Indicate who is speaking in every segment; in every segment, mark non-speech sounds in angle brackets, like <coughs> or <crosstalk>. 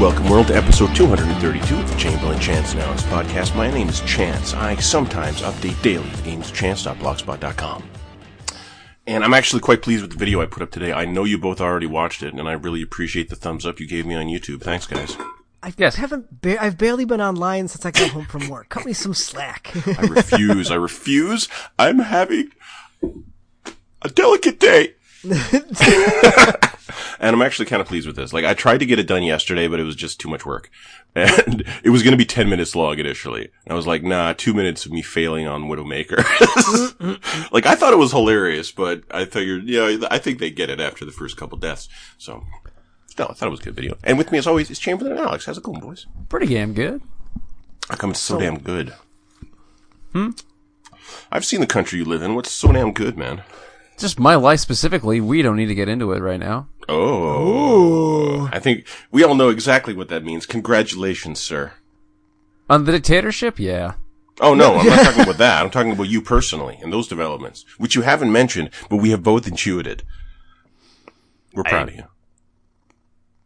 Speaker 1: Welcome, world, to episode 232 of the Chamberlain Chance Analysis Podcast. My name is Chance. I sometimes update daily the game's chance.blogspot.com. And I'm actually quite pleased with the video I put up today. I know you both already watched it, and I really appreciate the thumbs up you gave me on YouTube. Thanks, guys.
Speaker 2: I
Speaker 3: Yes.
Speaker 2: haven't. Ba- I've barely been online since I got home from work. Cut me
Speaker 1: <laughs>
Speaker 2: some slack.
Speaker 1: I refuse. I refuse. I'm having a delicate day. and I'm actually kind of pleased with this. Like, I tried to get it done yesterday, but it was just too much work. And it was going to be 10 minutes long initially. And I was like, nah, two minutes of me failing on Widowmaker. <laughs> like, I thought it was hilarious, but I figured, yeah, I think they get it after the first couple deaths. So, no, I thought it was a good video. And with me, as always, is Chamberlain and Alex. How's it going, boys?
Speaker 3: Pretty damn good.
Speaker 1: How come it's so, damn good? Hmm? I've seen the country you live in. What's so damn good, man?
Speaker 3: Just my life specifically. We don't need to get into it right now.
Speaker 1: Oh. I think we all know exactly what that means. Congratulations, sir.
Speaker 3: On the dictatorship, yeah.
Speaker 1: Oh no, I'm not talking about that. I'm talking about you personally and those developments, which you haven't mentioned, but we have both intuited. We're proud of you.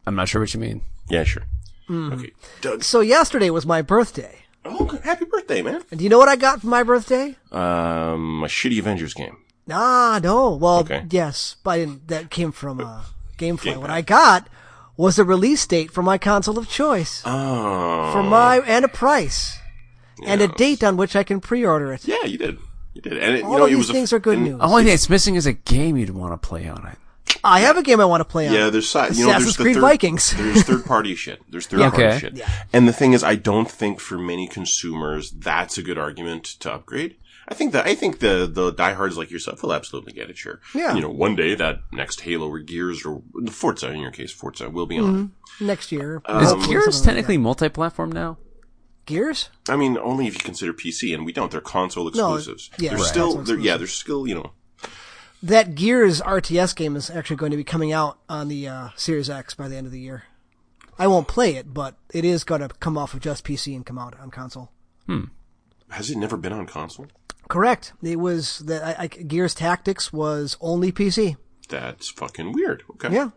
Speaker 3: I'm not sure what you mean.
Speaker 1: Yeah, sure.
Speaker 2: Hmm.
Speaker 1: Okay. Doug.
Speaker 2: so yesterday was my birthday,
Speaker 1: Oh, good- happy birthday, man.
Speaker 2: and do you know what I got for my birthday?
Speaker 1: Um, a shitty Avengers game.
Speaker 2: Ah, no. Well,
Speaker 1: Okay.
Speaker 2: yes, but I didn't, that came from uh, GameFly. What I got was a release date for my console of choice,
Speaker 1: Oh.
Speaker 2: for my and a price, and a date on which I can pre-order it.
Speaker 1: Yeah, you did. You did. And it,
Speaker 2: All
Speaker 1: you know,
Speaker 2: of
Speaker 1: it
Speaker 2: these
Speaker 1: was a-
Speaker 2: things are good
Speaker 1: and-
Speaker 2: news.
Speaker 3: Only thing that's missing is a game you'd want to play on it.
Speaker 2: I have a game I want to play on.
Speaker 1: Yeah, there's si- you know, there's
Speaker 2: Assassin's
Speaker 1: the
Speaker 2: Creed
Speaker 1: third,
Speaker 2: Vikings.
Speaker 1: <laughs> there's third party shit. There's third
Speaker 3: Yeah.
Speaker 1: party
Speaker 3: Okay.
Speaker 1: shit. And the thing is, I don't think for many consumers that's a good argument to upgrade. I think that I think the the diehards like yourself will absolutely get it. Sure.
Speaker 2: Yeah.
Speaker 1: You know, one day that next Halo or Gears or the Forza in your case, Forza will be on.
Speaker 2: <laughs> Mm-hmm. next year.
Speaker 3: Is
Speaker 2: hopefully something
Speaker 3: Gears
Speaker 2: like
Speaker 3: technically multi-platform now?
Speaker 2: that. Gears?
Speaker 1: I mean, only if you consider PC, and we don't. They're console exclusives.
Speaker 2: yeah,
Speaker 1: They're
Speaker 2: Right.
Speaker 1: still.
Speaker 2: console
Speaker 1: They're, yeah, they're still. You know.
Speaker 2: That Gears RTS game is actually going to be coming out on the uh, Series X by the end of the year. I won't play it, but it is going to come off of just PC and come out on console.
Speaker 1: Has it never been on console?
Speaker 2: Correct. It was that I, I, Gears Tactics was only PC.
Speaker 1: That's fucking weird. Okay.
Speaker 2: Yeah.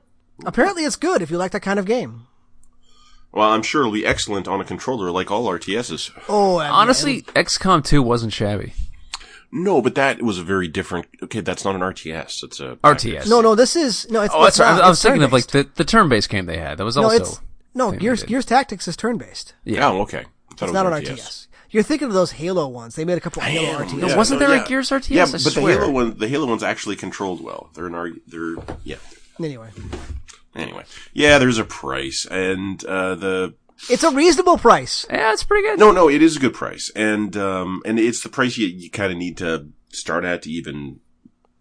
Speaker 2: Apparently, it's good if you like that kind of game.
Speaker 1: Well, I'm sure it'll be excellent on a controller like all RTSs.
Speaker 2: Oh, and-
Speaker 3: Honestly, XCOM 2 wasn't shabby.
Speaker 1: No, but that was a very different. Okay, that's not an RTS. It's a
Speaker 3: RTS.
Speaker 2: no, no. This is no. It's,
Speaker 3: Oh,
Speaker 2: it's
Speaker 3: that's right. I was-
Speaker 2: not.
Speaker 3: I was
Speaker 2: It's
Speaker 3: thinking of like
Speaker 2: turn-based.
Speaker 3: the, the turn-based game they had. That was
Speaker 2: no.
Speaker 3: also
Speaker 2: It's no.
Speaker 3: thing they
Speaker 2: Gears
Speaker 3: did.
Speaker 2: Gears Tactics is turn based.
Speaker 3: Yeah.
Speaker 1: Oh, okay. I thought
Speaker 2: It's
Speaker 1: it was
Speaker 2: not an RTS. You're thinking of those Halo ones. They made a couple of Halo
Speaker 1: Damn,
Speaker 2: RTS.
Speaker 3: No,
Speaker 1: yeah,
Speaker 3: wasn't
Speaker 1: no,
Speaker 3: there
Speaker 1: yeah.
Speaker 3: a Gears RTS?
Speaker 1: Yeah,
Speaker 3: I
Speaker 1: but
Speaker 3: swear.
Speaker 1: the Halo one, the Halo one's actually controlled well. They're an argu- they're yeah.
Speaker 2: Anyway,
Speaker 1: Anyway, yeah, there's a price, and uh, the
Speaker 2: it's a reasonable price.
Speaker 3: Yeah, it's pretty good.
Speaker 1: no, no, it is a good price, and um, and it's the price you you kind of need to start at to even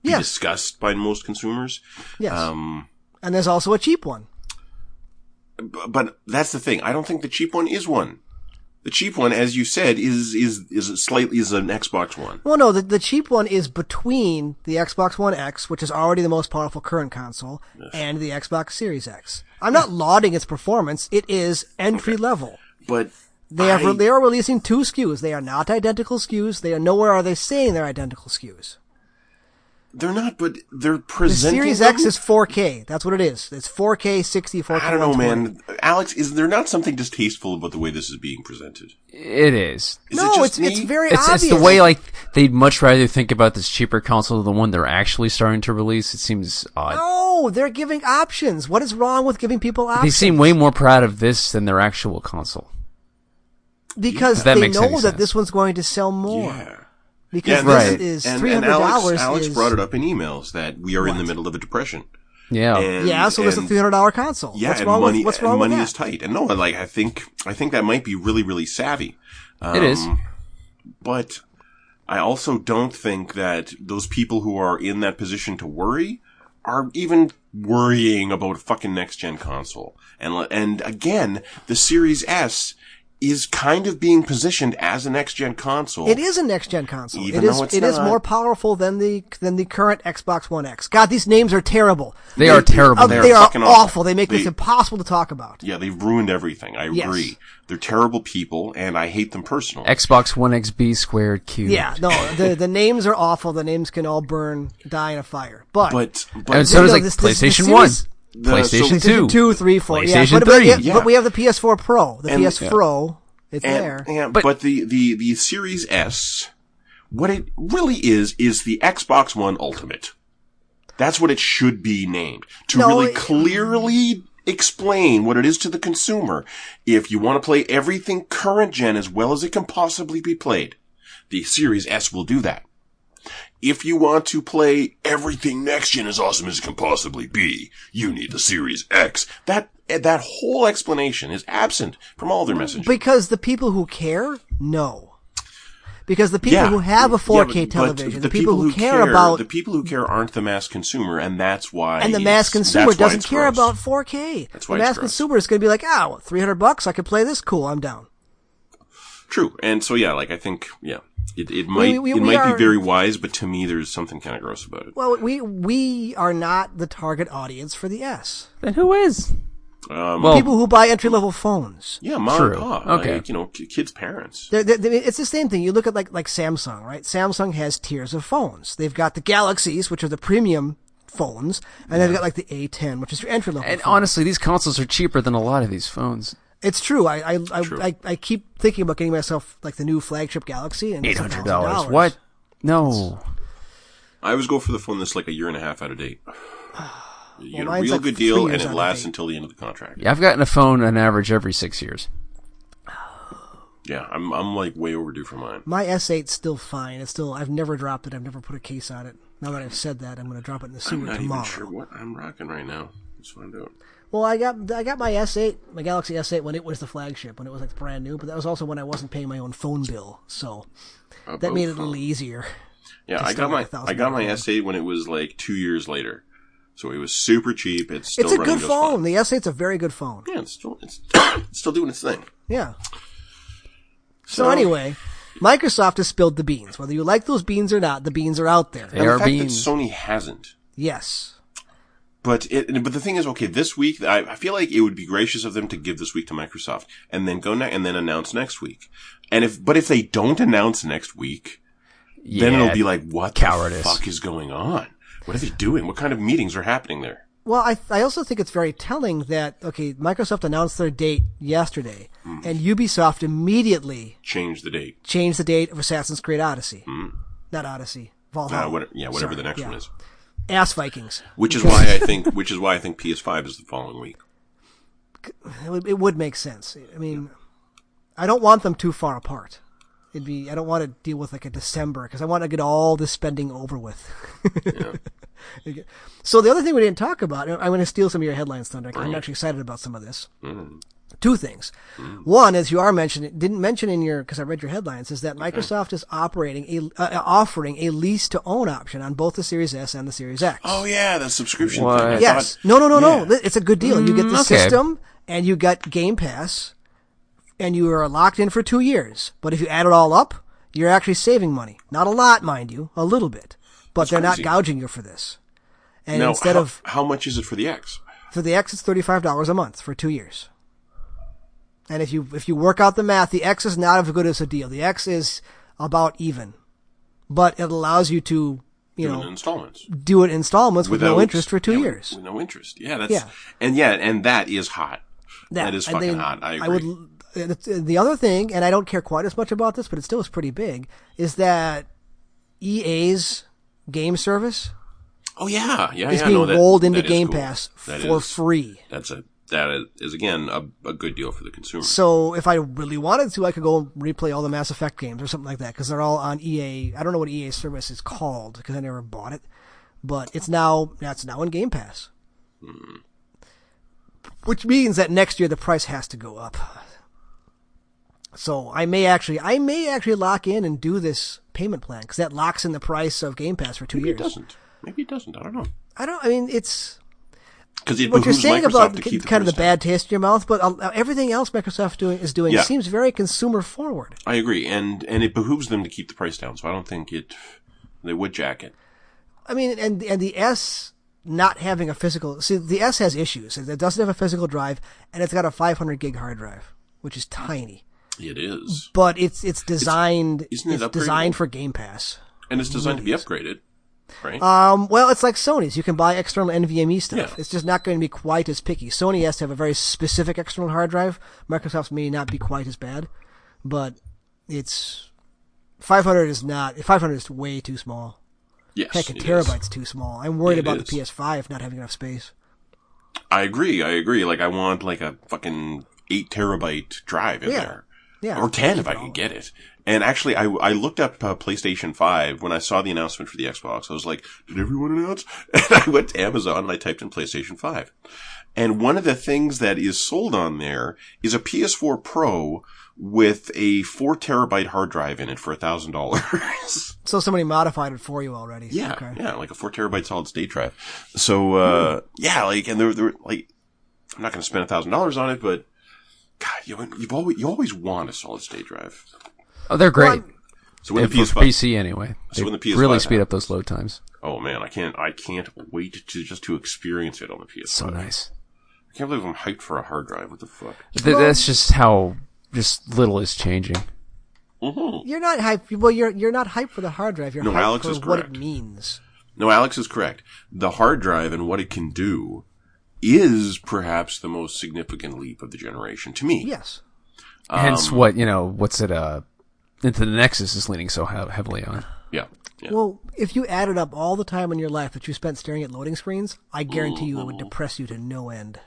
Speaker 1: be
Speaker 2: Yes.
Speaker 1: discussed by most consumers.
Speaker 2: Yes.
Speaker 1: Um,
Speaker 2: and there's also a cheap one.
Speaker 1: b- but that's the thing. I don't think the cheap one is one. The cheap one, as you said, is is is slightly is an Xbox one.
Speaker 2: Well, no, the, the cheap one is between the Xbox One X, which is already the most powerful current console, and the Xbox Series X. I'm not lauding its performance. It is entry level.
Speaker 1: But
Speaker 2: They have
Speaker 1: I-
Speaker 2: they are releasing two SKUs. They are not identical SKUs. They are nowhere are they saying they're identical SKUs.
Speaker 1: They're not, but they're
Speaker 2: The
Speaker 1: presenting.
Speaker 2: Series X
Speaker 1: them?
Speaker 2: is 4K. That's what it is. It's 4K 60, 4K.
Speaker 1: I don't know,
Speaker 2: 120.
Speaker 1: man. Alex, is there not something distasteful about the way this is being presented?
Speaker 3: It is.
Speaker 1: Is
Speaker 2: no,
Speaker 1: it just
Speaker 2: it's
Speaker 1: me?
Speaker 2: it's very
Speaker 3: It's,
Speaker 2: obvious.
Speaker 3: it's the way like they'd much rather think about this cheaper console than the one they're actually starting to release. It seems odd.
Speaker 2: no, they're giving options. What is wrong with giving people options?
Speaker 3: They seem way more proud of this than their actual console.
Speaker 2: because
Speaker 3: If that
Speaker 2: they
Speaker 3: makes
Speaker 2: know
Speaker 3: any
Speaker 2: that
Speaker 3: sense.
Speaker 2: this one's going to sell more.
Speaker 1: Yeah.
Speaker 2: Because
Speaker 1: and
Speaker 3: Right.
Speaker 1: this-
Speaker 2: this is
Speaker 1: and-
Speaker 2: three
Speaker 1: and
Speaker 2: hundred
Speaker 1: Alex,
Speaker 2: dollars.
Speaker 1: Alex brought it up in emails that we are in the middle of a depression.
Speaker 3: Yeah.
Speaker 1: And,
Speaker 2: Yeah, so there's a
Speaker 1: and-
Speaker 2: three hundred dollar console.
Speaker 1: Yeah,
Speaker 2: what's
Speaker 1: and
Speaker 2: wrong
Speaker 1: money,
Speaker 2: with what's
Speaker 1: and
Speaker 2: wrong
Speaker 1: money
Speaker 2: with that?
Speaker 1: is tight. And no, like I think, I think that might be really, really savvy. Um,
Speaker 3: It is.
Speaker 1: But I also don't think that those people who are in that position to worry are even worrying about a fucking next gen console. And le- and again, the Series S is kind of being positioned as a next gen console.
Speaker 2: It is a next gen console.
Speaker 1: Even
Speaker 2: it is
Speaker 1: though it's
Speaker 2: it is
Speaker 1: not.
Speaker 2: more powerful than the than the current Xbox One X. God, these names are terrible.
Speaker 3: They are terrible.
Speaker 2: Uh,
Speaker 3: They are
Speaker 2: they are
Speaker 1: fucking awful.
Speaker 2: They make this
Speaker 1: They-
Speaker 2: impossible to talk about.
Speaker 1: Yeah, they've ruined everything. I
Speaker 2: Yes.
Speaker 1: agree. They're terrible people, and I hate them personally.
Speaker 3: Xbox One X B squared Q.
Speaker 2: Yeah, no, the the names are awful. The names can all burn, die in a fire. But
Speaker 1: but but
Speaker 3: And so does
Speaker 2: No,
Speaker 3: like
Speaker 2: this- this-
Speaker 3: PlayStation
Speaker 2: the series,
Speaker 3: One.
Speaker 1: The,
Speaker 3: PlayStation
Speaker 1: so-
Speaker 3: Two.
Speaker 2: PlayStation 2, 3, 4.
Speaker 3: PlayStation
Speaker 2: yeah, but, But,
Speaker 3: 3,
Speaker 2: yeah,
Speaker 1: yeah.
Speaker 2: but we have the PS4 Pro, the
Speaker 1: And-
Speaker 2: PS Pro. It's
Speaker 1: and,
Speaker 2: there.
Speaker 1: and-
Speaker 3: But-
Speaker 1: but, the, the, the Series S, what it really is, is the Xbox One Ultimate. That's what it should be named. To
Speaker 2: No,
Speaker 1: really
Speaker 2: it-
Speaker 1: clearly explain what it is to the consumer. If you want to play everything current gen as well as it can possibly be played, the Series S will do that. If you want to play everything next gen as awesome as it can possibly be, you need the Series X. That, that whole explanation is absent from all their messages.
Speaker 2: Because the people who care, no. Because the people
Speaker 1: Yeah.
Speaker 2: who have a
Speaker 1: Yeah,
Speaker 2: 4K
Speaker 1: but- but
Speaker 2: television, the, people, who care, about,
Speaker 1: the people who care aren't the mass consumer, and that's why
Speaker 2: and the
Speaker 1: it's-
Speaker 2: mass consumer
Speaker 1: that's why
Speaker 2: doesn't
Speaker 1: it's
Speaker 2: care
Speaker 1: gross.
Speaker 2: about 4K.
Speaker 1: That's
Speaker 2: the
Speaker 1: why it's
Speaker 2: mass
Speaker 1: gross.
Speaker 2: consumer is going to be like, ah, well, 300 bucks, I can play this. Cool, I'm down.
Speaker 1: True, and so yeah, like I think yeah, it, it might
Speaker 2: we-
Speaker 1: it
Speaker 2: we
Speaker 1: might
Speaker 2: are-
Speaker 1: be very wise, but to me there's something kind of gross about it.
Speaker 2: Well, we we are not the target audience for the S.
Speaker 3: Then who is?
Speaker 1: Um,
Speaker 3: Well,
Speaker 2: People who buy entry level phones.
Speaker 1: yeah, mom
Speaker 3: True.
Speaker 1: and pa,
Speaker 3: Okay.
Speaker 1: like, you know, ki- kids' parents.
Speaker 2: They're, they're, they it's the same thing. You look at like like Samsung, right? Samsung has tiers of phones. They've got the Galaxies, which are the premium phones, and they've got like the A10, which is your entry level.
Speaker 3: and
Speaker 2: phone.
Speaker 3: honestly, these consoles are cheaper than a lot of these phones.
Speaker 2: It's true. I I, I,
Speaker 1: True.
Speaker 2: I I keep thinking about getting myself like the new flagship Galaxy and
Speaker 3: Eight
Speaker 2: it's $1,000.
Speaker 3: hundred dollars. What? No.
Speaker 1: I always go for the phone that's like a year and a half out of
Speaker 2: <sighs>
Speaker 1: date. You get a
Speaker 2: mine's
Speaker 1: real
Speaker 2: like
Speaker 1: good
Speaker 2: three
Speaker 1: deal,
Speaker 2: years
Speaker 1: and
Speaker 2: out
Speaker 1: it
Speaker 2: of
Speaker 1: lasts
Speaker 2: date.
Speaker 1: until the end of the contract.
Speaker 3: Yeah, I've gotten a phone on average every six years.
Speaker 1: Yeah, I'm I'm like way overdue for mine.
Speaker 2: My S8's still fine. It's still I've never dropped it. I've never put a case on it. Now that I've said that, I'm going to drop it in the
Speaker 1: I'm
Speaker 2: sewer
Speaker 1: not
Speaker 2: tomorrow.
Speaker 1: even sure what I'm rocking right now. Let's find out.
Speaker 2: Well, I got I got my S8, my Galaxy S8 when it was the flagship, when it was like brand new. But that was also when I wasn't paying my own phone bill, so that
Speaker 1: About
Speaker 2: made it a
Speaker 1: phone.
Speaker 2: little easier.
Speaker 1: Yeah,
Speaker 2: to
Speaker 1: I got
Speaker 2: start
Speaker 1: my
Speaker 2: with a
Speaker 1: I got my
Speaker 2: $1,000
Speaker 1: S8 when it was like two years later, so it was super cheap. It's still
Speaker 2: It's a
Speaker 1: running
Speaker 2: good
Speaker 1: just
Speaker 2: phone.
Speaker 1: fine.
Speaker 2: The S8's a very good phone.
Speaker 1: Yeah, it's still it's, <coughs> it's still doing its thing.
Speaker 2: Yeah. So, anyway, Microsoft has spilled the beans. Whether you like those beans or not, the beans are out there.
Speaker 1: and
Speaker 3: They are
Speaker 1: the fact
Speaker 3: being-
Speaker 1: that Sony hasn't.
Speaker 2: Yes.
Speaker 1: But it, but the thing is, okay, this week I, I feel like it would be gracious of them to give this week to Microsoft and then go ne- and then announce next week. And if but if they don't announce next week, then
Speaker 3: Yeah.
Speaker 1: it'll be like what
Speaker 3: cowardice.
Speaker 1: the fuck is going on? What are they doing? What kind of meetings are happening there?
Speaker 2: Well, I I also think it's very telling that okay, Microsoft announced their date yesterday,
Speaker 1: Hmm.
Speaker 2: and Ubisoft immediately
Speaker 1: Change the date.
Speaker 2: changed the date of Assassin's Creed Odyssey. Not Odyssey. Valhalla.
Speaker 1: Hmm. Uh, what, yeah, whatever
Speaker 2: Sorry,
Speaker 1: the next
Speaker 2: yeah.
Speaker 1: one is.
Speaker 2: Ass Vikings.
Speaker 1: Which is why I think which is why I think PS5 is the following week.
Speaker 2: It would, it would make sense. I mean, I don't want them too far apart. It'd be I don't want to deal with like a December because I want to get all this spending over with. <laughs> So the other thing we didn't talk about, and I'm going to steal some of your headlines, Thunder. 'cause I'm actually excited about some of this. Two things. One, as you are mentioning, didn't mention in your because I read your headlines, is that Microsoft is operating a uh, offering a lease to own option on both the Series S and the Series X.
Speaker 1: Oh yeah, the subscription
Speaker 3: What?
Speaker 1: thing. I
Speaker 2: Yes.
Speaker 1: thought-
Speaker 2: No, no, no,
Speaker 1: yeah.
Speaker 2: no. Th- It's a good deal. you get the
Speaker 3: Mm, okay.
Speaker 2: system and you got Game Pass and you are locked in for two years. But if you add it all up, you're actually saving money. Not a lot, mind you, a little bit. But they're
Speaker 1: crazy.
Speaker 2: not gouging you for this. And
Speaker 1: Now,
Speaker 2: instead
Speaker 1: how,
Speaker 2: of
Speaker 1: how much is it for the X?
Speaker 2: for the X, it's thirty-five dollars a month for two years. And if you if you work out the math, the X is not as good as a deal. The X is about even, but it allows you to you
Speaker 1: Doing
Speaker 2: know
Speaker 1: installments
Speaker 2: do it in installments with no
Speaker 1: Without-
Speaker 2: interest for two
Speaker 1: yeah, with-
Speaker 2: years.
Speaker 1: With no interest. Yeah, that's
Speaker 2: Yeah.
Speaker 1: and yeah, and that is hot. that is
Speaker 2: I
Speaker 1: fucking
Speaker 2: mean,
Speaker 1: hot. I agree.
Speaker 2: would. and it's- and The other thing, and I don't care quite as much about this, but it still is pretty big, is that EA's game service
Speaker 1: oh yeah, yeah,
Speaker 2: is
Speaker 1: yeah.
Speaker 2: being
Speaker 1: no, that-
Speaker 2: rolled into
Speaker 1: that is
Speaker 2: Game
Speaker 1: cool.
Speaker 2: Pass
Speaker 1: That
Speaker 2: for
Speaker 1: is-
Speaker 2: free.
Speaker 1: That's a that is again a, a good deal for the consumer.
Speaker 2: So if I really wanted to, I could go and replay all the Mass Effect games or something like that because they're all on EA. I don't know what EA service is called because I never bought it, but it's now that's now in Game Pass,
Speaker 1: Hmm.
Speaker 2: which means that next year the price has to go up. So I may actually, I may actually lock in and do this payment plan because that locks in the price of Game Pass for two
Speaker 1: Maybe it
Speaker 2: years.
Speaker 1: doesn't. Maybe it doesn't. I don't know.
Speaker 2: I don't. I mean, it's
Speaker 1: Because it
Speaker 2: what you're
Speaker 1: behooves
Speaker 2: saying
Speaker 1: Microsoft
Speaker 2: about
Speaker 1: to
Speaker 2: k-
Speaker 1: keep
Speaker 2: kind of
Speaker 1: the
Speaker 2: the
Speaker 1: first
Speaker 2: bad taste in your mouth, but uh, everything else Microsoft doing is doing
Speaker 1: Yeah.
Speaker 2: seems very consumer forward.
Speaker 1: down. I agree, and and it behooves them to keep the price down. So I don't think it they would jack it.
Speaker 2: I mean, and and the S not having a physical. See, the S has issues. It doesn't have a physical drive, and it's got a 500 gig hard drive, which is tiny.
Speaker 1: It is,
Speaker 2: But it's it's designed.
Speaker 1: Isn't it
Speaker 2: it's
Speaker 1: upgradable?
Speaker 2: designed for Game Pass.
Speaker 1: and it's designed to be upgraded.
Speaker 4: Right.
Speaker 2: Um, well, it's like Sony's. You can buy external NVMe E stuff. It's just not going to be quite as picky. Sony has to have a very specific external hard drive. Microsoft's may not be quite as bad, but it's 500 is not. 500 is way too small.
Speaker 1: Yes.
Speaker 2: Heck, a
Speaker 1: it is.
Speaker 2: terabyte's too small. I'm worried
Speaker 1: It
Speaker 2: about
Speaker 1: is.
Speaker 2: the PS5 not having enough space.
Speaker 1: I agree. I agree. Like I want like a fucking eight terabyte drive in
Speaker 2: Yeah.
Speaker 1: there.
Speaker 2: Yeah.
Speaker 1: or 10 if I can get it. And actually, I, I looked up uh, PlayStation 5 when I saw the announcement for the Xbox. I was like, did everyone announce? <laughs> And I went to Amazon and I typed in PlayStation 5. And one of the things that is sold on there is a PS4 Pro with a four terabyte hard drive in it for a thousand dollars. <laughs>
Speaker 2: So somebody modified it for you already.
Speaker 1: Yeah,
Speaker 2: Okay.
Speaker 1: yeah, like a four terabyte solid state drive. So uh, yeah, like, and there, there, like, I'm not going to spend a thousand dollars on it, but God, you, you've always you always want a solid state drive.
Speaker 3: Oh, they're great.
Speaker 2: Well,
Speaker 1: So when the
Speaker 3: If- for
Speaker 1: PS5
Speaker 3: PC anyway.
Speaker 1: So
Speaker 3: They
Speaker 1: when the PS5
Speaker 3: really speed up
Speaker 1: happens.
Speaker 3: those load times.
Speaker 1: Oh man, I can't I can't wait to just to experience it on the PS5.
Speaker 3: So nice.
Speaker 1: I can't believe I'm hyped for a hard drive. What the fuck?
Speaker 3: Th- that's just how just little is changing.
Speaker 1: hmm
Speaker 2: You're not hype. Well, you're you're not hype for the hard drive. You're
Speaker 1: No,
Speaker 2: hyped
Speaker 1: Alex
Speaker 2: for
Speaker 1: is
Speaker 2: what
Speaker 1: correct.
Speaker 2: it means.
Speaker 1: No, Alex is correct. The hard drive and what it can do is perhaps the most significant leap of the generation to me.
Speaker 2: Yes.
Speaker 1: Um,
Speaker 3: Hence what, you know, what's it, uh, into the Nexus is leaning so he- heavily on.
Speaker 1: Yeah. yeah.
Speaker 2: Well, if you added up all the time in your life that you spent staring at loading screens, I guarantee you it would depress you to no end.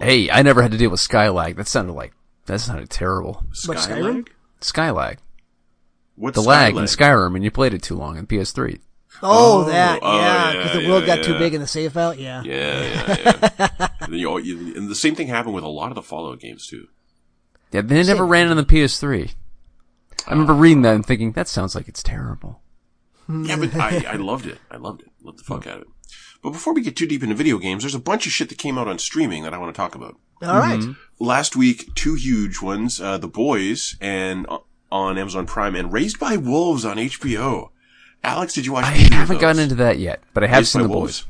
Speaker 3: Hey, I never had to deal with Skylag. That sounded like, that sounded terrible.
Speaker 2: But
Speaker 1: Skylag?
Speaker 2: Skyrim?
Speaker 3: Skylag.
Speaker 1: What's
Speaker 3: The lag in
Speaker 1: Skylag?
Speaker 3: Skyrim and you played it too long in PS3.
Speaker 2: Oh, that
Speaker 1: oh,
Speaker 2: yeah,
Speaker 1: yeah,
Speaker 2: because the
Speaker 1: yeah,
Speaker 2: world got
Speaker 1: yeah.
Speaker 2: too big in the save file. Yeah.
Speaker 1: Yeah, yeah, yeah. and, then you, all- you- and the same thing happened with a lot of the Fallout games too.
Speaker 3: Yeah, then it never
Speaker 2: Shit.
Speaker 3: ran on the PS3. I remember reading that and thinking, that sounds like it's terrible.
Speaker 1: Yeah, but I, I loved it. I loved it. Loved the fuck out of it. But before we get too deep into video games, there's a bunch of shit that came out on streaming that I want to talk about.
Speaker 2: All right.
Speaker 1: last week two huge ones uh, the boys and uh, on amazon prime and raised by wolves on hbo alex did you watch
Speaker 3: I
Speaker 1: either of
Speaker 3: haven't
Speaker 1: those?
Speaker 3: gotten into that yet, but I have
Speaker 1: Raised
Speaker 3: seen
Speaker 1: by
Speaker 3: the boys.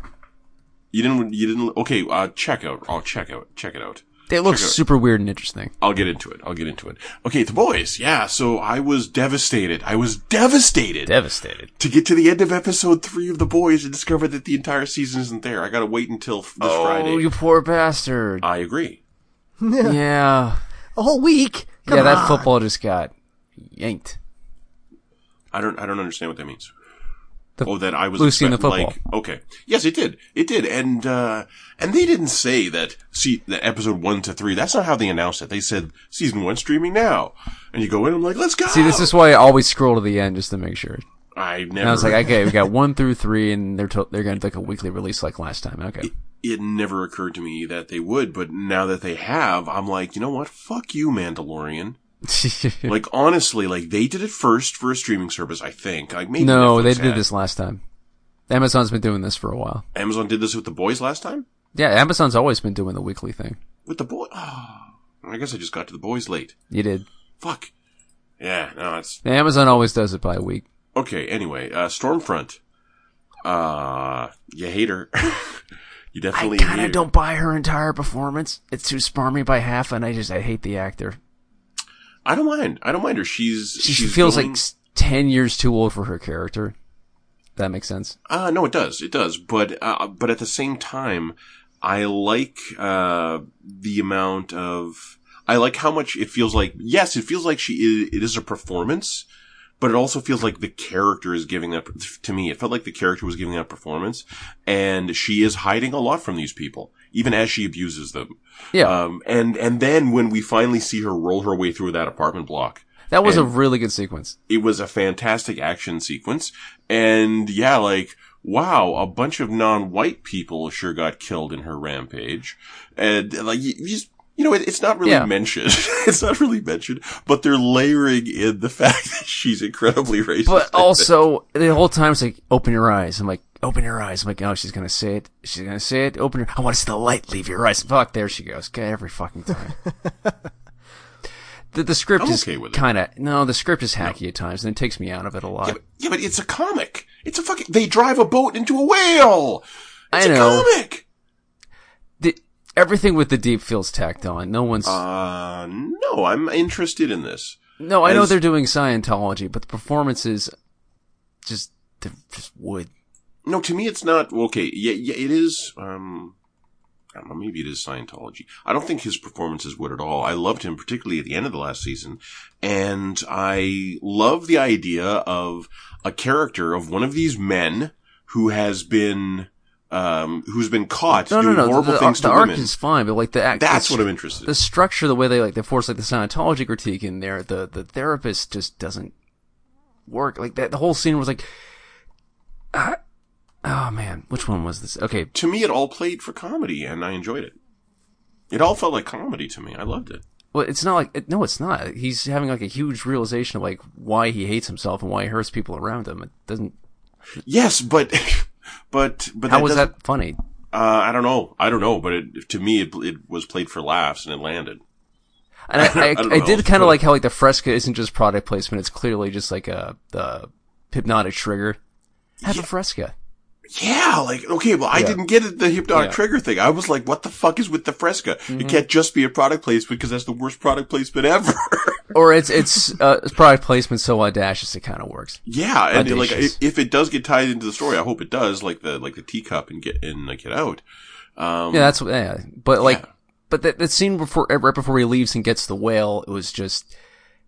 Speaker 1: you didn't you didn't okay uh check out i'll check out check it out
Speaker 3: They look
Speaker 1: Check it out.
Speaker 3: super weird and interesting.
Speaker 1: I'll get into it. I'll get into it. Okay, the boys. Yeah, so I was devastated. I was devastated
Speaker 3: Devastated.
Speaker 1: to get to the end of episode three of the boys and discover that the entire season isn't there. I gotta wait until f- this Friday. Uh,
Speaker 3: Oh, you poor bastard.
Speaker 1: I agree.
Speaker 3: <laughs> yeah.
Speaker 2: <laughs> A whole week. Come
Speaker 3: Mm-hmm. yeah, that
Speaker 2: on.
Speaker 3: football just got yanked.
Speaker 1: I don't. I don't understand what that means.
Speaker 3: The
Speaker 1: Oh, that I was
Speaker 3: Lucy and the
Speaker 1: expect-
Speaker 3: football.
Speaker 1: Like, okay, yes, it did. It did, and uh and they didn't say that. See, that episode one to three. That's not how they announced it. They said season one streaming now, and you go in. I'm like, let's go.
Speaker 3: See, this is why I always scroll to the end just to make sure.
Speaker 1: I never.
Speaker 3: And I was like, okay, we got one through three, and they're to- they're going to like a weekly release like last time. Okay,
Speaker 1: it never occurred to me that they would, but now that they have, I'm like, you know what? Fuck you, Mandalorian. like honestly, like they did it first for a streaming service. I think. Like maybe
Speaker 3: no, they
Speaker 1: Netflix
Speaker 3: did
Speaker 1: had.
Speaker 3: this last time. Amazon's been doing this for a while.
Speaker 1: Amazon did this with the boys last time.
Speaker 3: Yeah, Amazon's always been doing the weekly thing.
Speaker 1: With the boy. Oh, I guess I just got to the boys late.
Speaker 3: You did.
Speaker 1: Fuck. Yeah, no, it's
Speaker 3: Amazon always does it by week.
Speaker 1: okay. Anyway, uh, Stormfront. Uh, you hate her. <laughs> you
Speaker 3: I
Speaker 1: definitely
Speaker 3: kind
Speaker 1: hate
Speaker 3: of
Speaker 1: her.
Speaker 3: don't buy her entire performance. It's too smarmy by half, and I just I hate the actor.
Speaker 1: I don't mind. I don't mind her. She's
Speaker 3: She
Speaker 1: she's
Speaker 3: feels
Speaker 1: going-
Speaker 3: like s- ten years too old for her character. That makes sense.
Speaker 1: Uh, no, it does. It does. But, uh, but at the same time, I like, uh, the amount of, I like how much it feels like, yes, it feels like she is, it is a performance, but it also feels like the character is giving that, to me, it felt like the character was giving that performance, and she is hiding a lot from these people, even as she abuses them.
Speaker 3: Yeah,
Speaker 1: Um, and, and then when we finally see her roll her way through that apartment block,
Speaker 3: that was a
Speaker 1: and-
Speaker 3: really good sequence.
Speaker 1: it was a fantastic action sequence. And yeah, like, wow, a bunch of non-white people sure got killed in her rampage. And like, you, you just, you know, it, it's not really
Speaker 3: Yeah.
Speaker 1: mentioned. <laughs> it's not really mentioned, but they're layering in the <laughs> fact that she's incredibly racist. <laughs>
Speaker 3: But oh also, the whole time it's like, open your eyes. I'm like, open your eyes. I'm like, oh, she's gonna say it. She's gonna say it. Open your. I want to see the light leave your eyes. Fuck, there she goes. Okay, every
Speaker 1: <laughs>
Speaker 3: fucking time. the the script
Speaker 1: I'm
Speaker 3: is
Speaker 1: okay with it.
Speaker 3: kind of no. The script is hacky at times, and it takes me out of it a lot.
Speaker 1: yeah, but, yeah, but it's a comic. It's a fucking, they drive a boat into a whale. It's
Speaker 3: I
Speaker 1: a
Speaker 3: know.
Speaker 1: comic.
Speaker 3: The, everything with the deep feels tacked on. No one's.
Speaker 1: Uh, no, I'm interested in this.
Speaker 3: no, I know
Speaker 1: as-
Speaker 3: they're doing Scientology, but the performances just they're just wood.
Speaker 1: No, to me, it's not. Okay, yeah, yeah, it is. Um, I don't know, maybe it is Scientology. I don't think his performance is good at all. I loved him particularly at the end of the last season, and I love the idea of a character of one of these men who has been, um, who's been caught
Speaker 3: No, no,
Speaker 1: doing
Speaker 3: no.
Speaker 1: horrible
Speaker 3: the, the,
Speaker 1: things
Speaker 3: the
Speaker 1: to
Speaker 3: arc
Speaker 1: women.
Speaker 3: is fine, but like the act.
Speaker 1: That's
Speaker 3: the,
Speaker 1: what I'm interested. in.
Speaker 3: The structure, the way they like, they force like the Scientology critique in there. The the therapist just doesn't work. Like that, the whole scene was like, I- oh man, which one was this? Okay,
Speaker 1: to me, it all played for comedy, and I enjoyed it. It all felt like comedy to me. I loved it.
Speaker 3: Well, it's not like it- no, it's not. He's having like a huge realization of like why he hates himself and why he hurts people around him. It doesn't.
Speaker 1: Yes, but, <laughs> but, but
Speaker 3: How was
Speaker 1: doesn't- <laughs>
Speaker 3: that funny?
Speaker 1: Uh, I don't know. I don't know, but it, to me, it, it was played for laughs, and it landed.
Speaker 3: And I, I,
Speaker 1: I don't
Speaker 3: I,
Speaker 1: know.
Speaker 3: did kind of like how like the fresca isn't just product placement. It's clearly just like a the hypnotic trigger. Have a fresca.
Speaker 1: Yeah, like okay, well, I didn't get it, the hypnotic
Speaker 3: Yeah.
Speaker 1: trigger thing. I was like, what the fuck is with the fresca? It can't just be a product placement because that's the worst product placement ever. <laughs>
Speaker 3: Or it's it's uh, it's product placement so audacious it kind of works.
Speaker 1: yeah, and like
Speaker 3: Audacious.
Speaker 1: if it does get tied into the story, I hope it does. Like the like the teacup and get and like get out.
Speaker 3: yeah, that's what- yeah. But like, but that that scene before right before he leaves and gets the whale, it was just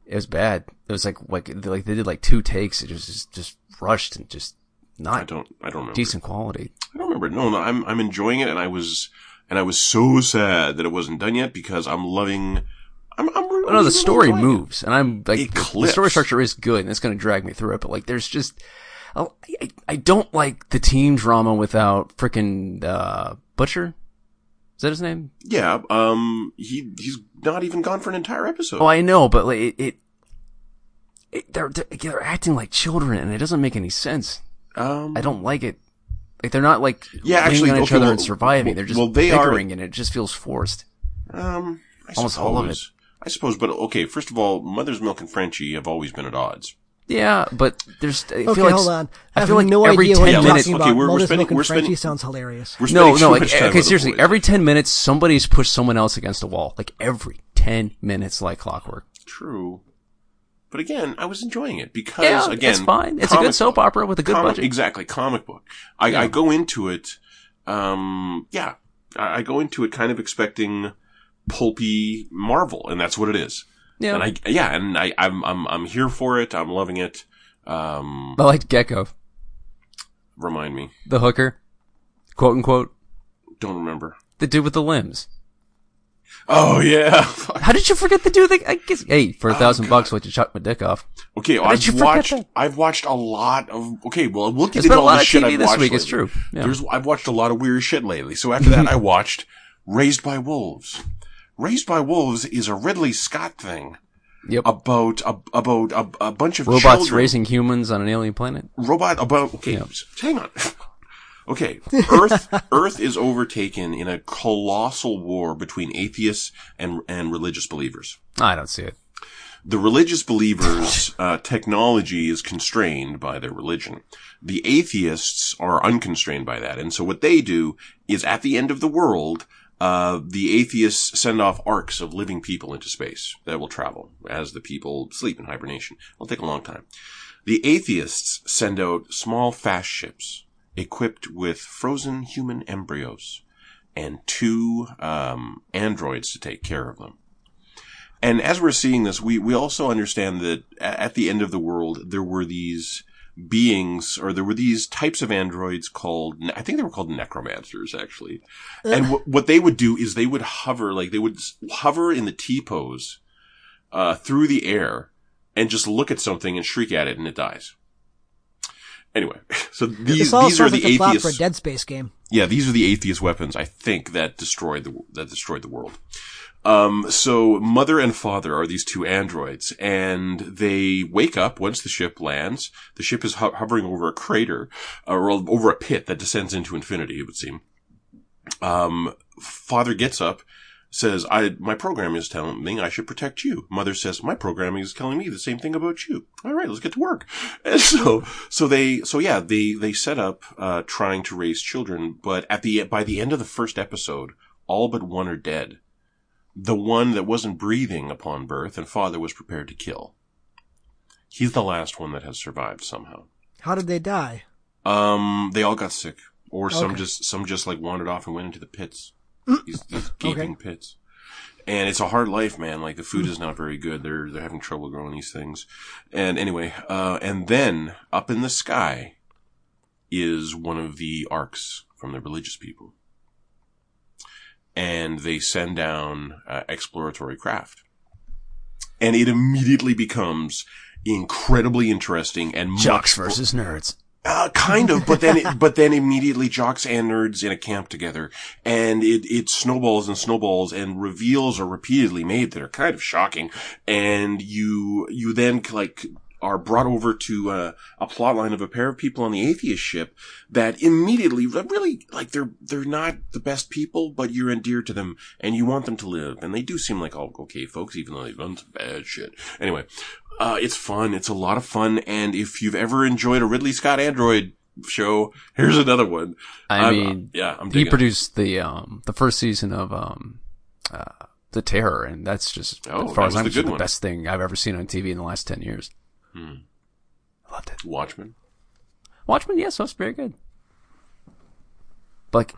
Speaker 3: it was bad. It was like like like they did like two takes. It was just just rushed and just
Speaker 1: I
Speaker 3: not
Speaker 1: don't. I don't remember.
Speaker 3: decent quality.
Speaker 1: I don't remember. No, no, I'm I'm enjoying it, and I was and I was so sad that it wasn't done yet because I'm loving. I'm. I'm
Speaker 3: But no, the story moves, and I'm like,
Speaker 1: It
Speaker 3: the- the
Speaker 1: clips.
Speaker 3: story structure is good, and it's going to drag me through it. But like, there's just, I, I- I don't like the team drama without freaking uh, Butcher. Is that his name?
Speaker 1: Yeah. Um. He he's not even gone for an entire episode.
Speaker 3: Oh, I know, but like, it, it, it they're, they're they're acting like children, and it doesn't make any sense.
Speaker 1: um.
Speaker 3: I don't like it. Like they're not like
Speaker 1: Yeah,
Speaker 3: leaning
Speaker 1: actually,
Speaker 3: on each
Speaker 1: okay,
Speaker 3: other
Speaker 1: well-
Speaker 3: and surviving. They're just
Speaker 1: well, they are-
Speaker 3: bickering, and it just feels forced.
Speaker 1: Um, I
Speaker 3: Almost all of it.
Speaker 1: suppose. I suppose, but okay. First of all, Mother's Milk and Frenchie have always been at odds.
Speaker 3: Yeah, but there's. I
Speaker 2: Okay,
Speaker 3: feel like,
Speaker 2: hold on.
Speaker 3: I
Speaker 2: have
Speaker 3: feel like
Speaker 2: no
Speaker 3: every
Speaker 2: idea what
Speaker 3: ten
Speaker 2: you're
Speaker 3: minutes.
Speaker 2: talking
Speaker 1: Okay, we're-
Speaker 2: about.
Speaker 1: we're
Speaker 2: Mother's
Speaker 1: spending-
Speaker 2: Milk and
Speaker 1: we're spending-
Speaker 2: Frenchie sounds hilarious.
Speaker 1: We're spending
Speaker 3: No, no,
Speaker 1: too
Speaker 3: like eh,
Speaker 1: much time
Speaker 3: okay,
Speaker 1: with
Speaker 3: seriously,
Speaker 1: boys.
Speaker 3: every ten minutes somebody's pushed someone else against a wall. Like every ten minutes, like clockwork.
Speaker 1: true. But again, I was enjoying it because
Speaker 3: Yeah,
Speaker 1: again,
Speaker 3: it's fine. It's a
Speaker 1: comic-
Speaker 3: good soap opera with a good
Speaker 1: comic-
Speaker 3: budget.
Speaker 1: Exactly, comic book. I, I go into it, um, yeah, I, I go into it kind of expecting pulpy Marvel, and that's what it is.
Speaker 3: yeah,
Speaker 1: And I, yeah, and I, I'm, I'm, I'm here for it. I'm loving it. Um,
Speaker 3: I liked Gecko,
Speaker 1: remind me.
Speaker 3: the hooker, quote unquote,
Speaker 1: Don't remember.
Speaker 3: the dude with the limbs.
Speaker 1: Oh yeah. <laughs>
Speaker 3: How did you forget the dude? That, I guess hey, for a thousand bucks, would you chuck my dick off?
Speaker 1: Okay,
Speaker 3: did you
Speaker 1: I've
Speaker 3: forget
Speaker 1: watched.
Speaker 3: that?
Speaker 1: I've watched a lot of. Okay, well, we'll get
Speaker 3: There's
Speaker 1: into
Speaker 3: been a
Speaker 1: all
Speaker 3: lot
Speaker 1: the
Speaker 3: of
Speaker 1: shit
Speaker 3: TV
Speaker 1: I've
Speaker 3: this
Speaker 1: watched
Speaker 3: week, it's
Speaker 1: lately.
Speaker 3: true. Yeah.
Speaker 1: There's. I've watched a lot of weird shit lately. So after that, I watched Raised by Wolves. Raised by Wolves is a Ridley Scott thing
Speaker 3: Yep.
Speaker 1: about a, about a, a bunch of
Speaker 3: Robots
Speaker 1: children-
Speaker 3: raising humans on an alien planet.
Speaker 1: robot about okay
Speaker 3: Yeah.
Speaker 1: s- hang on okay earth earth is overtaken in a colossal war between atheists and and religious believers
Speaker 3: I don't see it.
Speaker 1: the religious believers' uh, technology is constrained by their religion. The atheists are unconstrained by that, and so what they do is, at the end of the world, uh, the atheists send off arcs of living people into space that will travel as the people sleep in hibernation. It'll take a long time. The atheists send out small fast ships equipped with frozen human embryos and two um, androids to take care of them. And as we're seeing this, we, we also understand that a- at the end of the world, there were these beings, or there were these types of androids called, I think they were called necromancers, actually. And what what they would do is they would hover, like they would s- hover in the T pose, uh, through the air and just look at something and shriek at it and it dies. Anyway, <laughs> so these,
Speaker 2: This all
Speaker 1: these are
Speaker 2: sounds like
Speaker 1: the
Speaker 2: the plot for a
Speaker 1: atheists.
Speaker 2: Dead Space game.
Speaker 1: Yeah, these are the atheist weapons I think that destroyed the that destroyed the world. Um, so mother and father are these two androids, and they wake up once the ship lands. The ship is ho- hovering over a crater, uh, or over a pit that descends into infinity. It would seem. Um, father gets up, says, "I my program is telling me I should protect you." Mother says, "My programming is telling me the same thing about you." All right, let's get to work. <laughs> And so, so they, so yeah, they they set up uh, trying to raise children, but at the by the end of the first episode, all but one are dead. The one that wasn't breathing upon birth and father was prepared to kill. He's the last one that has survived somehow.
Speaker 2: How did they die?
Speaker 1: Um, they all got sick, or some just some just like wandered off and went into the pits,
Speaker 3: Mm.
Speaker 1: these, these gaping pits. And it's a hard life, man. Like the
Speaker 3: Mm.
Speaker 1: food is not very good. They're they're having trouble growing these things. And anyway, uh, and then up in the sky is one of the arcs from the religious people, and they send down uh, exploratory craft, and it immediately becomes incredibly interesting and much
Speaker 3: Jocks versus nerds.
Speaker 1: uh, kind of, but then, it, but then immediately jocks and nerds in a camp together, and it, it snowballs and snowballs, and reveals are repeatedly made that are kind of shocking, and you, you then like are brought over to uh, a plot line of a pair of people on the atheist ship that immediately, really, like they're they're not the best people, but you're endeared to them, and you want them to live, and they do seem like all okay folks, even though they've done some bad shit. Anyway, uh, it's fun. It's a lot of fun. And if you've ever enjoyed a Ridley Scott Android show, here's another one.
Speaker 3: I
Speaker 1: I'm- uh,
Speaker 3: mean,
Speaker 1: yeah, I'm
Speaker 3: he
Speaker 1: digging.
Speaker 3: produced the um the first season of um uh the Terror, and that's just
Speaker 1: Oh,
Speaker 3: as far
Speaker 1: that
Speaker 3: as
Speaker 1: was
Speaker 3: I'm
Speaker 1: the good
Speaker 3: concerned, the
Speaker 1: one. Hmm.
Speaker 3: best thing I've ever seen on TV in the last ten years. I loved it.
Speaker 1: Watchmen.
Speaker 3: Watchmen, yes, that's very good. But, Like,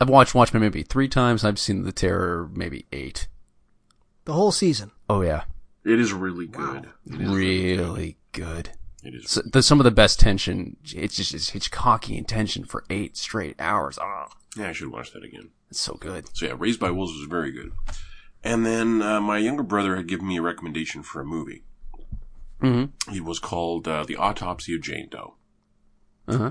Speaker 3: I've watched Watchmen maybe three times. and I've seen the Terror maybe eight.
Speaker 2: The whole season.
Speaker 3: Oh yeah,
Speaker 1: It is really good.
Speaker 3: really good.
Speaker 1: It is.
Speaker 3: So, the, some of the best tension. It's just it's Hitchcockian tension for eight straight hours. Oh,
Speaker 1: Yeah, I should watch that again.
Speaker 3: it's so good.
Speaker 1: So yeah, Raised by Wolves was very good. And then uh, my younger brother had given me a recommendation for a movie.
Speaker 3: Mm-hmm.
Speaker 1: It was called uh, The Autopsy of Jane Doe.
Speaker 3: Uh
Speaker 1: Uh-huh.
Speaker 3: huh.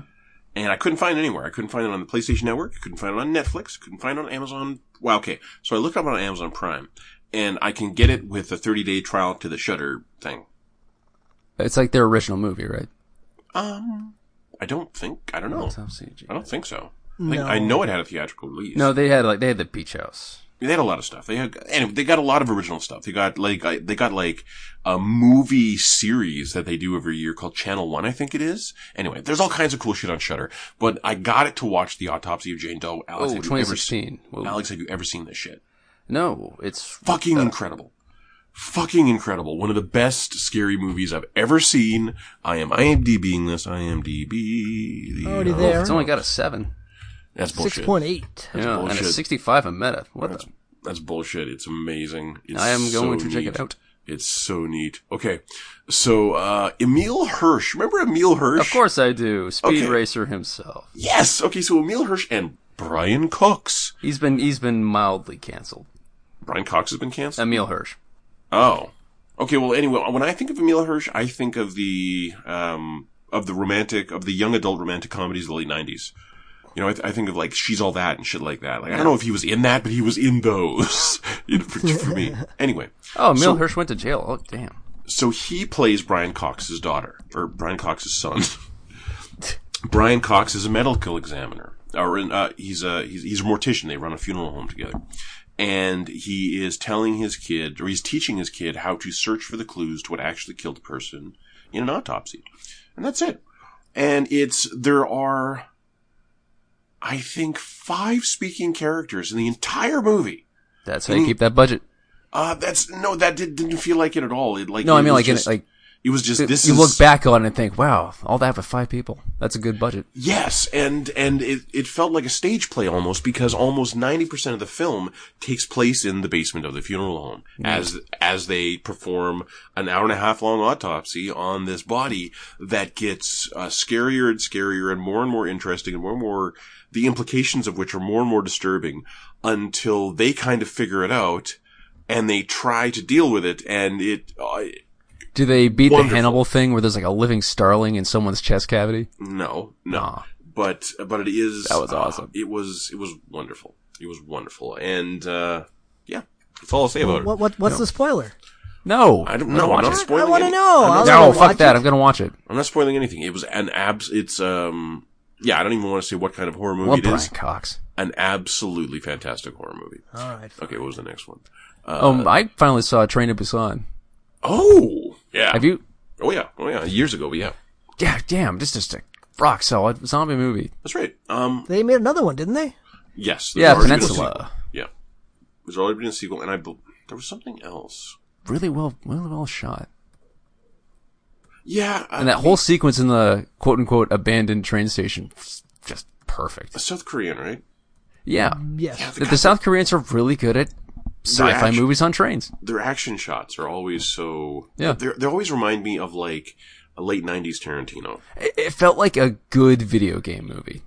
Speaker 1: And I couldn't find it anywhere. I couldn't find it on the PlayStation Network. I couldn't find it on Netflix. Couldn't find it on Amazon. Wow. Okay. So I looked up on Amazon Prime and I can get it with a 30 day trial to the shutter thing.
Speaker 3: It's like their original movie, right?
Speaker 1: Um, I don't think. I don't know. I don't think so. I, think,
Speaker 2: No.
Speaker 1: I know it had a theatrical release.
Speaker 3: No, they had like they had the beach house.
Speaker 1: they had a lot of stuff. They had anyway. They got a lot of original stuff. They got like I- they got like a movie series that they do every year called Channel One, I think it is. Anyway, there's all kinds of cool shit on Shutter. But I got it to watch the autopsy of Jane Doe. Alex,
Speaker 3: Oh,
Speaker 1: have you ever seen?
Speaker 3: 2016. Whoa. Uh.
Speaker 1: Alex, have you ever seen this shit?
Speaker 3: No, it's
Speaker 1: fucking incredible. Fucking incredible. One of the best scary movies I've ever seen. I am IMDBing this. IMDB. The,
Speaker 2: Already there.
Speaker 3: it's only got a seven.
Speaker 1: That's
Speaker 2: Six
Speaker 1: bullshit.
Speaker 2: point eight.
Speaker 3: yeah, and a
Speaker 1: bullshit.
Speaker 3: 65 on Meta. What the?
Speaker 1: That's bullshit. It's amazing. It's
Speaker 3: I am
Speaker 1: so
Speaker 3: going to check it
Speaker 1: neat.
Speaker 3: out.
Speaker 1: It's so neat. Okay. So, uh, Emil Hirsch. Remember Emil Hirsch?
Speaker 3: Of course I do. Speed
Speaker 1: Okay.
Speaker 3: Racer himself.
Speaker 1: Yes. Okay. So Emil Hirsch and Brian Cox.
Speaker 3: He's been he's been mildly canceled.
Speaker 1: Brian Cox has been canceled.
Speaker 3: Emil Hirsch.
Speaker 1: Oh. Okay, well anyway, when I think of Emil Hirsch, I think of the um of the romantic of the young adult romantic comedies of the late 90s. You know, I, th- I think of like she's all that and shit like that. Like I don't know if he was in that, but he was in those <laughs> you know, for, for me. Anyway,
Speaker 3: Oh, Emil
Speaker 1: So-
Speaker 3: Hirsch went to jail. Oh, damn.
Speaker 1: so he plays Brian Cox's daughter or Brian Cox's son. <laughs> Brian Cox is a medical examiner, or uh, he's a he's, he's a mortician. They run a funeral home together, and he is telling his kid, or he's teaching his kid, how to search for the clues to what actually killed the person in an autopsy, and that's it. And it's there are, I think, five speaking characters in the entire movie.
Speaker 3: That's
Speaker 1: Mm.
Speaker 3: how you keep that budget.
Speaker 1: Uh, that's no, that did, didn't feel like it at all. It like
Speaker 3: No, I
Speaker 1: it
Speaker 3: mean
Speaker 1: was
Speaker 3: like in
Speaker 1: just-
Speaker 3: like
Speaker 1: it was just this.
Speaker 3: you
Speaker 1: is,
Speaker 3: look back on it and think, wow, all that with five people. That's a good budget.
Speaker 1: Yes, and and it, it felt like a stage play almost because almost ninety percent of the film takes place in the basement of the funeral home as as they perform an hour and a half long autopsy on this body that gets uh, scarier and scarier and more and more interesting and more and more the implications of which are more and more disturbing until they kind of figure it out and they try to deal with it and it uh,
Speaker 3: Do they beat the
Speaker 1: Wonderful.
Speaker 3: Hannibal thing where there's like a living starling in someone's chest cavity?
Speaker 1: No, no.
Speaker 3: Aw.
Speaker 1: But but it is
Speaker 3: That was
Speaker 1: uh,
Speaker 3: awesome.
Speaker 1: it was it was wonderful. It was wonderful, and uh, yeah, that's all I'll say about
Speaker 2: What, what, what's the spoiler?
Speaker 3: No,
Speaker 1: it. I don't
Speaker 3: I'm gonna
Speaker 1: know. I'm
Speaker 3: watch
Speaker 1: not
Speaker 3: it.
Speaker 1: spoiling.
Speaker 2: I wanna
Speaker 1: any-
Speaker 2: know.
Speaker 1: I'm
Speaker 2: I'll-
Speaker 1: not,
Speaker 3: No,
Speaker 2: gonna
Speaker 3: fuck
Speaker 2: watch
Speaker 3: that.
Speaker 2: it.
Speaker 3: I'm gonna watch it.
Speaker 1: I'm not spoiling anything. It was an abs. It's um. Yeah, I don't even want to say what kind of horror movie
Speaker 3: Well,
Speaker 1: it
Speaker 3: Brian
Speaker 1: is.
Speaker 3: Cox.
Speaker 1: An absolutely fantastic horror movie.
Speaker 2: All right.
Speaker 1: Okay, what was the next one? Uh,
Speaker 3: Um, I finally saw Train to Busan.
Speaker 1: Oh, yeah.
Speaker 3: Have you?
Speaker 1: Oh yeah. Oh yeah. Years ago, but yeah.
Speaker 3: Yeah, damn, just just a rock solid zombie movie.
Speaker 1: That's right. Um.
Speaker 2: They made another one, didn't they?
Speaker 1: Yes. there's
Speaker 3: Yeah,
Speaker 1: already been a sequel.
Speaker 3: Peninsula.
Speaker 1: Yeah. There's already been a sequel, and I bel there was something else.
Speaker 3: Really well, really well shot.
Speaker 1: Yeah. I
Speaker 3: And that
Speaker 1: mean,
Speaker 3: whole sequence in the quote unquote abandoned train station, just perfect.
Speaker 1: uh, South Korean, right?
Speaker 3: Yeah.
Speaker 2: Yes.
Speaker 3: The, the South Koreans are really good at sci-fi
Speaker 1: action-
Speaker 3: movies on trains.
Speaker 1: Their action shots are always so.
Speaker 3: Yeah.
Speaker 1: They they always remind me of like a late '90s Tarantino.
Speaker 3: It, it felt like a good video game movie.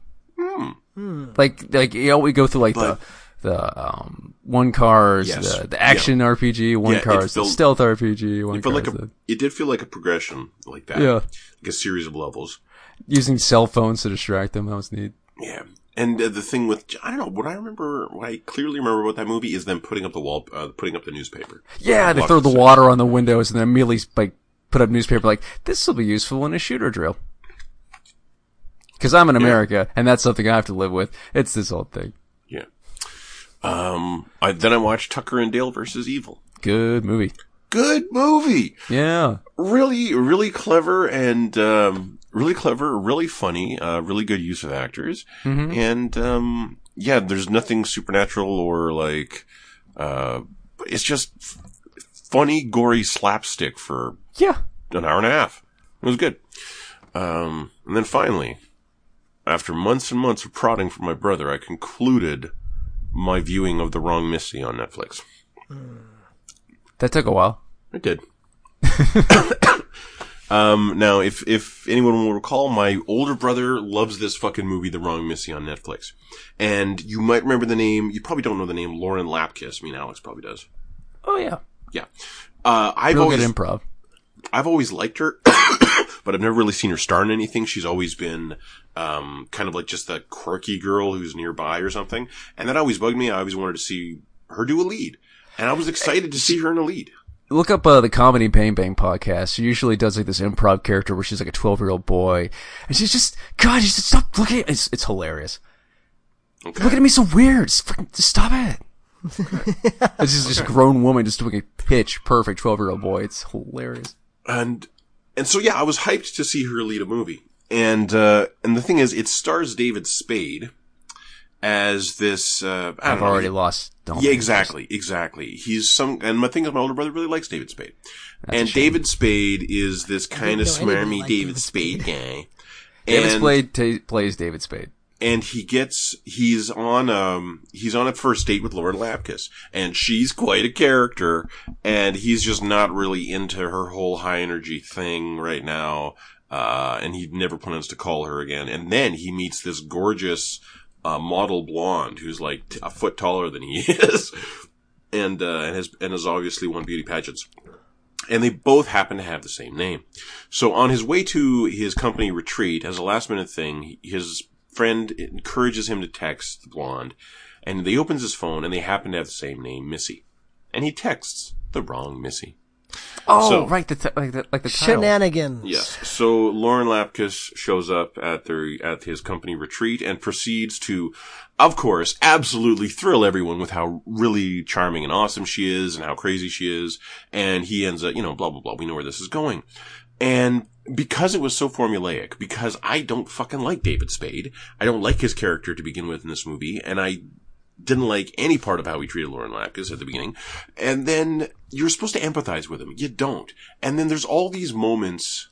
Speaker 3: Like, like, you know, we go through like
Speaker 1: Hmm. But-
Speaker 3: the, the, um, one cars,
Speaker 1: Yes.
Speaker 3: the, the action RPG, one
Speaker 1: Yeah, it
Speaker 3: cars,
Speaker 1: felt-
Speaker 3: the stealth RPG, one
Speaker 1: It felt
Speaker 3: cars,
Speaker 1: like a.
Speaker 3: the-
Speaker 1: It did feel like a progression like that.
Speaker 3: yeah,
Speaker 1: Like a series of levels.
Speaker 3: using cell phones to distract them. That was neat.
Speaker 1: Yeah. And uh, the thing with I don't know what I remember what I clearly remember about that movie is them putting up the wall uh, putting up the newspaper.
Speaker 3: Yeah, they
Speaker 1: Lots
Speaker 3: throw
Speaker 1: of
Speaker 3: the
Speaker 1: sex.
Speaker 3: water on the windows and then immediately like put up newspaper like this will be useful in a shooter drill. Because I'm in America and that's something I have to live with. It's this whole thing.
Speaker 1: Yeah. Um. I, then I watched Tucker and Dale versus Evil.
Speaker 3: Good movie.
Speaker 1: Good movie.
Speaker 3: Yeah,
Speaker 1: Really, really clever and um, really clever, really funny. Uh, really good use of actors. And um, yeah, there's nothing supernatural or like. Uh, it's just f- funny, gory slapstick for
Speaker 3: yeah.
Speaker 1: an hour and a half. It was good. Um, and then finally, after months and months of prodding from my brother, I concluded my viewing of The Wrong Missy on Netflix.
Speaker 3: That took a while.
Speaker 1: I did. <coughs> um, now, if if anyone will recall, my older brother loves this fucking movie, The Wrong Missy, on Netflix. And you might remember the name. You probably don't know the name Lauren Lapkus. I mean, Alex probably does.
Speaker 3: Oh yeah,
Speaker 1: Yeah. Uh, I've
Speaker 3: real
Speaker 1: always
Speaker 3: good improv.
Speaker 1: I've always liked her, <coughs> but I've never really seen her star in anything. She's always been um, kind of like just the quirky girl who's nearby or something, and that always bugged me. I always wanted to see her do a lead, and I was excited to
Speaker 3: Eh,
Speaker 1: see her in a lead.
Speaker 3: Look up uh, the comedy Bang Bang podcast. She usually does like this improv character where she's like a 12 year old boy and she's just God. She's just stop looking. At, it's it's hilarious.
Speaker 1: Okay.
Speaker 3: Look at me so weird. It's fucking, just stop it. this is just a grown woman just doing a pitch perfect 12 year old boy. It's hilarious.
Speaker 1: and and so yeah, I was hyped to see her lead a movie. And uh, and the thing is, it stars David Spade as this. Uh, I don't
Speaker 3: I've
Speaker 1: know,
Speaker 3: already lost. Don't
Speaker 1: Yeah, exactly, exactly. He's some, and my thing is, my older brother really likes David Spade, and David Spade is this kind of
Speaker 2: know anybody
Speaker 1: smarmy
Speaker 2: liked
Speaker 1: David
Speaker 2: David
Speaker 1: Spade guy.
Speaker 3: David
Speaker 1: and,
Speaker 3: Spade ta plays David Spade.
Speaker 1: and he gets he's on um he's on a first date with Lauren Lapkus, and she's quite a character, and he's just not really into her whole high energy thing right now, uh, and he never plans to call her again. And then he meets this gorgeous uh, model blonde who's like t- a foot taller than he <laughs> is, and uh, and has and has obviously won beauty pageants and they both happen to have the same name. So on his way to his company retreat, as a last minute thing, his friend encourages him to text the blonde, and he opens his phone, and they happen to have the same name, Missy, and he texts the wrong Missy.
Speaker 3: Oh,
Speaker 1: So-
Speaker 3: right. The t- like the, like the title.
Speaker 2: Shenanigans.
Speaker 1: Yes. So Lauren Lapkus shows up at their at his company retreat and proceeds to, of course, absolutely thrill everyone with how really charming and awesome she is and how crazy she is. And he ends up, you know, blah blah blah. We know where this is going. And because it was so formulaic, because I don't fucking like David Spade, I don't like his character to begin with in this movie, and I didn't like any part of how he treated Lauren Lapkus at the beginning. And then you're supposed to empathize with him. You don't. And then there's all these moments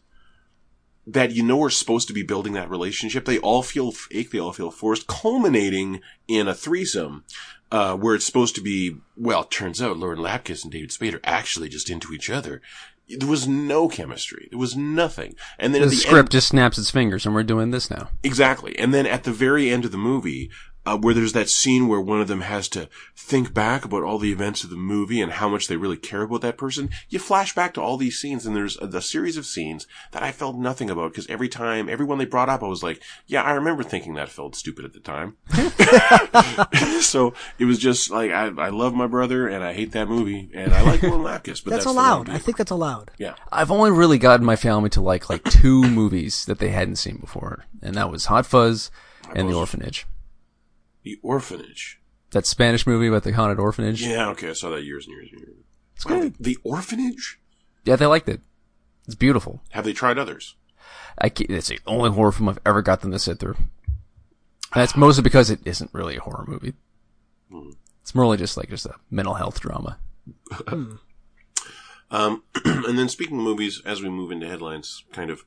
Speaker 1: that you know are supposed to be building that relationship. They all feel fake. They all feel forced, culminating in a threesome, uh, where it's supposed to be, well, it turns out Lauren Lapkus and David Spade are actually just into each other. There was no chemistry. There was nothing. And then
Speaker 3: The
Speaker 1: at the
Speaker 3: script
Speaker 1: end-
Speaker 3: just snaps its fingers and we're doing this now.
Speaker 1: Exactly. And then at the very end of the movie, uh, where there's that scene where one of them has to think back about all the events of the movie and how much they really care about that person, you flash back to all these scenes and there's a, the series of scenes that I felt nothing about because every time, everyone they brought up, I was like, yeah, I remember thinking that felt stupid at the time. <laughs> so it was just like, I, I love my brother and I hate that movie and I like Lauren Lapkus, but
Speaker 2: That's,
Speaker 1: that's, the
Speaker 2: allowed.
Speaker 1: wrong
Speaker 2: I
Speaker 1: deal.
Speaker 2: think that's allowed.
Speaker 1: Yeah.
Speaker 3: I've only really gotten my family to like like two <coughs> movies that they hadn't seen before, and that was Hot Fuzz and The Orphanage.
Speaker 1: The Orphanage.
Speaker 3: That Spanish movie about the haunted orphanage.
Speaker 1: Yeah, okay, I saw that years and years and years.
Speaker 3: It's
Speaker 1: Wow,
Speaker 3: good.
Speaker 1: the, the Orphanage?
Speaker 3: Yeah, they liked it. It's beautiful.
Speaker 1: Have they tried others?
Speaker 3: I can't, it's the only horror film I've ever got them to sit through. And that's mostly because it isn't really a horror movie.
Speaker 1: Hmm.
Speaker 3: It's more like just like just a mental health drama.
Speaker 1: Um, <clears throat> and then speaking of movies, as we move into headlines, kind of,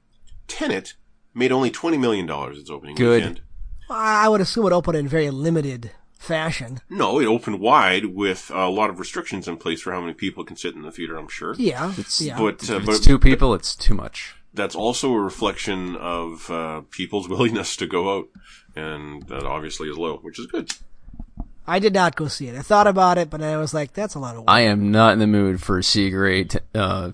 Speaker 1: Tenet made only $20 million its opening
Speaker 3: Good.
Speaker 1: weekend.
Speaker 2: I would assume it opened in very limited fashion.
Speaker 1: No, it opened wide with a lot of restrictions in place for how many people can sit in the theater, I'm sure.
Speaker 2: Yeah,
Speaker 3: It's-
Speaker 2: yeah.
Speaker 1: But, uh,
Speaker 3: If
Speaker 1: but
Speaker 3: it's two people, it's too much.
Speaker 1: that's also a reflection of uh, people's <laughs> willingness to go out, and that obviously is low, which is good.
Speaker 2: I did not go see it. I thought about it, but I was like, that's a lot of work.
Speaker 3: I am not in the mood for C grade. Uh,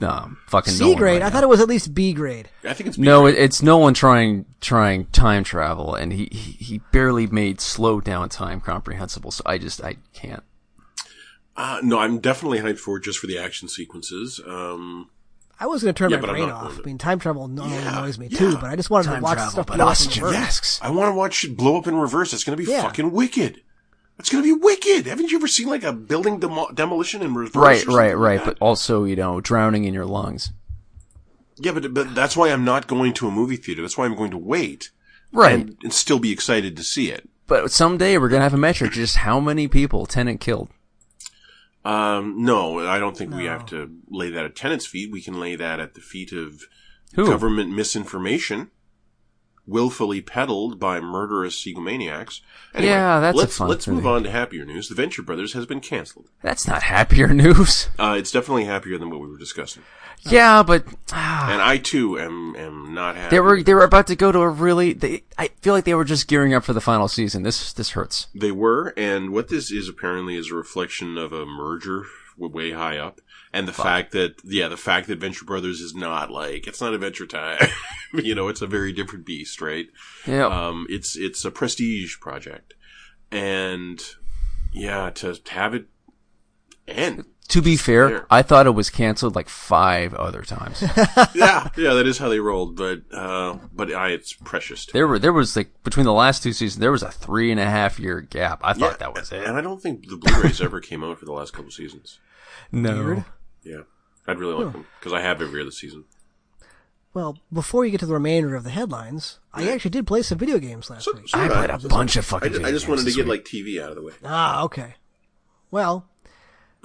Speaker 3: no, fucking
Speaker 2: C
Speaker 3: Nolan
Speaker 2: grade.
Speaker 3: right
Speaker 2: I
Speaker 3: now.
Speaker 2: thought it was at least B grade.
Speaker 1: I think it's
Speaker 3: No, it, it's Nolan trying trying time travel, and he, he he barely made slow down time comprehensible. So I just I can't.
Speaker 1: uh, no, I'm definitely hyped for it just for the action sequences. Um,
Speaker 2: I was going to turn
Speaker 1: Yeah,
Speaker 2: my
Speaker 1: but I'm
Speaker 2: brain
Speaker 1: not
Speaker 2: off.
Speaker 1: going
Speaker 2: I
Speaker 1: to.
Speaker 2: mean, time travel normally annoys me too, but I just wanted to
Speaker 3: Time
Speaker 2: watch
Speaker 3: travel,
Speaker 2: stuff.
Speaker 3: but
Speaker 2: that
Speaker 3: awesome
Speaker 2: wasn't work.
Speaker 3: masks.
Speaker 1: I want to watch it blow up in reverse. It's going to be
Speaker 2: Yeah.
Speaker 1: fucking wicked. It's going to be wicked. Haven't you ever seen like a building demo- demolition in reverse?
Speaker 3: Right,
Speaker 1: or
Speaker 3: right,
Speaker 1: something
Speaker 3: right.
Speaker 1: like
Speaker 3: But
Speaker 1: that?
Speaker 3: also, you know, drowning in your lungs.
Speaker 1: yeah, but but that's why I'm not going to a movie theater. That's why I'm going to wait
Speaker 3: Right.
Speaker 1: and, and still be excited to see it.
Speaker 3: but someday we're gonna have a metric just how many people Tenant killed.
Speaker 1: Um, no, I don't think we have to lay that at tenants' feet. We can lay that at the feet of
Speaker 3: Who?
Speaker 1: government misinformation willfully peddled by murderous egomaniacs.
Speaker 3: Yeah, that's a
Speaker 1: let's,
Speaker 3: fun
Speaker 1: Let's move
Speaker 3: theory.
Speaker 1: on to happier news. The Venture Brothers has been canceled.
Speaker 3: That's not happier <laughs> news.
Speaker 1: Uh, it's definitely happier than what we were discussing.
Speaker 3: Yeah, but ah,
Speaker 1: And I too am am not happy.
Speaker 3: they were they were about to go to a really. They, I feel like they were just gearing up for the final season. This this hurts.
Speaker 1: They were, and what this is apparently is a reflection of a merger w- way high up, and the fact that yeah, the fact that Venture Brothers is not like it's not Adventure Time, <laughs> you know, it's a very different beast, right?
Speaker 3: Yeah.
Speaker 1: Um, it's it's a prestige project, and yeah, to, to have it end,
Speaker 3: to be fair,
Speaker 1: fair.
Speaker 3: I thought it was canceled like five other times.
Speaker 1: yeah, yeah, that is how they rolled, but uh, but I, it's precious. To me.
Speaker 3: there were there was like between the last two seasons there was a three and a half year gap. I thought that was it.
Speaker 1: and I don't think the Blu-rays ever came out for the last couple seasons.
Speaker 3: No.
Speaker 1: Yeah, I'd really like them because I have every other season.
Speaker 2: Well, before you get to the remainder of the headlines, I actually did play some video games last week.
Speaker 3: I
Speaker 1: did
Speaker 3: played a bunch of
Speaker 1: I
Speaker 3: fucking.
Speaker 1: just, I
Speaker 3: video
Speaker 1: just
Speaker 3: games
Speaker 1: wanted to
Speaker 3: this
Speaker 1: get
Speaker 3: week.
Speaker 1: like TV out of the way.
Speaker 2: Ah, okay. Well,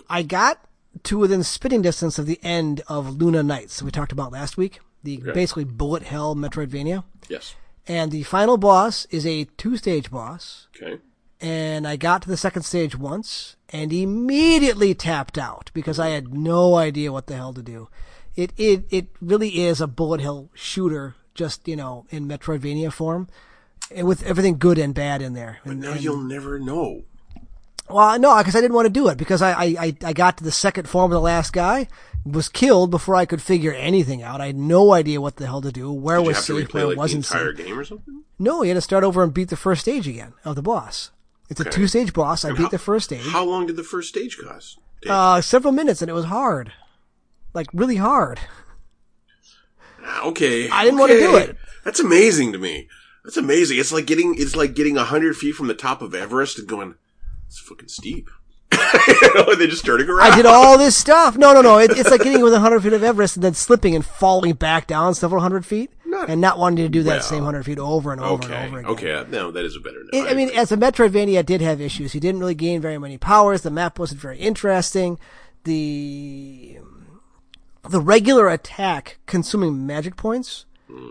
Speaker 2: I got to within spitting distance of the end of Luna Knights we talked about last week, the basically bullet hell Metroidvania,
Speaker 1: Yes.
Speaker 2: and the final boss is a two-stage boss.
Speaker 1: Okay.
Speaker 2: And I got to the second stage once and immediately tapped out because I had no idea what the hell to do. It it it really is a bullet hell shooter, just you know, in Metroidvania form, and with everything good and bad in there. And-
Speaker 1: Now
Speaker 2: and-
Speaker 1: you'll never know.
Speaker 2: well, no, because I didn't want to do it because I, I, I, I got to the second form of the last guy, was killed before I could figure anything out. I had no idea what the hell to do, where
Speaker 1: Did you
Speaker 2: was
Speaker 1: have to
Speaker 2: safe,
Speaker 1: replay
Speaker 2: where
Speaker 1: like the
Speaker 2: wasn't
Speaker 1: entire
Speaker 2: safe.
Speaker 1: game or something?
Speaker 2: No, you had to start over and beat the first stage again of the boss. It's a two stage boss. I beat the first stage.
Speaker 1: How long did the first stage cost? Take?
Speaker 2: Uh, several minutes and it was hard. Like really hard.
Speaker 1: Ah, okay.
Speaker 2: I didn't wanna
Speaker 1: okay.
Speaker 2: do it.
Speaker 1: That's amazing to me. That's amazing. It's like getting it's like getting hundred feet from the top of Everest and going, it's fucking steep. <laughs> you know, and then just turning around.
Speaker 2: I did all this stuff. No, no, no. It, it's like getting within 100 feet of Everest and then slipping and falling back down several hundred feet
Speaker 1: Not-
Speaker 2: and not wanting to do that
Speaker 1: well.
Speaker 2: same 100 feet over and over and
Speaker 1: okay.
Speaker 2: over again.
Speaker 1: Okay. No, that is a better.
Speaker 2: It, I mean, as a Metroidvania, it did have issues. You didn't really gain very many powers. The map wasn't very interesting. The the regular attack consuming magic points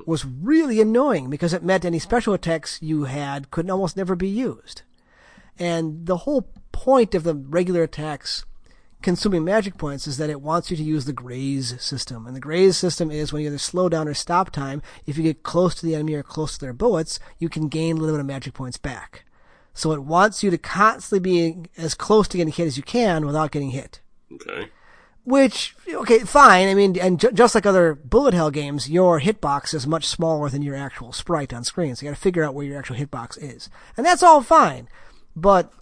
Speaker 2: was really annoying because it meant any special attacks you had could almost never be used. And the whole point of the regular attacks consuming magic points is that it wants you to use the graze system. And the graze system is when you either slow down or stop time, if you get close to the enemy or close to their bullets, you can gain a little bit of magic points back. So it wants you to constantly be as close to getting hit as you can without getting hit.
Speaker 1: okay.
Speaker 2: Which, okay, fine. I mean, and ju- just like other bullet hell games, your hitbox is much smaller than your actual sprite on screen. So you gotta figure out where your actual hitbox is. And that's all fine. But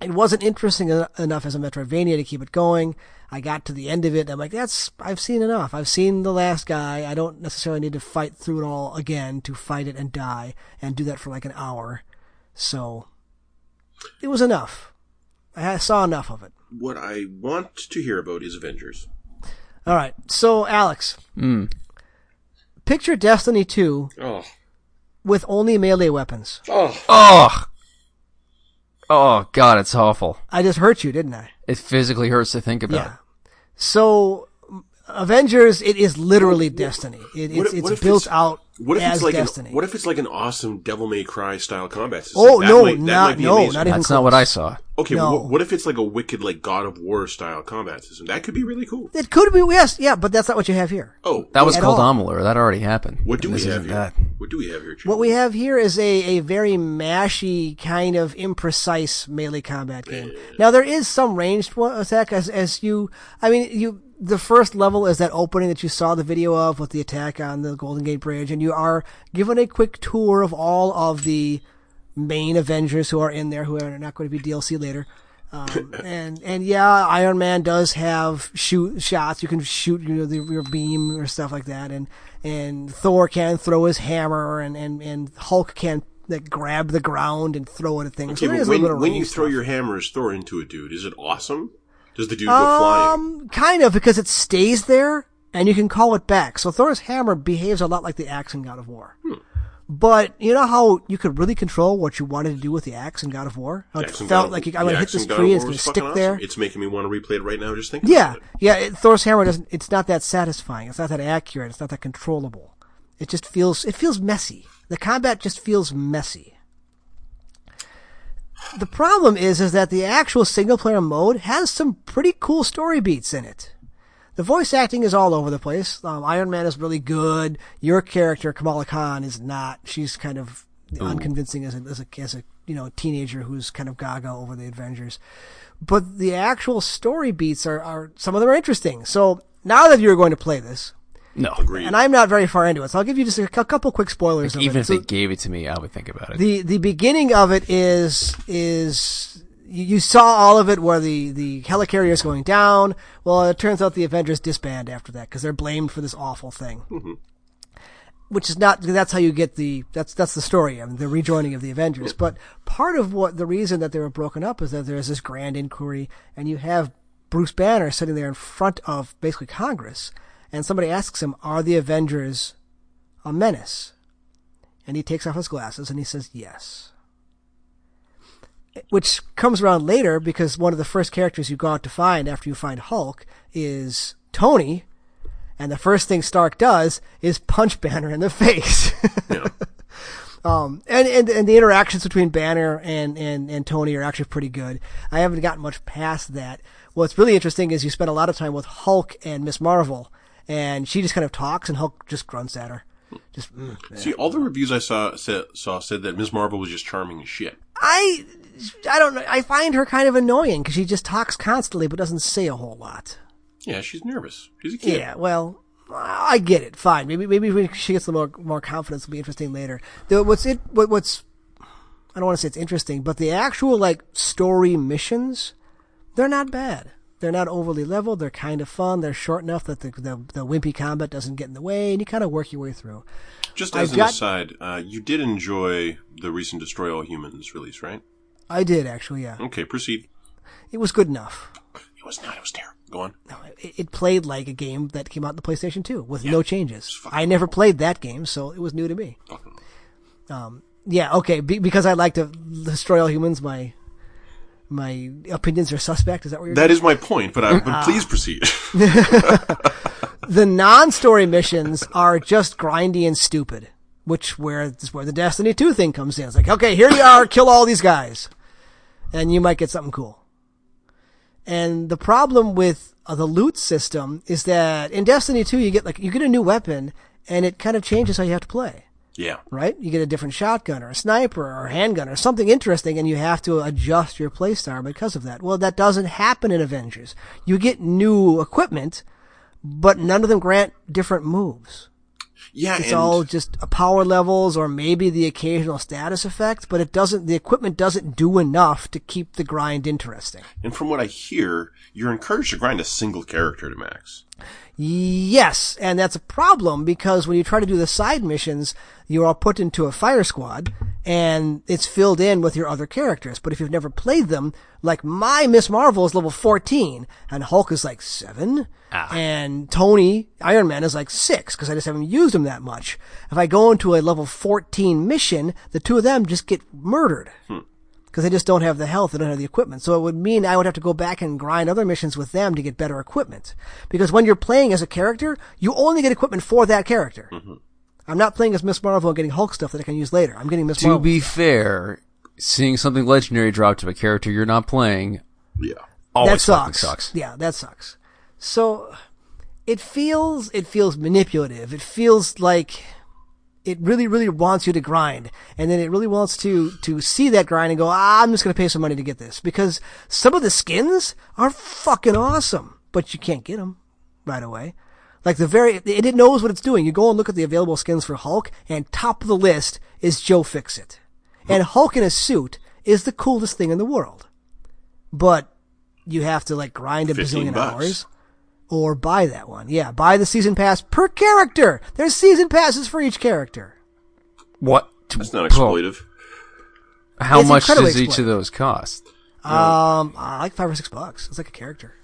Speaker 2: it wasn't interesting en- enough as a Metroidvania to keep it going. I got to the end of it. And I'm like, that's, I've seen enough. I've seen the last guy. I don't necessarily need to fight through it all again to fight it and die and do that for like an hour. So it was enough. I saw enough of it.
Speaker 1: What I want to hear about is Avengers.
Speaker 2: All right. So, Alex,
Speaker 3: Mm.
Speaker 2: picture Destiny 2
Speaker 1: Oh.
Speaker 2: with only melee weapons.
Speaker 1: Oh.
Speaker 3: Oh. Oh God, it's awful.
Speaker 2: I just hurt you, didn't I?
Speaker 3: It physically hurts to think about.
Speaker 2: Yeah. So Avengers, it is literally Destiny. It,
Speaker 1: What
Speaker 2: it's
Speaker 1: if- what
Speaker 2: it's
Speaker 1: if
Speaker 2: built
Speaker 1: it's-
Speaker 2: out
Speaker 1: What if
Speaker 2: as
Speaker 1: it's like
Speaker 2: Destiny.
Speaker 1: an, what if it's like an awesome Devil May Cry style combat system?
Speaker 2: oh
Speaker 1: That
Speaker 2: no,
Speaker 1: might- that might
Speaker 2: not
Speaker 1: be
Speaker 2: no,
Speaker 1: amazing.
Speaker 2: not even
Speaker 3: That's not
Speaker 2: close.
Speaker 3: what I saw.
Speaker 1: Okay,
Speaker 2: No.
Speaker 1: wh- what if it's like a wicked like God of War style combat system? That could be really cool.
Speaker 2: It could be yes, yeah, but that's not what you have here.
Speaker 1: Oh,
Speaker 3: That was
Speaker 2: At
Speaker 3: called
Speaker 2: all.
Speaker 3: Amalur. That already happened.
Speaker 1: what do
Speaker 3: And
Speaker 1: we
Speaker 3: this
Speaker 1: have
Speaker 3: isn't
Speaker 1: here?
Speaker 3: that.
Speaker 1: What do we have here? Jim?
Speaker 2: What we have here is a, a very mashy kind of imprecise melee combat game. Now there is some ranged one attack as as you I mean you the first level is that opening that you saw the video of with the attack on the Golden Gate Bridge and you are given a quick tour of all of the main Avengers who are in there who are not going to be DLC later. Um, <laughs> and and yeah, Iron Man does have shoot shots. You can shoot you know the, your beam or stuff like that, and and Thor can throw his hammer, and and and Hulk can like grab the ground and throw it at things.
Speaker 1: Okay,
Speaker 2: so there
Speaker 1: but
Speaker 2: is a
Speaker 1: when,
Speaker 2: little bit of
Speaker 1: when you
Speaker 2: range
Speaker 1: throw
Speaker 2: stuff.
Speaker 1: your hammer as Thor into a dude, is it awesome? Does the dude go flying?
Speaker 2: um kind of because it stays there and you can call it back. So Thor's hammer behaves a lot like the axe in God of War.
Speaker 1: Hmm.
Speaker 2: But you know how you could really control what you wanted to do with the axe in God of War? How it
Speaker 1: Jackson
Speaker 2: felt
Speaker 1: God-
Speaker 2: like I'm going to hit
Speaker 1: Jackson
Speaker 2: this
Speaker 1: God
Speaker 2: tree and
Speaker 1: of
Speaker 2: it's
Speaker 1: War
Speaker 2: going to
Speaker 1: was
Speaker 2: stick
Speaker 1: fucking awesome.
Speaker 2: there.
Speaker 1: It's making me want to replay it right now. Just thinking.
Speaker 2: Yeah,
Speaker 1: about it.
Speaker 2: yeah. It, Thor's hammer doesn't. It's not that satisfying. It's not that accurate. It's not that controllable. It just feels. It feels messy. The combat just feels messy. The problem is, is that the actual single player mode has some pretty cool story beats in it. The voice acting is all over the place. Um, Iron Man is really good. Your character Kamala Khan is not. She's kind of unconvincing as a, as a as a you know teenager who's kind of gaga over the Avengers. But the actual story beats are, are some of them are interesting. So now that you're going to play this,
Speaker 3: No.
Speaker 2: and I'm not very far into it, so I'll give you just a, cou- couple quick spoilers. of
Speaker 3: Even
Speaker 2: it.
Speaker 3: if
Speaker 2: So-
Speaker 3: they gave it to me, I would think about it.
Speaker 2: the the beginning of it is is you, you saw all of it where the the helicarrier is going down. Well, it turns out the Avengers disband after that because they're blamed for this awful thing. Which is not that's how you get the that's that's the story. I mean, the rejoining of the Avengers. But part of what the reason that they were broken up is that there is this grand inquiry, and you have Bruce Banner sitting there in front of basically Congress, and somebody asks him, "Are the Avengers a menace?" And he takes off his glasses and he says yes. Which comes around later because one of the first characters you go out to find after you find Hulk is Tony. And the first thing Stark does is punch Banner in the <laughs> face. <laughs> um, and, and, and the interactions between Banner and, and, and Tony are actually pretty good. I haven't gotten much past that. What's really interesting is you spend a lot of time with Hulk and Miss Marvel, and she just kind of talks, and Hulk just grunts at her. Just, mm,
Speaker 1: See, all the reviews I saw said, saw said that Ms. Marvel was just charming as shit.
Speaker 2: I I don't know. I find her kind of annoying because she just talks constantly but doesn't say a whole lot.
Speaker 1: Yeah, she's nervous. She's a
Speaker 2: Yeah.
Speaker 1: kid.
Speaker 2: well, I get it. Fine. Maybe maybe when she gets a little more more confidence, it'll be interesting later. The, what's it? What, what's I don't want to say it's interesting, but the actual like story missions, they're not bad. They're not overly leveled. They're kind of fun. They're short enough that the the, the wimpy combat doesn't get in the way, and you kind of work your way through.
Speaker 1: Just
Speaker 2: I
Speaker 1: as an
Speaker 2: got-
Speaker 1: aside, uh, you did enjoy the recent Destroy All Humans release, right?
Speaker 2: I did actually. Yeah,
Speaker 1: Okay, proceed.
Speaker 2: it was good enough.
Speaker 1: It was not. It was terrible. Go on.
Speaker 2: No, it, it played like a game that came out on the PlayStation 2 with no changes. I never played that game, so it was new to me. Um,
Speaker 1: Fucking-
Speaker 2: Yeah, okay, be, because I like to destroy all humans, my my opinions are suspect. Is that what you're?
Speaker 1: That is my point, but, I,
Speaker 2: <laughs>
Speaker 1: but please proceed. <laughs>
Speaker 2: the non-story missions are just grindy and stupid, which where is where the Destiny 2 thing comes in. It's like, okay, here you are, kill all these guys, and you might get something cool. And the problem with uh, the loot system is that in Destiny 2 you get like you get a new weapon and it kind of changes how you have to play
Speaker 1: yeah.
Speaker 2: right? You get a different shotgun or a sniper or a handgun or something interesting and you have to adjust your playstyle because of that. Well, that doesn't happen in Avengers. You get new equipment, but none of them grant different moves.
Speaker 1: Yeah,
Speaker 2: It's
Speaker 1: and
Speaker 2: all just a power levels or maybe the occasional status effect, but it doesn't, the equipment doesn't do enough to keep the grind interesting.
Speaker 1: and from what I hear, you're encouraged to grind a single character to max.
Speaker 2: Yes, and that's a problem because when you try to do the side missions, you are put into a fire squad and it's filled in with your other characters. But if you've never played them, like my Miss Marvel is level 14 and Hulk is like 7 and Tony Iron Man is like 6 because I just haven't used him that much. If I go into a level 14 mission, the two of them just get murdered because they just don't have the health, they don't have the equipment. So it would mean I would have to go back and grind other missions with them to get better equipment. Because when you're playing as a character, you only get equipment for that character.
Speaker 3: Mm-hmm.
Speaker 2: I'm not playing as Miss Marvel and getting Hulk stuff that I can use later. I'm getting Miss
Speaker 3: To
Speaker 2: Marvel.
Speaker 3: be fair, seeing something legendary drop to a character you're not playing
Speaker 1: Yeah.
Speaker 3: always
Speaker 2: that sucks.
Speaker 3: fucking sucks.
Speaker 2: Yeah, that sucks. So it feels it feels manipulative. It feels like it really really wants you to grind and then it really wants to to see that grind and go, "Ah, I'm just going to pay some money to get this" because some of the skins are fucking awesome, but you can't get them right away. Like the very it, it knows what it's doing. You go and look at the available skins for Hulk and top of the list is Joe Fixit. And Hulk in a suit is the coolest thing in the world. But you have to like grind a
Speaker 1: 15
Speaker 2: bazillion
Speaker 1: bucks.
Speaker 2: hours or buy that one. Yeah, buy the season pass per character. There's season passes for each character.
Speaker 3: What?
Speaker 1: That's not exploitive.
Speaker 3: How
Speaker 2: It's
Speaker 3: much
Speaker 2: incredibly
Speaker 3: does each of
Speaker 2: exploitive.
Speaker 3: those cost?
Speaker 2: Um, uh, like 5 or 6 bucks. It's like a character.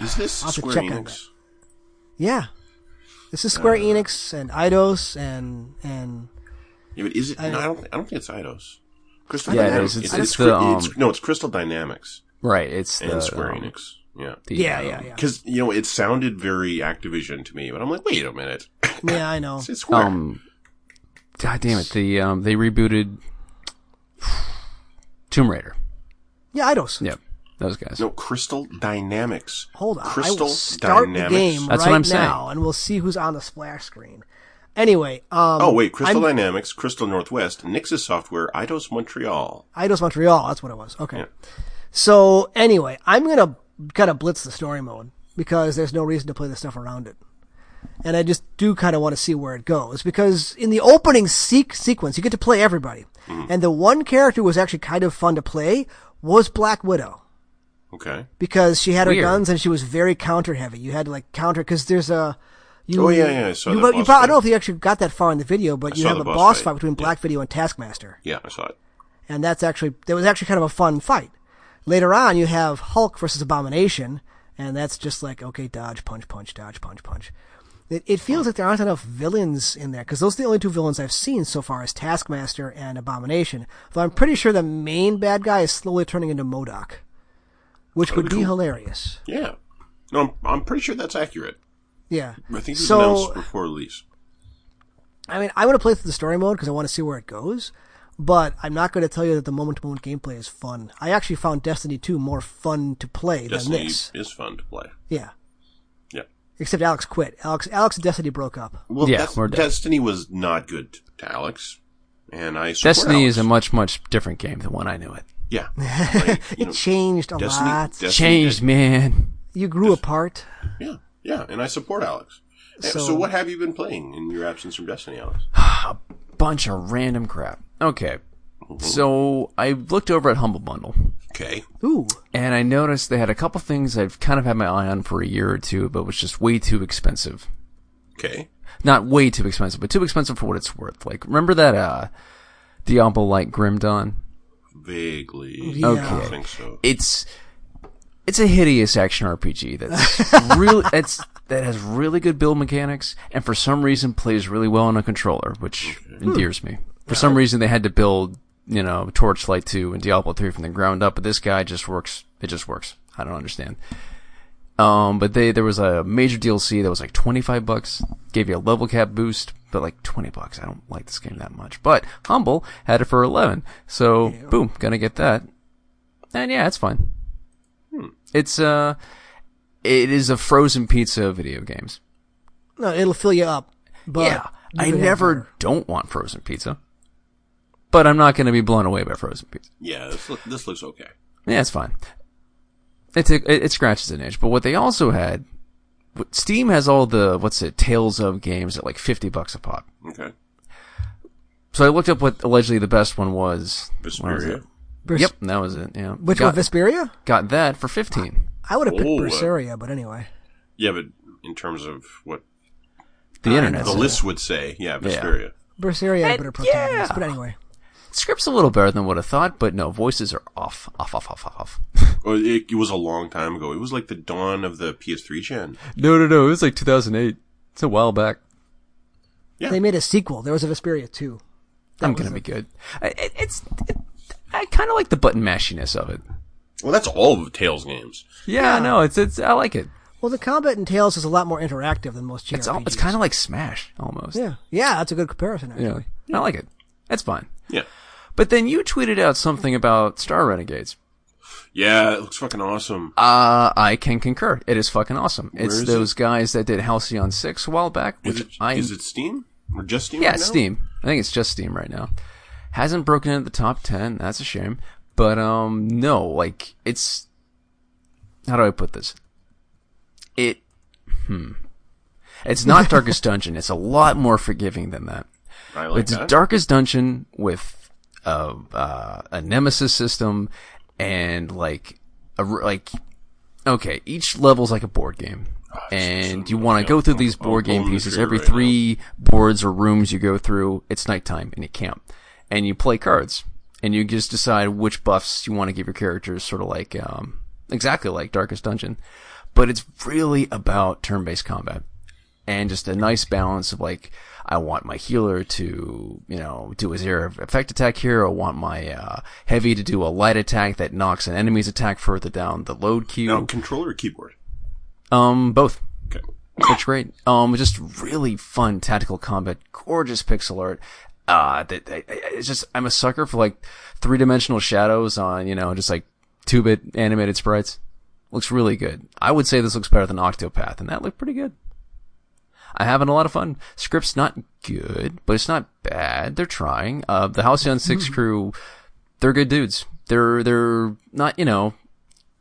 Speaker 1: Is this
Speaker 2: I'll have to
Speaker 1: Square
Speaker 2: check on
Speaker 1: Enix?
Speaker 2: Yeah. This is Square Enix and Eidos and and
Speaker 1: Yeah, but is it?
Speaker 2: I-
Speaker 1: no, I don't. I don't think it's Eidos. Crystal
Speaker 3: Yeah, it
Speaker 1: Dynamics.
Speaker 3: is. It's-
Speaker 1: It's, it's,
Speaker 3: it's the,
Speaker 1: Cry- it's-
Speaker 3: um,
Speaker 1: no, it's Crystal Dynamics
Speaker 3: Right, it's
Speaker 1: and
Speaker 3: the,
Speaker 1: Square
Speaker 3: um,
Speaker 1: Enix. Uh, Yeah,
Speaker 3: the,
Speaker 2: yeah,
Speaker 3: um,
Speaker 2: yeah, yeah.
Speaker 1: because you know it sounded very Activision to me, but I'm like, wait a minute, <laughs>
Speaker 2: Yeah, I know.
Speaker 1: it's, it's Square.
Speaker 3: Um, God damn it! The um, they rebooted <sighs> Tomb Raider.
Speaker 2: Yeah, Eidos.
Speaker 3: Yep, those guys.
Speaker 1: no, Crystal Dynamics.
Speaker 2: Hold on. I
Speaker 1: Crystal
Speaker 2: will start the game
Speaker 3: That's
Speaker 2: right
Speaker 3: what I'm saying.
Speaker 2: now and we'll see who's on the splash screen. Anyway, um
Speaker 1: Oh wait, Crystal
Speaker 2: I'm-
Speaker 1: Dynamics, Crystal Northwest, Nixus Software, Eidos Montreal.
Speaker 2: Eidos Montreal. That's what it was. Okay. So anyway, I'm gonna kind of blitz the story mode because there's no reason to play the stuff around it, and I just do kind of want to see where it goes because in the opening seek sequence, you get to play everybody,
Speaker 1: Mm-hmm.
Speaker 2: and the one character who was actually kind of fun to play was Black Widow
Speaker 1: Okay.
Speaker 2: because she had her
Speaker 3: Weird.
Speaker 2: guns and she was very counter heavy. You had to like counter because there's a. You,
Speaker 1: Oh, yeah, yeah, I saw
Speaker 2: you,
Speaker 1: that
Speaker 2: but you
Speaker 1: boss
Speaker 2: probably, I
Speaker 1: fight.
Speaker 2: don't know if you actually got that far in the video, but you
Speaker 1: saw
Speaker 2: have
Speaker 1: the
Speaker 2: a
Speaker 1: boss
Speaker 2: boss
Speaker 1: fight.
Speaker 2: fight between
Speaker 1: Yeah.
Speaker 2: Black Widow and Taskmaster
Speaker 1: Yeah, I saw it.
Speaker 2: and that's actually that was actually kind of a fun fight. Later on, you have Hulk versus Abomination, and that's just like okay, dodge, punch, punch, dodge, punch, punch. It, it feels like there aren't enough villains in there because those are the only two villains I've seen so far is Taskmaster and Abomination. Though I'm pretty sure the main bad guy is slowly turning into Modoc, which would be hilarious.
Speaker 1: Yeah. No, I'm, I'm pretty sure that's accurate.
Speaker 2: Yeah.
Speaker 1: I think it was
Speaker 2: so
Speaker 1: announced before release.
Speaker 2: I mean, I want to play through the story mode because I want to see where it goes, but I'm not going to tell you that the moment-to-moment gameplay is fun. I actually found Destiny 2 more fun to play than
Speaker 1: Destiny
Speaker 2: this.
Speaker 1: is fun to play.
Speaker 2: Yeah.
Speaker 1: Yeah.
Speaker 2: Except Alex quit. Alex, Alex and Destiny broke
Speaker 3: <laughs>
Speaker 2: up.
Speaker 1: Well,
Speaker 3: Yeah,
Speaker 1: Dest-
Speaker 3: we're dead.
Speaker 1: Destiny was not good to Alex, and I support
Speaker 3: Destiny is a
Speaker 1: Alex.
Speaker 3: much much different game than when I knew it.
Speaker 1: yeah. Like, you
Speaker 2: <laughs> it
Speaker 1: know,
Speaker 2: changed a
Speaker 1: Destiny,
Speaker 2: lot.
Speaker 1: Destiny
Speaker 3: Changed, man. <sighs>
Speaker 2: you grew apart.
Speaker 1: did- Yeah, yeah, and I support Alex. Yeah, So,
Speaker 2: So-
Speaker 1: what have you been playing in your absence from Destiny, Alex?
Speaker 3: Bunch of random crap. Okay, so I looked over at Humble Bundle.
Speaker 1: Okay,
Speaker 2: Ooh.
Speaker 3: and I noticed they had a couple things I've kind of had my eye on for a year or two, but was just way too expensive.
Speaker 1: okay,
Speaker 3: Not way too expensive, but too expensive for what it's worth. Like, remember that uh Diablo like Grim Dawn?
Speaker 1: vaguely. I don't
Speaker 3: Okay.
Speaker 1: think so.
Speaker 3: It's it's a hideous action RPG that's really it's that has really good build mechanics and for some reason plays really well on a controller, which endears me. For some reason they had to build, you know, Torchlight 2 and Diablo 3 from the ground up, but this guy just works it just works. I don't understand. Um, but they there was a major DLC that was like twenty five bucks, gave you a level cap boost, but like twenty bucks. I don't like this game that much. But Humble had it for eleven, so boom, gonna get that. And yeah, it's fine. It's uh, it is a frozen pizza of video games.
Speaker 2: No, it'll fill you up. But
Speaker 3: yeah,
Speaker 2: you
Speaker 3: I
Speaker 2: can have
Speaker 3: never
Speaker 2: better.
Speaker 3: don't want frozen pizza, but I'm not gonna be blown away by frozen pizza.
Speaker 1: Yeah, this, look, this looks okay.
Speaker 3: Yeah, it's fine. It, took- it it scratches an itch. But what they also had, what- Steam has all the what's it Tales of games at like fifty bucks a pop.
Speaker 1: Okay,
Speaker 3: So I looked up what allegedly the best one was. What was
Speaker 1: Vesperia.
Speaker 3: it? Yep, that was it. Yeah,
Speaker 2: Which one,
Speaker 3: got,
Speaker 2: Vesperia?
Speaker 3: got that for fifteen.
Speaker 2: I would have picked
Speaker 1: Oh, uh,
Speaker 2: Berseria, but anyway.
Speaker 1: Yeah, but in terms of what
Speaker 3: The
Speaker 2: Ah,
Speaker 3: internet
Speaker 1: the list would say, yeah, Vesperia.
Speaker 2: Berseria had better protagonists,
Speaker 3: yeah.
Speaker 2: but anyway.
Speaker 3: script's a little better than what I thought, but no, voices are off, off, off, off, off, off.
Speaker 1: Or it, it was a long time ago. It was like the dawn of the PS3 gen.
Speaker 3: no, no, no. It was like 2008. It's a while back.
Speaker 1: Yeah.
Speaker 2: They made a sequel. There was a Vesperia 2.
Speaker 3: I'm gonna be good. I- It, it's it, I kind of like the button mashiness of it.
Speaker 1: Well, that's all of the Tails games.
Speaker 3: Yeah, no, it's it's I like it.
Speaker 2: Well, the combat in Tails is a lot more interactive than most JRPGs.
Speaker 3: It's all, it's kind of like Smash almost.
Speaker 2: yeah, yeah. That's a good comparison. Actually.
Speaker 3: yeah. I like it. That's fine.
Speaker 1: Yeah.
Speaker 3: But then you tweeted out something about Star Renegades.
Speaker 1: Yeah, it looks fucking awesome.
Speaker 3: Uh, I can concur. It is fucking awesome. it's
Speaker 1: is
Speaker 3: those guys that did Halcyon Six a while back,
Speaker 1: Is
Speaker 3: which
Speaker 1: it,
Speaker 3: I
Speaker 1: is it Steam? Or just Steam?
Speaker 3: yeah
Speaker 1: right now?
Speaker 3: Steam. I think it's just Steam right now. Hasn't broken into the top ten. That's a shame. But um, no, like it's how do I put this? It hmm, it's
Speaker 1: <laughs>
Speaker 3: not Darkest Dungeon. It's a lot more forgiving than that.
Speaker 1: I like
Speaker 3: it's
Speaker 1: that.
Speaker 3: Darkest Dungeon with a uh, a nemesis system and like a r- like okay, each level's like a board game.
Speaker 1: Ah,
Speaker 3: And you want to go through these board game
Speaker 1: going
Speaker 3: pieces
Speaker 1: through
Speaker 3: every
Speaker 1: right now.
Speaker 3: three boards or rooms you go through. It's nighttime in a camp, and you play cards, and you just decide which buffs you want to give your characters, sort of like um, exactly like Darkest Dungeon, but it's really about turn-based combat and just a nice balance of like I want my healer to you know do a zero effect attack here. I want my uh, heavy to do a light attack that knocks an enemy's attack further down the load queue.
Speaker 1: Now, controller or keyboard?
Speaker 3: Um, both.
Speaker 1: Okay.
Speaker 3: That's great. Um, just really fun tactical combat, gorgeous pixel art. Uh, that I- I- it's just I'm a sucker for like three dimensional shadows on you know just like two bit animated sprites. Looks really good. I would say this looks better than Octopath, and that looked pretty good. I'm having a lot of fun. Script's not good, but it's not bad. They're trying. Uh, the Halcyon Six crew, they're good dudes. They're they're not you know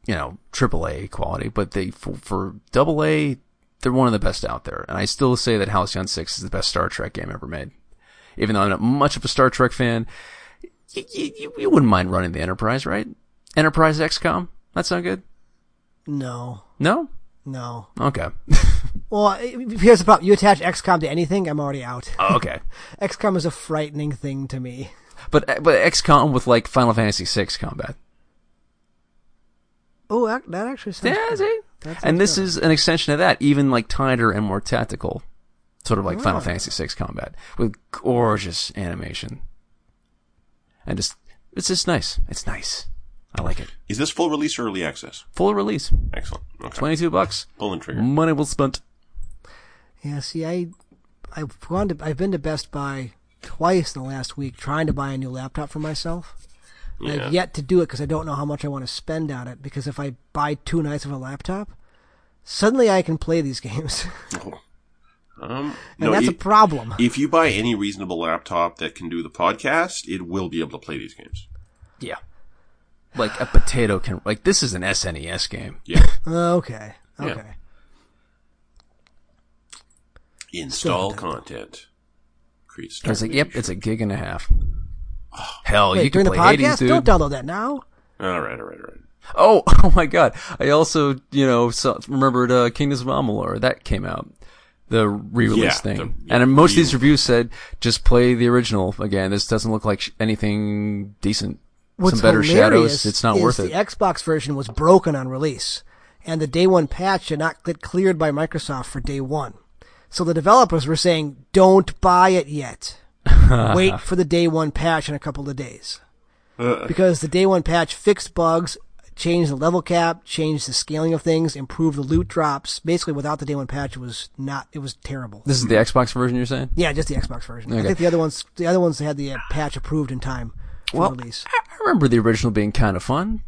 Speaker 3: you know triple A quality, but they for, for double A they're one of the best out there. And I still say that Halcyon Six is the best Star Trek game ever made. Even though I'm not much of a Star Trek fan, y- y- you, you wouldn't mind running the Enterprise, right? Enterprise XCOM. That sound good?
Speaker 2: No,
Speaker 3: No.
Speaker 2: no.
Speaker 3: Okay. <laughs>
Speaker 2: Well, i- here's the problem: you attach XCOM to anything, I'm already out.
Speaker 3: okay.
Speaker 2: XCOM is a frightening thing to me.
Speaker 3: But but XCOM with like Final Fantasy VI combat.
Speaker 2: Oh, ac- that actually sounds.
Speaker 3: Yeah,
Speaker 2: good.
Speaker 3: see?
Speaker 2: That sounds
Speaker 3: And this
Speaker 2: good.
Speaker 3: is an extension of that, even like tighter and more tactical, sort of like Final
Speaker 2: Wow.
Speaker 3: Fantasy VI combat with gorgeous animation. And just it's just nice. It's nice. I like it.
Speaker 1: Is this full release or early access?
Speaker 3: Full release,
Speaker 1: Excellent. Okay.
Speaker 3: twenty two bucks.
Speaker 1: Pulling
Speaker 2: Mm,
Speaker 1: trigger.
Speaker 3: Money well spent.
Speaker 2: Yeah, see, I, I've gone to, I've been to Best Buy twice in the last week trying to buy a new laptop for myself. And
Speaker 1: Yeah.
Speaker 2: I've yet to do it because I don't know how much I want to spend on it. Because if I buy two nights of a laptop, suddenly I can play these <laughs> games,
Speaker 1: Um,
Speaker 2: and
Speaker 1: no,
Speaker 2: that's a
Speaker 1: i-
Speaker 2: problem.
Speaker 1: if you buy any reasonable laptop that can do the podcast, it will be able to play these games.
Speaker 3: Yeah. Like a potato can like this is an SNES game.
Speaker 1: Yeah.
Speaker 2: okay,
Speaker 1: Yeah.
Speaker 2: okay.
Speaker 1: Install
Speaker 2: Still
Speaker 1: content. Create
Speaker 3: I was
Speaker 1: start.
Speaker 3: like, yep, it's a gig and a
Speaker 2: <sighs>
Speaker 3: half. Hell,
Speaker 2: Wait,
Speaker 3: Oh, you can
Speaker 2: during the
Speaker 3: play
Speaker 2: podcast,
Speaker 3: Hades, dude.
Speaker 2: don't download that now.
Speaker 1: All right, all right, all right.
Speaker 3: Oh, <laughs> oh my God! I also, you know, saw, remembered uh, Kingdoms of Amalur that came out, the re-release
Speaker 1: Yeah,
Speaker 3: thing,
Speaker 1: the-
Speaker 3: and then most of these reviews said just play the original again. This doesn't look like sh- anything decent.
Speaker 2: What's
Speaker 3: Some better
Speaker 2: hilarious
Speaker 3: shadows. It's not
Speaker 2: is
Speaker 3: worth
Speaker 2: the
Speaker 3: it.
Speaker 2: Xbox version was broken on release, and the day one patch did not get cleared by Microsoft for day one. So the developers were saying, "Don't buy it
Speaker 3: <laughs>
Speaker 2: yet. Wait for the day one patch in a couple of days." because the day one patch fixed bugs, changed the level cap, changed the scaling of things, improved the loot drops. Basically, without the day one patch, it was not. It was terrible.
Speaker 3: This is the Xbox version you're saying?
Speaker 2: Yeah, just the Xbox version. I
Speaker 3: Okay.
Speaker 2: think the other ones, the other ones had the uh, patch approved in time for
Speaker 3: Well,
Speaker 2: release.
Speaker 3: I I remember the original being kind of fun.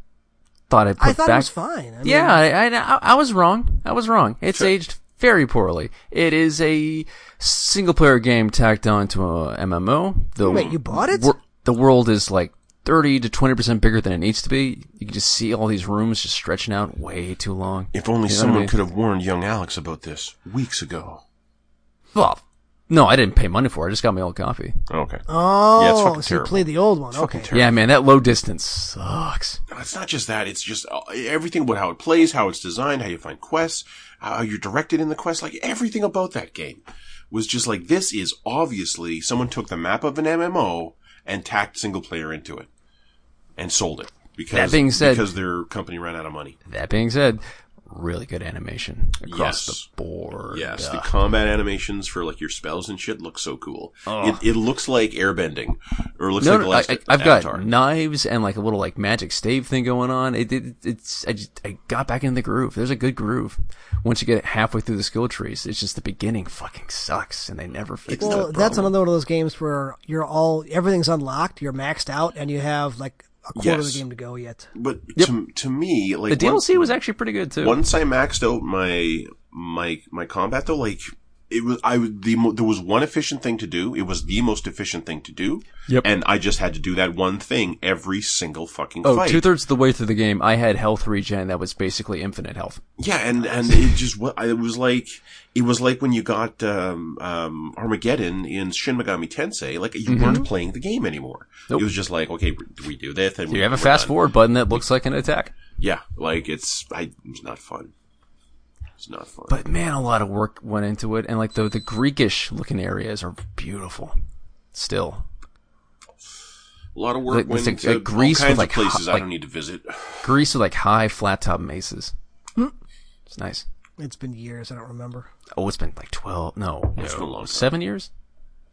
Speaker 3: Thought I put
Speaker 2: I thought
Speaker 3: back.
Speaker 2: it was fine. I mean,
Speaker 3: yeah, I, I, I- I was wrong. I was wrong. It's aged very poorly. It is a single player game tacked on to uh, a MMO. The,
Speaker 2: Wait, you bought it?
Speaker 3: wor- the world is like 30 to 20% bigger than it needs to be. You can just see all these rooms just stretching out way too long.
Speaker 1: If only
Speaker 3: You know what I
Speaker 1: someone
Speaker 3: mean?
Speaker 1: could have warned young Alex about this weeks ago.
Speaker 3: Well, no, I didn't pay money for it. I just got my old copy.
Speaker 1: Okay. Yeah, it's
Speaker 2: Oh,
Speaker 1: fucking
Speaker 2: so you
Speaker 1: terrible.
Speaker 2: played the old one.
Speaker 1: fucking
Speaker 2: okay.
Speaker 1: terrible.
Speaker 3: Yeah, man, that low distance sucks.
Speaker 1: No, it's not just that. It's just uh, everything about how it plays, how it's designed, how you find quests, how you're directed in the quest. Like everything about that game was just like this is obviously someone took the map of an MMO and tacked single player into it and sold it because
Speaker 3: That being said-
Speaker 1: because their company ran out of money.
Speaker 3: That being said, really good animation
Speaker 1: Yes.
Speaker 3: across the board.
Speaker 1: Yes,
Speaker 3: Uh,
Speaker 1: the combat animations for like your spells and shit look so cool. It, it looks like airbending, or it looks
Speaker 3: Oh. no,
Speaker 1: like the
Speaker 3: no, I,
Speaker 1: last
Speaker 3: I, I've
Speaker 1: Avatar.
Speaker 3: got knives and like a little like magic stave thing going on. It, it it's I just I got back in the groove. There's a good groove. Once you get halfway through the skill trees, it's just the beginning fucking sucks, and they never fix it.
Speaker 2: Well, that's another one of those games where you're all everything's unlocked, you're maxed out, and you have like a quarter of
Speaker 1: Yes.
Speaker 2: the game to go yet.
Speaker 1: But to, to me, like
Speaker 3: The
Speaker 1: once-
Speaker 3: DLC was actually pretty good too.
Speaker 1: once I maxed out my my my combat though, like it was I was the mo- there was one efficient thing to do. It was the most efficient thing to do.
Speaker 3: Yep.
Speaker 1: And I just had to do that one thing every single fucking
Speaker 3: Oh,
Speaker 1: fight.
Speaker 3: two thirds of the way through the game, I had health regen that was basically infinite health.
Speaker 1: yeah, and and it just what it was like. It was like when you got um, um, Armageddon in Shin Megami Tensei. Like you weren't playing the game anymore.
Speaker 3: Mm-hmm. Nope.
Speaker 1: It was just like okay, we do this, and
Speaker 3: You
Speaker 1: we
Speaker 3: have a
Speaker 1: we're
Speaker 3: fast
Speaker 1: done.
Speaker 3: forward button that looks like an attack.
Speaker 1: Yeah, like it's I it's not fun. It's not fun.
Speaker 3: But man, a lot of work went into it, and like the the Greekish looking areas are beautiful. Still,
Speaker 1: a lot of
Speaker 3: like,
Speaker 1: work went
Speaker 3: it's like-
Speaker 1: into
Speaker 3: like Greece
Speaker 1: all kinds
Speaker 3: with, like,
Speaker 1: of places
Speaker 3: hot-
Speaker 1: I
Speaker 3: like-
Speaker 1: don't need to
Speaker 3: <sighs>
Speaker 1: visit.
Speaker 3: Greece with like high flat top mesas. It's nice.
Speaker 2: It's been years, I don't remember.
Speaker 3: Oh, it's been like twelve. No,
Speaker 1: It's been a long time.
Speaker 3: seven years.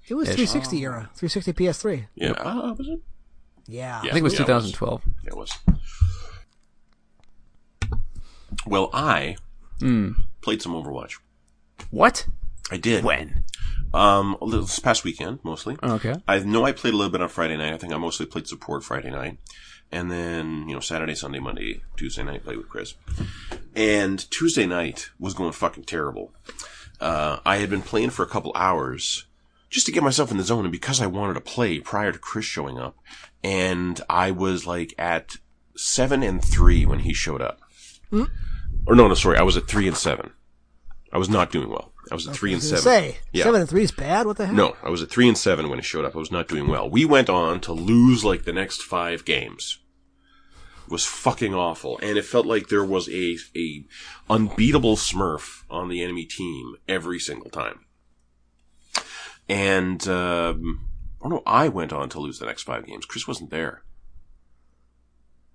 Speaker 2: It was
Speaker 3: Ish.
Speaker 2: 360 era, 360 PS3.
Speaker 1: Yeah, uh, was it?
Speaker 2: Yeah.
Speaker 3: I think it was
Speaker 1: Yeah, it was.
Speaker 3: 2012.
Speaker 1: Yeah, it was. Well, I
Speaker 3: Hmm.
Speaker 1: played some Overwatch.
Speaker 3: What?
Speaker 1: I did.
Speaker 3: When?
Speaker 1: Um, a little- this past weekend mostly.
Speaker 3: Okay.
Speaker 1: I know I played a little bit on Friday night. I think I mostly played support Friday night, and then you know Saturday, Sunday, Monday, Tuesday night played with Chris. And Tuesday night was going fucking terrible. Uh, I had been playing for a couple hours just to get myself in the zone, and because I wanted to play prior to Chris showing up, and I was like at seven and three when he showed up. Or no, no, sorry, I was at three and seven. I was not doing well. I was at three
Speaker 2: I
Speaker 1: and
Speaker 2: was
Speaker 1: seven.
Speaker 2: gonna say
Speaker 1: Yeah.
Speaker 2: seven and three is bad. What the heck?
Speaker 1: No, I was at three and seven when it showed up. I was not doing well. We went on to lose like the next five games. It was fucking awful, and it felt like there was a a unbeatable Smurf on the enemy team every single time. And um, oh no, I went on to lose the next five games. Chris wasn't there.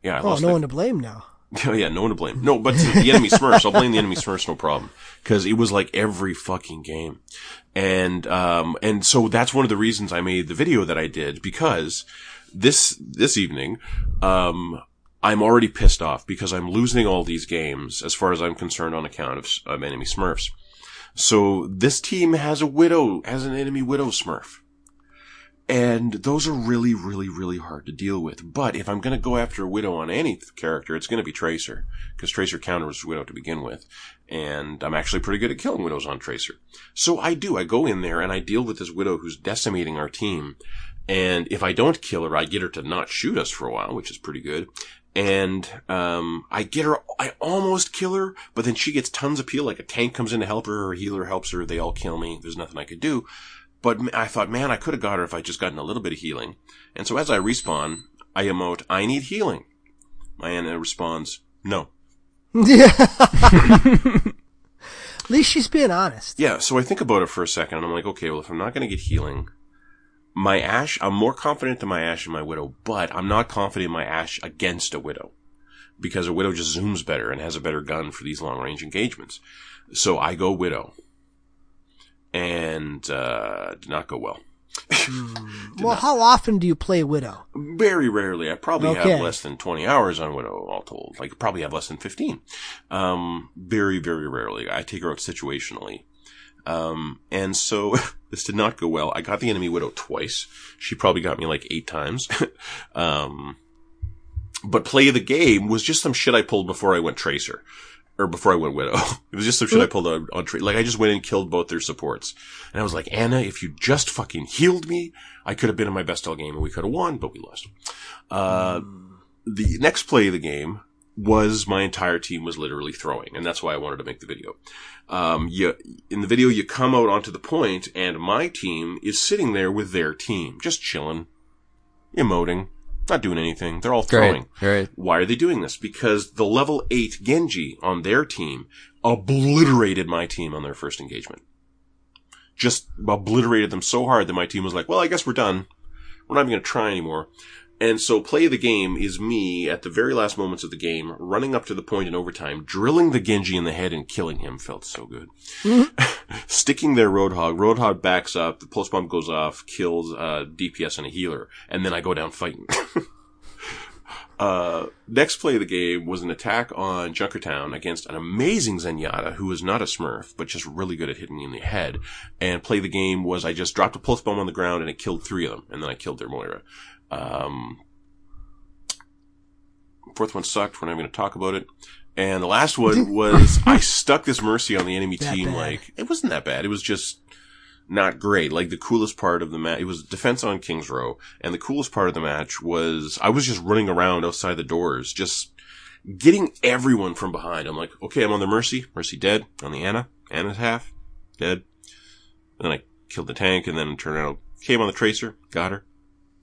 Speaker 1: Yeah, I
Speaker 2: Oh,
Speaker 1: lost
Speaker 2: no
Speaker 1: the-
Speaker 2: one to
Speaker 1: <laughs>
Speaker 2: blame now.
Speaker 1: Oh yeah, no one to blame. No, but the enemy Smurfs. I'll blame the enemy Smurfs, no problem, because it was like every fucking game, and um, and so that's one of the reasons I made the video that I did because this this evening, um, I'm already pissed off because I'm losing all these games as far as I'm concerned on account of, of enemy Smurfs. So this team has a widow, has an enemy widow Smurf. And those are really, really, really hard to deal with. But if I'm going to go after a widow on any character, it's going to be Tracer because Tracer counters widow to begin with, and I'm actually pretty good at killing widows on Tracer. So I do. I go in there and I deal with this widow who's decimating our team. And if I don't kill her, I get her to not shoot us for a while, which is pretty good. And um, I get her. I almost kill her, but then she gets tons of peel. Like a tank comes in to help her, or a healer helps her. They all kill me. There's nothing I could do. But m- I thought, man, I could have got her if I just gotten a little bit of healing. And so as I respawn, I emote, I need healing. My Anna responds, no.
Speaker 2: Yeah. At least she's being honest.
Speaker 1: Yeah, so I think about it for a second, and I'm like, okay, well, if I'm not going to get healing, my Ash, I'm more confident in my Ash and my Widow, but I'm not confident in my Ash against a Widow. Because a Widow just zooms better and has a better gun for these long range engagements. So I go Widow. And, uh, did not go well.
Speaker 2: Well, how often do you play Widow?
Speaker 1: Very rarely. I probably
Speaker 2: Okay.
Speaker 1: have less than 20 hours on Widow, all told. Like, probably have less than 15. Um, very, very rarely. I take her out situationally. Um, and so <laughs> this did not go well. I got the enemy Widow twice. She probably got me like eight times. <laughs> um, but play of the game was just some shit I pulled before I went Tracer. Or before I went Widow. <laughs> It was just some shit I pulled on, on Tracer. Like, I just went and killed both their supports. And I was like, Anna, if you just fucking healed me, I could have been in my best all game and we could have won, but we lost. Uh, the next play of the game was my entire team was literally throwing, and that's why I wanted to make the video. Um, you, in the video, you come out onto the point, and my team is sitting there with their team, just chilling, emoting, not doing anything. They're all throwing.
Speaker 3: Great. Great.
Speaker 1: Why are they doing this? Because the level 8 Genji on their team obliterated my team on their first engagement. Just obliterated them so hard that my team was like, well, I guess we're done. We're not even going to try anymore. And so play the game is me at the very last moments of the game running up to the point in overtime, drilling the Genji in the head and killing him felt so good. <laughs> Sticking there Roadhog, Roadhog backs up, the pulse bomb goes off, kills uh, DPS and a healer, and then I go down fighting. <laughs> uh, next play of the game was an attack on Junkertown against an amazing Zenyatta who is not a Smurf, but just really good at hitting me in the head. And play of the game was I just dropped a pulse bomb on the ground and it killed three of them, and then I killed their Moira. Um, fourth one sucked. We're not even going to talk about it. And the last
Speaker 2: <laughs>
Speaker 1: one was I stuck this mercy on the enemy
Speaker 2: That
Speaker 1: team.
Speaker 2: bad.
Speaker 1: Like it wasn't that bad. It was just not great. Like the coolest part of the match, it was defense on Kings Row, and the coolest part of the match was I was just running around outside the doors, just getting everyone from behind. I'm like, okay, I'm on the Mercy, Mercy dead, on the Anna, Anna's half, dead. Then I killed the tank, and then turned out came on the Tracer, got her,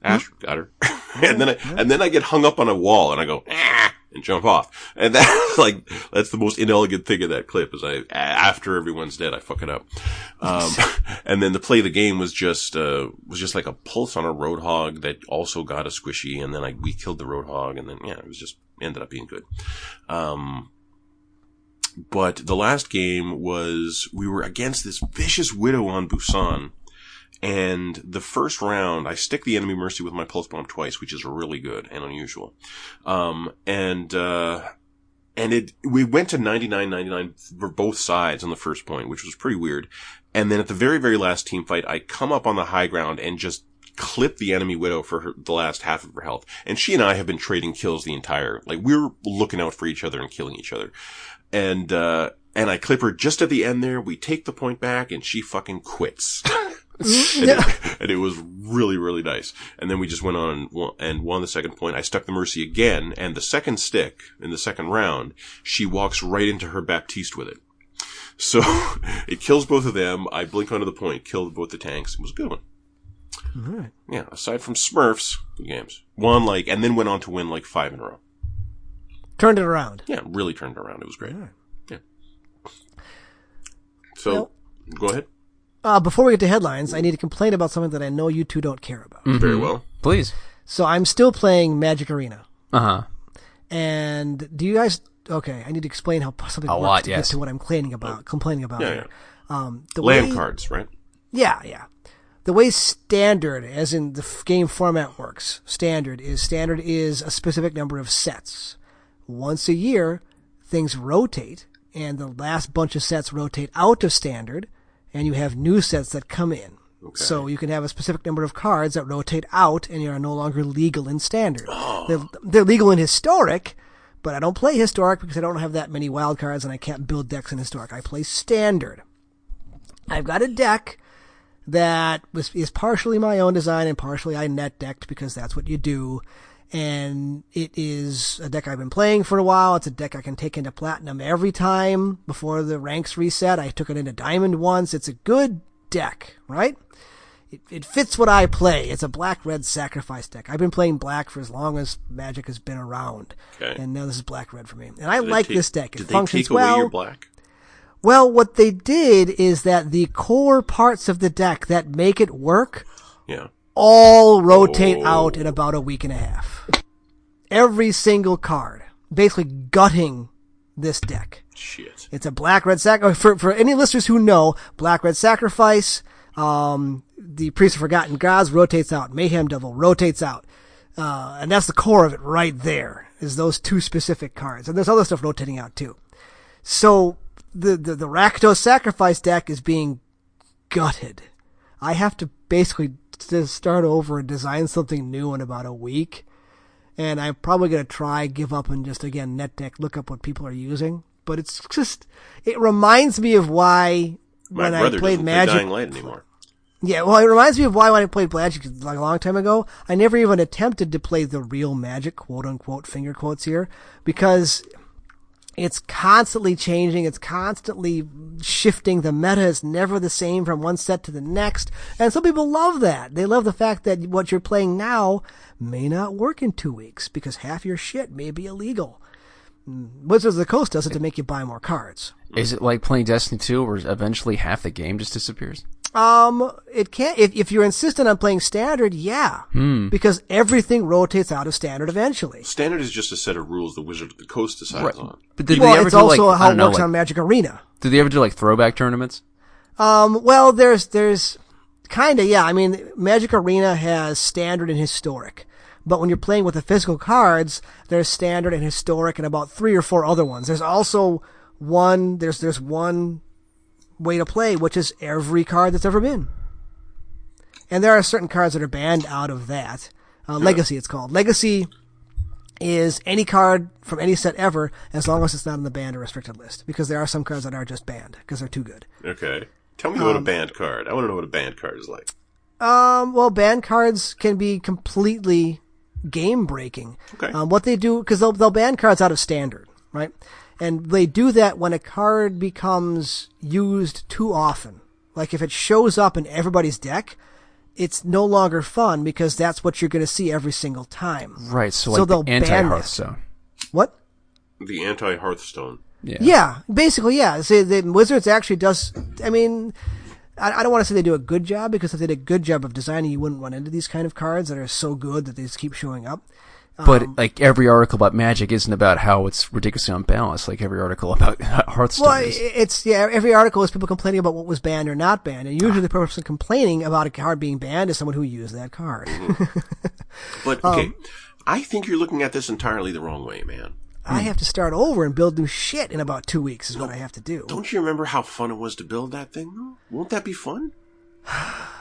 Speaker 1: Ash, got her, Hmm? <laughs> and then I, and then I get hung up on a wall, and I go. Ah! And jump off, and that <laughs> like that's the most inelegant thing of that clip is I a- after everyone's dead I fuck it up. Um, <laughs> and then the play of the game was just, uh, was just like a pulse on a roadhog that also got a squishy. And then like we killed the roadhog and then, yeah, it was just ended up being good. Um, but the last game was we were against this vicious widow on Busan. And the first round, I stick the enemy mercy with my pulse bomb twice, which is really good and unusual. Um, and, uh, and it, we went to 99.99 for both sides on the first point, which was pretty weird. And then at the very, very last team fight, I come up on the high ground and just clip the enemy widow for her, the last half of her health. And she and I have been trading kills the entire, like we were looking out for each other and killing each other. And, uh, and I clip her just at the end there. We take the point back and she fucking quits.
Speaker 2: <laughs>
Speaker 1: and, it, and it was really, really nice. And then we just went on and won, and won the second point. I stuck the Mercy again, and the second stick in the second round, she walks right into her Baptiste with it. So <laughs> it kills both of them. I blink onto the point, killed both the tanks. It was a good one.
Speaker 2: All right.
Speaker 1: Yeah, aside from Smurfs, good games. Won like, and then went on to win like five in a row.
Speaker 2: Turned it around.
Speaker 1: Yeah, really turned around. It was great.
Speaker 2: Alright.
Speaker 1: Yeah. So,
Speaker 2: Well-
Speaker 1: go ahead.
Speaker 2: Uh, before we get to headlines, I need to complain about something that I know you two don't care about.
Speaker 1: Very well.
Speaker 3: Please.
Speaker 2: So I'm still playing Magic Arena.
Speaker 3: Uh
Speaker 1: Uh-huh.
Speaker 3: huh.
Speaker 2: And do you guys? Okay, I need to explain how <laughs> something
Speaker 3: A
Speaker 2: works
Speaker 3: lot,
Speaker 2: to get
Speaker 3: yes.
Speaker 2: to what I'm complaining about. Complaining about.
Speaker 1: Yeah,
Speaker 2: here. Um, the
Speaker 1: Land
Speaker 2: way,
Speaker 1: cards, right?
Speaker 2: Yeah, yeah. The way standard, as in the f- game format works, standard is standard is a specific number of sets. Once a year, things rotate, and the last bunch of sets rotate out of standard, and you have new sets that come in. So you can have a specific number of cards that rotate out, and you are no longer legal in standard. They're, they're legal in historic, but I don't play historic because I don't have that many wild cards, and I can't build decks in historic. I play standard. I've got a deck that was is partially my own design and partially I net decked because that's what you do. And it is a deck I've been playing for a while. It's a deck I can take into platinum every time before the ranks reset. I took it into diamond once. It's a good deck, right? It, it fits what I play. It's a black red sacrifice deck. I've been playing black for as long as Magic has been around,
Speaker 1: Okay.
Speaker 2: and now this is black red for me. And I
Speaker 1: Did they
Speaker 2: like
Speaker 1: take-
Speaker 2: this deck. It
Speaker 1: did
Speaker 2: functions
Speaker 1: they take
Speaker 2: well.
Speaker 1: away your black?
Speaker 2: Well, what they did is that the core parts of the deck that make it work
Speaker 1: Yeah.
Speaker 2: all rotate out in about a week and a half. Every single card, basically gutting this deck.
Speaker 1: Shit.
Speaker 2: It's a black red sac. oh, For for any listeners who know, black red sacrifice. Um, the priest of forgotten gods rotates out. Mayhem devil rotates out. Uh, and that's the core of it right there. Is those two specific cards, and there's other stuff rotating out too. So the the, the Rakdos sacrifice deck is being gutted. I have to basically just start over and design something new in about a week. And I'm probably going to try, give up, and just again, net deck, look up what people are using. But it's just, it reminds me of why
Speaker 1: My
Speaker 2: when I
Speaker 1: brother
Speaker 2: played
Speaker 1: doesn't
Speaker 2: Magic.
Speaker 1: play Dying Light anymore.
Speaker 2: Yeah, well, it reminds me of why when I played Magic like a long time ago, I never even attempted to play the real Magic, quote unquote, finger quotes here, because it's constantly changing, it's constantly shifting. The meta is never the same from one set to the next, and some people love that. They love the fact that what you're playing now may not work in two weeks because half your shit may be illegal. Mm, Wizards of the Coast does it to make you buy more cards.
Speaker 3: Is it like playing Destiny 2 where eventually half the game just disappears?
Speaker 2: Um, it can't, if, if you're insistent on playing standard, yeah.
Speaker 3: Hmm.
Speaker 2: Because everything rotates out of standard eventually.
Speaker 1: Standard is just a set of rules the Wizard of the Coast decides
Speaker 3: Right.
Speaker 1: on.
Speaker 3: But did they
Speaker 2: Well,
Speaker 3: ever
Speaker 2: it's
Speaker 3: do like,
Speaker 2: also
Speaker 3: I
Speaker 2: how it
Speaker 3: don't know,
Speaker 2: works
Speaker 3: like,
Speaker 2: on Magic Arena.
Speaker 3: did they ever do like throwback tournaments?
Speaker 2: Um, well, there's, there's kind of, yeah. I mean, Magic Arena has standard and historic. But when you're playing with the physical cards, there's standard and historic and about three or four other ones. There's also one, there's, there's one way to play, which is every card that's ever been. And there are certain cards that are banned out of that. Uh, Legacy, it's called. Legacy is any card from any set ever, as long as it's not in the banned or restricted list, because there are some cards that are just banned because they're too good.
Speaker 1: Okay. Tell me what a band card. I want to know what a band card is like.
Speaker 2: Um, well, ban cards can be completely game breaking.
Speaker 1: Okay.
Speaker 2: Um, what they do, because they'll, they'll ban cards out of standard, right? And they do that when a card becomes used too often. Like if it shows up in everybody's deck, it's no longer fun because that's what you're going to see every single time.
Speaker 3: Right. So
Speaker 2: So
Speaker 3: like
Speaker 2: they'll
Speaker 3: the
Speaker 2: ban that.
Speaker 3: anti-Hearthstone.
Speaker 2: What?
Speaker 1: The anti Hearthstone.
Speaker 3: Yeah.
Speaker 2: Yeah, basically, yeah. So the Wizards actually does. I mean, I, I don't want to say they do a good job because if they did a good job of designing, you wouldn't run into these kind of cards that are so good that they just keep showing up. Um,
Speaker 3: But like every article about magic isn't about how it's ridiculously unbalanced. Like every article <laughs> about Hearthstone
Speaker 2: Well, i
Speaker 3: is.
Speaker 2: it's yeah. Every article is people complaining about what was banned or not banned, and
Speaker 3: Ah.
Speaker 2: usually the person complaining about a card being banned is someone who used that card.
Speaker 3: Mm-hmm.
Speaker 1: But, okay. I think you're looking at this entirely the wrong way, man.
Speaker 2: <laughs> I have to start over and build new shit in about two weeks. Is what I have to do.
Speaker 1: Don't you remember how fun it was to build that thing, though? Won't that be fun?
Speaker 3: I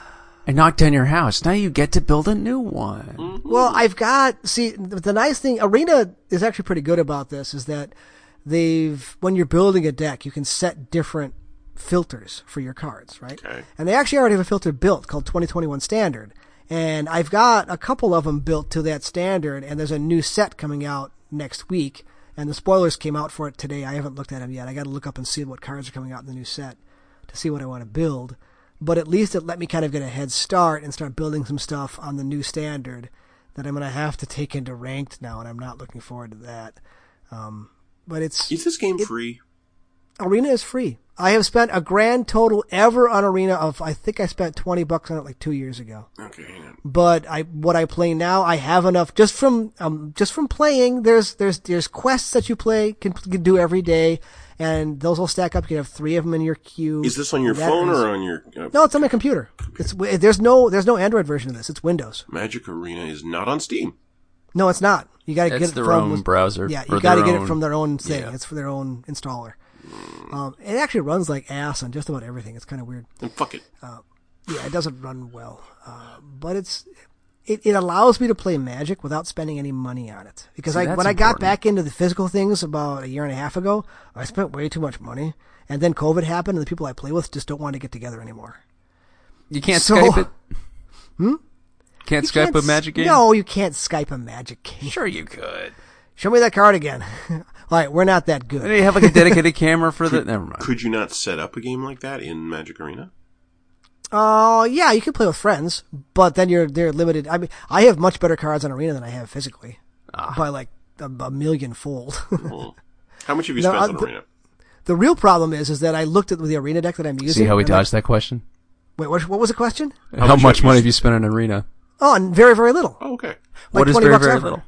Speaker 3: knocked down your house. Now you get to build a new one.
Speaker 2: Well, I've got see the the nice thing. Arena is actually pretty good about this. Is that they've when you're building a deck, you can set different filters for your cards, right?
Speaker 1: Okay.
Speaker 2: And they actually already have a filter built called 2021 Standard, and I've got a couple of them built to that standard. And there's a new set coming out next week, and the spoilers came out for it today. I haven't looked at them yet. I got to look up and see what cards are coming out in the new set to see what I want to build. But at least it let me kind of get a head start and start building some stuff on the new standard that I'm going to have to take into ranked now, and I'm not looking forward to that. Um, but it's
Speaker 1: Is this game free?
Speaker 2: arena is free. I have spent a grand total ever on arena of I think I spent twenty bucks on it like two years ago.
Speaker 1: Okay, hang on.
Speaker 2: But I what I play now, I have enough just from um just from playing. There's there's there's quests that you play can, can do every day, and those will stack up. You can have three of them in your queue.
Speaker 1: Is this on your
Speaker 2: That
Speaker 1: phone
Speaker 2: is-
Speaker 1: or on your. Uh,
Speaker 2: no, it's on my computer. It's w- there's no there's no Android version of this. It's Windows.
Speaker 1: Magic Arena is not on Steam.
Speaker 2: No, it's not. You got to get
Speaker 3: It's
Speaker 2: it
Speaker 3: their
Speaker 2: from
Speaker 3: own browser.
Speaker 2: Yeah,
Speaker 3: or
Speaker 2: you got to
Speaker 3: their
Speaker 2: get it
Speaker 3: own-
Speaker 2: from their own thing.
Speaker 3: yeah.
Speaker 2: It's for their own installer. Um, it actually runs like ass on just about everything. It's kind of weird.
Speaker 1: Then fuck it.
Speaker 2: Yeah, it doesn't run well, uh, but it's it, it allows me to play Magic without spending any money on it. Because
Speaker 3: See,
Speaker 2: I
Speaker 3: that's
Speaker 2: when I got
Speaker 3: important.
Speaker 2: back into the physical things about a year and a half ago, I spent way too much money, and then COVID happened, and the people I play with just don't want to get together anymore.
Speaker 3: You can't
Speaker 2: So-
Speaker 3: Skype
Speaker 2: <laughs>
Speaker 3: it. Hmm. Can't
Speaker 2: You
Speaker 3: Skype
Speaker 2: can't
Speaker 3: a
Speaker 2: s-
Speaker 3: magic game.
Speaker 2: No, you can't Skype a Magic <laughs> game.
Speaker 3: Sure, you could.
Speaker 2: Show me that card again. <laughs> All right, we're not that good.
Speaker 3: And you have like a dedicated camera for the. Never mind.
Speaker 1: Could you not set up a game like that in Magic Arena?
Speaker 2: Oh yeah, you can play with friends, but then you're they're limited. I mean, I have much better cards on arena than I have physically
Speaker 3: Ah.
Speaker 2: by like a, a million fold.
Speaker 1: Oh. How much have you
Speaker 2: No,
Speaker 1: spent
Speaker 2: I-
Speaker 1: on
Speaker 2: the-
Speaker 1: Arena?
Speaker 2: <laughs> the real problem is, is that I looked at the arena deck that I'm using.
Speaker 3: See how we
Speaker 2: and I'm like,
Speaker 3: dodged that question?
Speaker 2: Wait, what, what was the question?
Speaker 3: How,
Speaker 1: much
Speaker 3: much
Speaker 1: have
Speaker 3: money
Speaker 1: you
Speaker 3: have you spent on arena?
Speaker 2: Oh, and very very little,
Speaker 1: Oh, okay.
Speaker 2: Like
Speaker 3: what is
Speaker 2: 20
Speaker 3: very
Speaker 2: bucks
Speaker 3: very
Speaker 2: ever.
Speaker 3: little?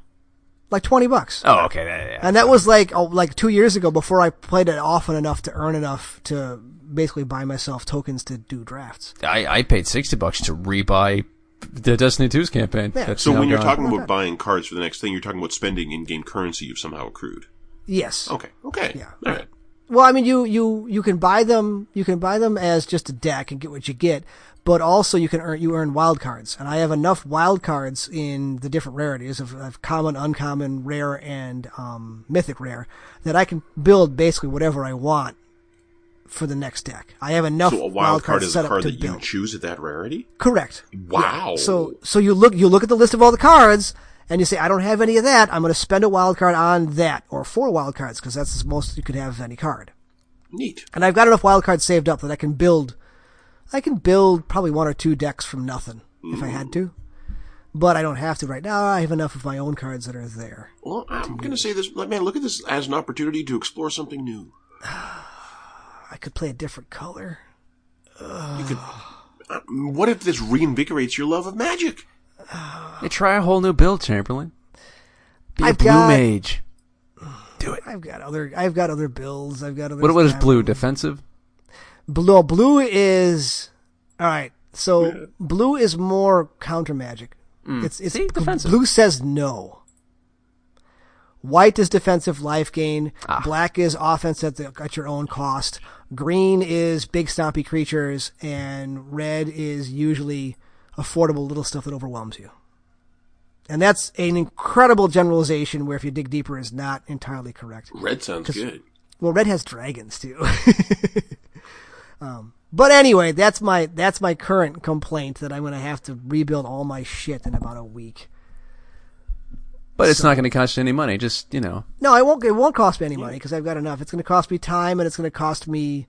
Speaker 2: like twenty bucks,
Speaker 3: Oh, okay. Yeah, yeah, yeah.
Speaker 2: and that was like oh, like two years ago before I played it often enough to earn enough to basically buy myself tokens to do drafts.
Speaker 3: I, I paid sixty bucks to rebuy the Destiny 2's campaign.
Speaker 2: Yeah.
Speaker 3: That's
Speaker 1: So
Speaker 3: now
Speaker 1: when you're
Speaker 3: gone.
Speaker 1: talking about buying cards for the next thing, you're talking about spending in-game currency you've somehow accrued.
Speaker 2: Yes.
Speaker 1: Okay. Okay.
Speaker 2: Yeah.
Speaker 1: All right.
Speaker 2: Well, I mean, you, you, you can buy them, you can buy them as just a deck and get what you get, but also you can earn, you earn wild cards. And I have enough wild cards in the different rarities of, of common, uncommon, rare, and, um, mythic rare that I can build basically whatever I want for the next deck. I have enough
Speaker 1: So a
Speaker 2: wild
Speaker 1: wild card
Speaker 2: cards
Speaker 1: is
Speaker 2: set
Speaker 1: a
Speaker 2: up
Speaker 1: card
Speaker 2: to
Speaker 1: that you Oh.
Speaker 2: build.
Speaker 1: choose at that rarity.
Speaker 2: Correct.
Speaker 1: Wow.
Speaker 2: So, so you look, you look at the list of all the cards and you say, I don't have any of that. I'm going to spend a wild card on that or four wild cards because that's the most you could have of any card.
Speaker 1: neat.
Speaker 2: And I've got enough wild cards saved up that I can build, I can build probably one or two decks from nothing if I had to. But I don't have to right now. I have enough of my own cards that are there.
Speaker 1: Well, I'm going to say this, like, man, look at this as an opportunity to explore something new.
Speaker 2: I could play a different color.
Speaker 1: You could, Uh, What if this reinvigorates your love of magic?
Speaker 3: Hey, try a whole new build, Chamberlain. Be a
Speaker 2: I've
Speaker 3: blue
Speaker 2: got-
Speaker 3: mage. Do it.
Speaker 2: I've got other. I've got other builds. I've got other.
Speaker 3: What, what is
Speaker 2: stats.
Speaker 3: blue? Defensive?
Speaker 2: Blue. Blue is all right. So blue is more counter magic. It's it's
Speaker 3: Hmm. See? Defensive.
Speaker 2: Blue says no. White is defensive life gain.
Speaker 3: Ah.
Speaker 2: Black is offense at, the, at your own cost. Green is big stompy creatures, and red is usually affordable little stuff that overwhelms you. And that's an incredible generalization. Where if you dig deeper, is not entirely correct.
Speaker 1: Red sounds good.
Speaker 2: Well, red has dragons too. <laughs> um, but anyway, that's my that's my current complaint that I'm gonna have to rebuild all my shit in about a week.
Speaker 3: But it's not going to cost you any money. Just, you know,
Speaker 2: No, it won't. It won't cost me any money because I've got enough. It's gonna cost me time and it's gonna cost me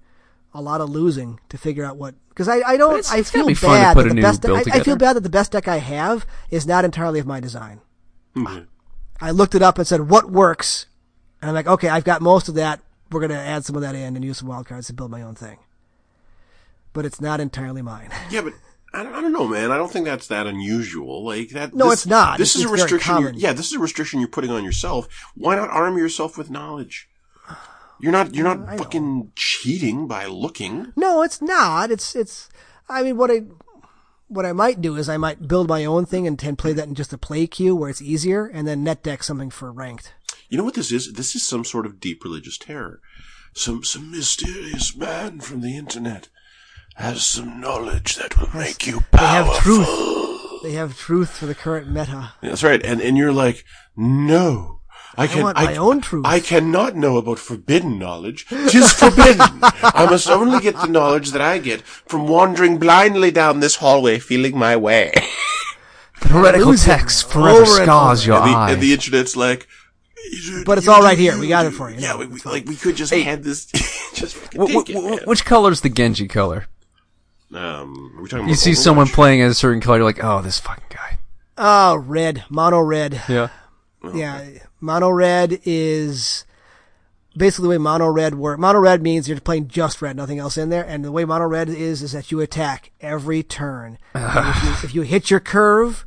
Speaker 2: a lot of losing to figure out what. Because I, I don't.
Speaker 3: it's-
Speaker 2: I
Speaker 3: it's gotta
Speaker 2: feel
Speaker 3: be fun to
Speaker 2: bad
Speaker 3: put
Speaker 2: that
Speaker 3: a
Speaker 2: the
Speaker 3: new
Speaker 2: best.
Speaker 3: build
Speaker 2: I, I
Speaker 3: together.
Speaker 2: feel bad that the best deck I have is not entirely of my design.
Speaker 1: Hmm.
Speaker 2: I looked it up and said what works, and I'm like, okay, I've got most of that. We're gonna add some of that in and use some wild cards to build my own thing. But it's not entirely mine. <laughs>
Speaker 1: Yeah, but I don't, I don't know, man. I don't think that's that unusual. Like that.
Speaker 2: No,
Speaker 1: this-
Speaker 2: it's not.
Speaker 1: This
Speaker 2: It's-
Speaker 1: is a
Speaker 2: it's very
Speaker 1: restriction. You're,
Speaker 2: common.
Speaker 1: yeah, this is a restriction you're putting on yourself. Why not arm yourself with knowledge? You're not. You're not fucking cheating by looking.
Speaker 2: No, it's not. It's it's. I mean, what I what I might do is I might build my own thing and, and play that in just a play queue where it's easier, and then net deck something for ranked.
Speaker 1: You know what this is? This is some sort of deep religious terror. Some some mysterious man from the internet has some knowledge that will make you
Speaker 2: They have
Speaker 1: powerful.
Speaker 2: truth. They have truth for the current meta.
Speaker 1: That's right. And and you're like, no. I can
Speaker 2: want my own truth."
Speaker 1: I cannot know about forbidden knowledge. Tis forbidden. <laughs> I must only get the knowledge that I get from wandering blindly down this hallway feeling my way. <laughs>
Speaker 3: the heretical
Speaker 2: Lose it.
Speaker 3: text forever
Speaker 2: Over and
Speaker 3: scars
Speaker 2: over.
Speaker 3: your
Speaker 1: and, the,
Speaker 3: eye.
Speaker 1: and the internet's like
Speaker 2: But it's all right here. We got it for you.
Speaker 1: Yeah,
Speaker 2: No,
Speaker 1: we,
Speaker 2: it's
Speaker 1: we-
Speaker 2: fine.
Speaker 1: like we could just hand this <laughs> just fucking
Speaker 3: Wh-
Speaker 1: take
Speaker 3: wh-
Speaker 1: it,
Speaker 3: wh-
Speaker 1: man.
Speaker 3: which color's the Genji color?
Speaker 1: Um, are we talking
Speaker 3: You
Speaker 1: about
Speaker 3: see someone
Speaker 1: Overwatch?
Speaker 3: playing a certain color, you're like, oh, this fucking guy.
Speaker 2: Oh, red, mono red.
Speaker 3: Yeah.
Speaker 2: Yeah, mono red is basically the way mono red works. Mono red means you're playing just red, nothing else in there. And the way mono red is is that you attack every turn. And if, you, if you hit your curve,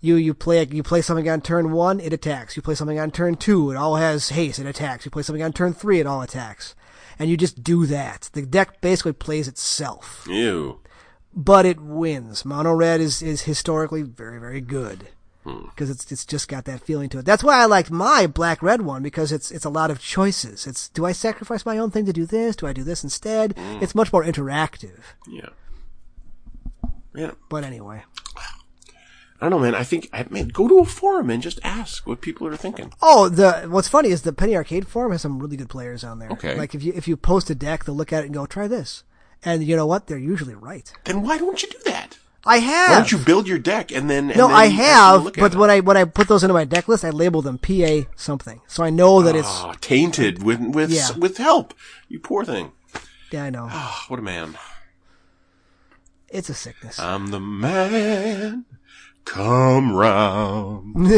Speaker 2: you you play you play something on turn one, it attacks. You play something on turn two, it all has haste, it attacks. You play something on turn three, it all attacks. And you just do that. The deck basically plays itself
Speaker 1: Ew.
Speaker 2: but it wins. Mono red is is historically very very good
Speaker 1: Hmm.
Speaker 2: because it's it's just got that feeling to it. That's why I liked my black red one because it's it's a lot of choices. It's do I sacrifice my own thing to do this? Do I do this instead?
Speaker 1: Hmm.
Speaker 2: It's much more interactive.
Speaker 1: Yeah. Yeah.
Speaker 2: But anyway,
Speaker 1: I don't know, man. I think, I man, go to a forum and just ask what people are thinking.
Speaker 2: oh the what's funny is the Penny Arcade forum has some really good players on there.
Speaker 1: Okay.
Speaker 2: like if you if you post a deck, they'll look at it and go try this, and you know what? They're usually right.
Speaker 1: Then why don't you do that?
Speaker 2: I have.
Speaker 1: Why don't you build your deck and then? and
Speaker 2: No,
Speaker 1: then
Speaker 2: I
Speaker 1: actually
Speaker 2: have,
Speaker 1: look at
Speaker 2: but
Speaker 1: it?
Speaker 2: when I when I put those into my deck list, I label them PA something, so I know that it's
Speaker 1: Ah, tainted with with
Speaker 2: Yeah.
Speaker 1: with help. You poor thing.
Speaker 2: yeah, I know.
Speaker 1: Ah, what a man.
Speaker 2: It's a sickness. <laughs>
Speaker 1: I'm the man. Come round. uh,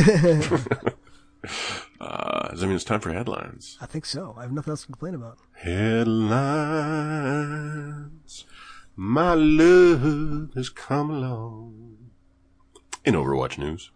Speaker 1: does that mean it's time for headlines?
Speaker 2: I think so. I have nothing else to complain about.
Speaker 1: Headlines. My love has come along. In Overwatch news,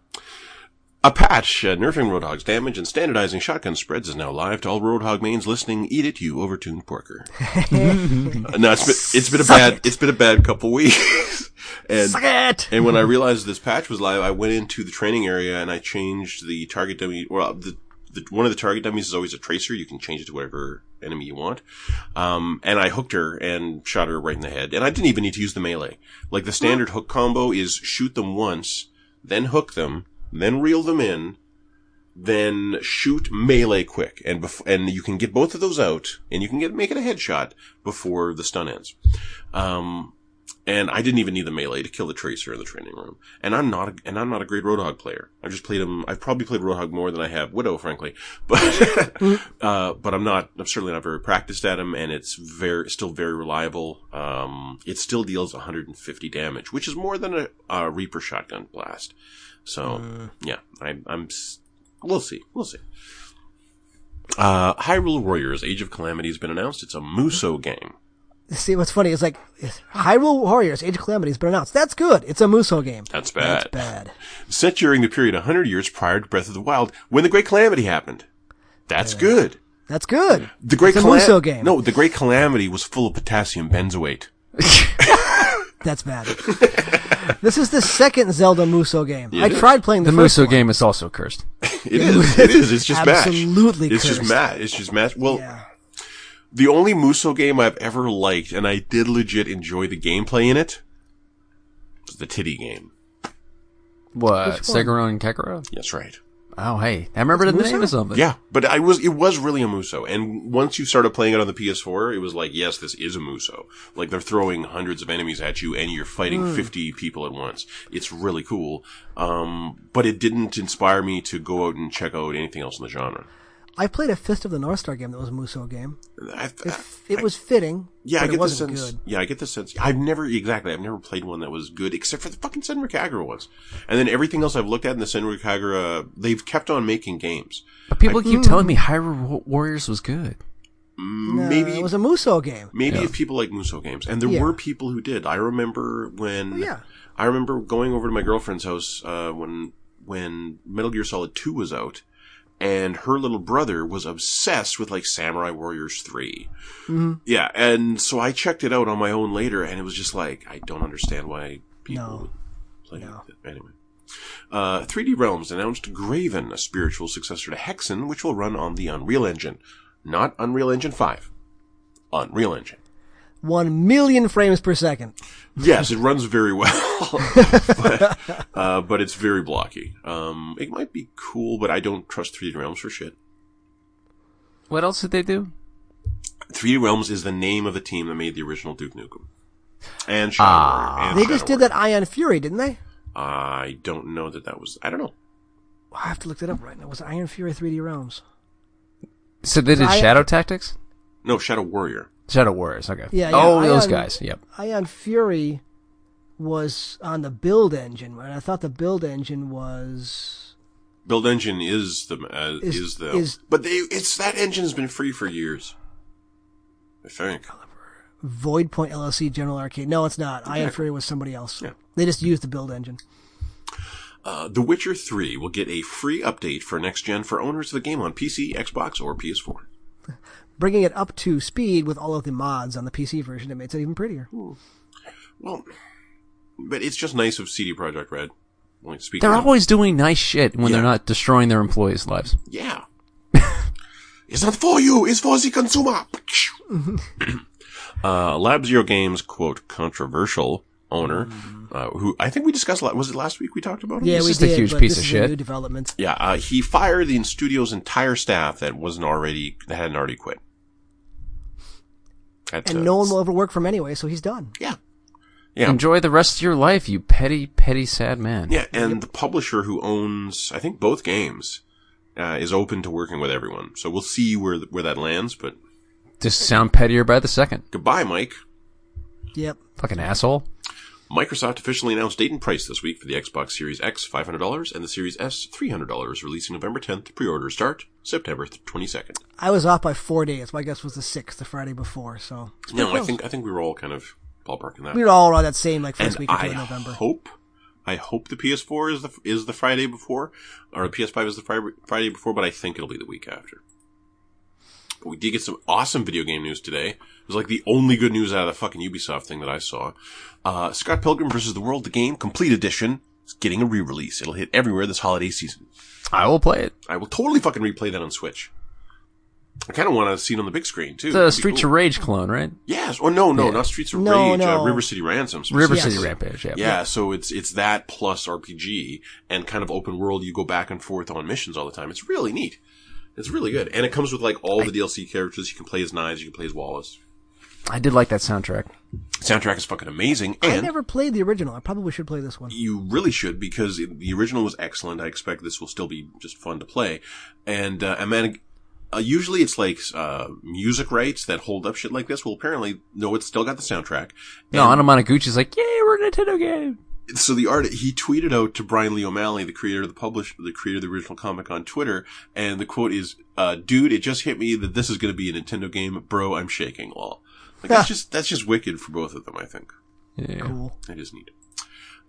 Speaker 1: a patch uh, nerfing Roadhog's damage and standardizing shotgun spreads is now live to all Roadhog mains listening. Eat it, you overtuned porker. Uh, no, it's been, it's been a
Speaker 2: Suck
Speaker 1: bad
Speaker 2: it.
Speaker 1: it. has been a bad couple weeks. <laughs> and
Speaker 2: Suck <laughs> it!
Speaker 1: and when I realized this patch was live, I went into the training area and I changed the target dummy. Well, the, the one of the target dummies is always a tracer. You can change it to whatever enemy you want. Um, and I hooked her and shot her right in the head. And I didn't even need to use the melee. Like the standard hook combo is shoot them once, then hook them, then reel them in, then shoot melee quick, and bef- and you can get both of those out, and you can get make it a headshot before the stun ends. Um, and I didn't even need the melee to kill the tracer in the training room. And I'm not a, and I'm not a great Roadhog player. I've just played him. I've probably played Roadhog more than I have Widow, frankly. <laughs> But uh, but I'm not. I'm certainly not very practiced at him, and it's very still very reliable. Um, it still deals 150 damage, which is more than a, a Reaper shotgun blast. So yeah, I, I'm. s- We'll see. We'll see. Uh, Hyrule Warriors: Age of Calamity has been announced. It's a Muso game.
Speaker 2: See, what's funny is like Hyrule Warriors: Age of Calamity has been announced. That's good. It's a Musou game.
Speaker 1: That's bad.
Speaker 2: That's bad.
Speaker 1: Set during the period 100 years prior to Breath of the Wild when the Great Calamity happened. That's good.
Speaker 2: That's good.
Speaker 1: The Great
Speaker 2: it's a
Speaker 1: Cala-
Speaker 2: Musou game.
Speaker 1: No, the Great Calamity was full of potassium benzoate. <laughs>
Speaker 2: That's bad. this is the second Zelda Musou game. I tried playing the,
Speaker 3: <laughs> The
Speaker 2: first
Speaker 3: Muso
Speaker 2: one.
Speaker 3: game is also cursed.
Speaker 1: It is. It is. It's just
Speaker 2: <laughs>
Speaker 1: mash.
Speaker 2: Absolutely
Speaker 1: It's just
Speaker 2: cursed.
Speaker 1: mash. It's just mash. Well,
Speaker 2: Yeah.
Speaker 1: the only Muso game I've ever liked, and I did legit enjoy the gameplay in it, was the titty game.
Speaker 3: What?
Speaker 2: Which one?
Speaker 3: Seguro and Kekiro?
Speaker 1: That's right.
Speaker 3: Oh, hey. I remember the
Speaker 2: Muso?
Speaker 3: name of something.
Speaker 1: Yeah, but I was it was really a Muso, and once you started playing it on the PS4, it was like, yes, this is a Muso. Like they're throwing hundreds of enemies at you, and you're fighting
Speaker 2: Hmm.
Speaker 1: fifty people at once. It's really cool, um, but it didn't inspire me to go out and check out anything else in the genre.
Speaker 2: I played a Fist of the North Star game that was a Musou game.
Speaker 1: I,
Speaker 2: It, it was fitting.
Speaker 1: yeah,
Speaker 2: but
Speaker 1: I get
Speaker 2: it
Speaker 1: the
Speaker 2: wasn't
Speaker 1: sense.
Speaker 2: good.
Speaker 1: Yeah, I get the sense. I've never exactly. I've never played one that was good, except for the fucking Senra Kagura ones, and then everything else I've looked at in the Senra Kagura, they've kept on making games.
Speaker 3: But people keep
Speaker 2: hmm.
Speaker 3: telling me Hyrule Wa- Warriors was good.
Speaker 2: No,
Speaker 1: maybe
Speaker 2: it was a Musou game.
Speaker 1: Maybe if people like Muso games, and there
Speaker 2: Yeah. Oh,
Speaker 1: were people who did. I remember when.
Speaker 2: yeah.
Speaker 1: I remember going over to my girlfriend's house uh, when when Metal Gear Solid Two was out, and her little brother was obsessed with like Samurai Warriors 3
Speaker 2: Mm-hmm.
Speaker 1: Yeah, and so I checked it out on my own later, and it was just like I don't understand why people
Speaker 2: No.
Speaker 1: play it. Anyway. Uh, 3D Realms announced Graven, a spiritual successor to Hexen, which will run on the Unreal Engine. Not Unreal Engine 5. Unreal Engine.
Speaker 2: One million frames per second.
Speaker 1: Yes, it runs very well, <laughs> but, uh, but it's very blocky. Um, it might be cool, but I don't trust 3D Realms for shit.
Speaker 3: What else did they do?
Speaker 1: 3D Realms is the name of the team that made the original Duke Nukem and Shadow
Speaker 3: Ah.
Speaker 1: Warrior. and
Speaker 2: They
Speaker 1: Shadow
Speaker 2: just did
Speaker 1: Warrior.
Speaker 2: that Ion Fury, didn't they?
Speaker 1: I don't know that that was. I don't know.
Speaker 2: I have to look that up right now. Was it Iron Fury 3D Realms?
Speaker 3: So they did
Speaker 2: I-
Speaker 3: Shadow Tactics?
Speaker 1: No, Shadow Warrior.
Speaker 3: Shadow Warriors, okay.
Speaker 2: Yeah, yeah,
Speaker 3: oh,
Speaker 2: I,
Speaker 3: those
Speaker 2: um,
Speaker 3: guys, yep.
Speaker 2: Ion Fury was on the build engine, and I thought the build engine was
Speaker 1: Build Engine is the uh, is,
Speaker 2: Is-
Speaker 1: the
Speaker 2: is-
Speaker 1: but they it's that engine has been free for years. I think.
Speaker 2: Void Point LLC General Arcade. No, it's not. Ion Fury was somebody else.
Speaker 1: Yeah.
Speaker 2: They just used the build engine.
Speaker 1: Uh, the Witcher 3 will get a free update for next gen for owners of the game on PC, Xbox, or PS4.
Speaker 2: Bringing it up to speed with all of the mods on the PC version, it makes it even prettier.
Speaker 1: Well, but it's just nice of CD Projekt Red. Like speaking,
Speaker 3: They're
Speaker 1: of-
Speaker 3: always doing nice shit when
Speaker 1: Yeah.
Speaker 3: they're not destroying their employees' lives.
Speaker 1: yeah. <laughs> it's not for you. It's for the
Speaker 2: <laughs>
Speaker 1: consumer. uh, Lab Zero Games quote controversial owner, uh, who I think we discussed. la- Was it last week we talked about? Him?
Speaker 2: Mm-hmm. Yeah,
Speaker 3: It's
Speaker 2: we
Speaker 3: just a
Speaker 2: did.
Speaker 3: huge
Speaker 2: but
Speaker 3: piece
Speaker 2: this
Speaker 3: of
Speaker 2: is A
Speaker 3: shit.
Speaker 2: new development.
Speaker 1: Yeah, uh, he fired the studio's entire staff that wasn't already that hadn't already quit. At,
Speaker 2: And
Speaker 1: uh,
Speaker 2: no one will ever work from anyway, so he's done.
Speaker 1: Yeah, yeah.
Speaker 3: Enjoy the rest of your life, you petty, petty, sad man.
Speaker 1: Yeah, and the publisher who owns, I think, both games uh, is open to working with everyone. So we'll see where where that lands. But
Speaker 3: Just sound pettier by the second.
Speaker 1: goodbye, Mike.
Speaker 2: Yep.
Speaker 3: Fucking asshole.
Speaker 1: Microsoft officially announced date and price this week for the Xbox Series X $500 and the Series S $300, releasing November 10th. Pre-order start September 22nd.
Speaker 2: I was off by four days. My guess was the sixth, the Friday before. So it's pretty
Speaker 1: No, I
Speaker 2: close.
Speaker 1: think I think we were all kind of ballparking that.
Speaker 2: we were all around that same like first
Speaker 1: and
Speaker 2: week or
Speaker 1: I
Speaker 2: two of November.
Speaker 1: hope, I hope the PS4 is the is the Friday before, or the PS5 is the Friday, Friday before, but I think it'll be the week after. But we did get some awesome video game news today. It was like the only good news out of the fucking Ubisoft thing that I saw. Uh, Scott Pilgrim vs. the World, the game complete edition, is getting a re-release. It'll hit everywhere this holiday season.
Speaker 3: I will play it.
Speaker 1: I will totally fucking replay that on Switch. I kind of want to see it on the big screen too.
Speaker 3: The Streets of Rage clone, right?
Speaker 1: Yes. Oh no, no,
Speaker 3: Yeah.
Speaker 1: not Streets of
Speaker 2: No,
Speaker 1: Rage. Uh,
Speaker 2: no.
Speaker 1: River City Ransom.
Speaker 3: River
Speaker 2: Yes.
Speaker 3: City Rampage, yeah.
Speaker 1: Yeah, so it's it's that plus RPG and kind of open world. You go back and forth on missions all the time. It's really neat. It's really good, and it comes with like all the DLC characters. You can play as Knives, you can play as Wallace.
Speaker 3: I did like that soundtrack.
Speaker 1: Soundtrack is fucking amazing,
Speaker 2: I
Speaker 1: and
Speaker 2: never played the original. I probably should play this one.
Speaker 1: you really should because it- the original was excellent. I expect this will still be just fun to play, and uh, and man, uh, usually it's like uh, music rights that hold up shit like this. Well, apparently, no, it's still got the soundtrack.
Speaker 3: No, Anna Monoguchi's like, yay, we're a Nintendo game.
Speaker 1: so the art he tweeted out to Brian Lee O'Malley, the creator of the publish, the creator of the original comic on Twitter, and the quote is, uh, "Dude, it just hit me that this is going to be a Nintendo game, bro. I'm shaking." Lol. Like that's just that's just wicked for both of them. I think
Speaker 3: Yeah.
Speaker 2: Cool.
Speaker 1: that is neat.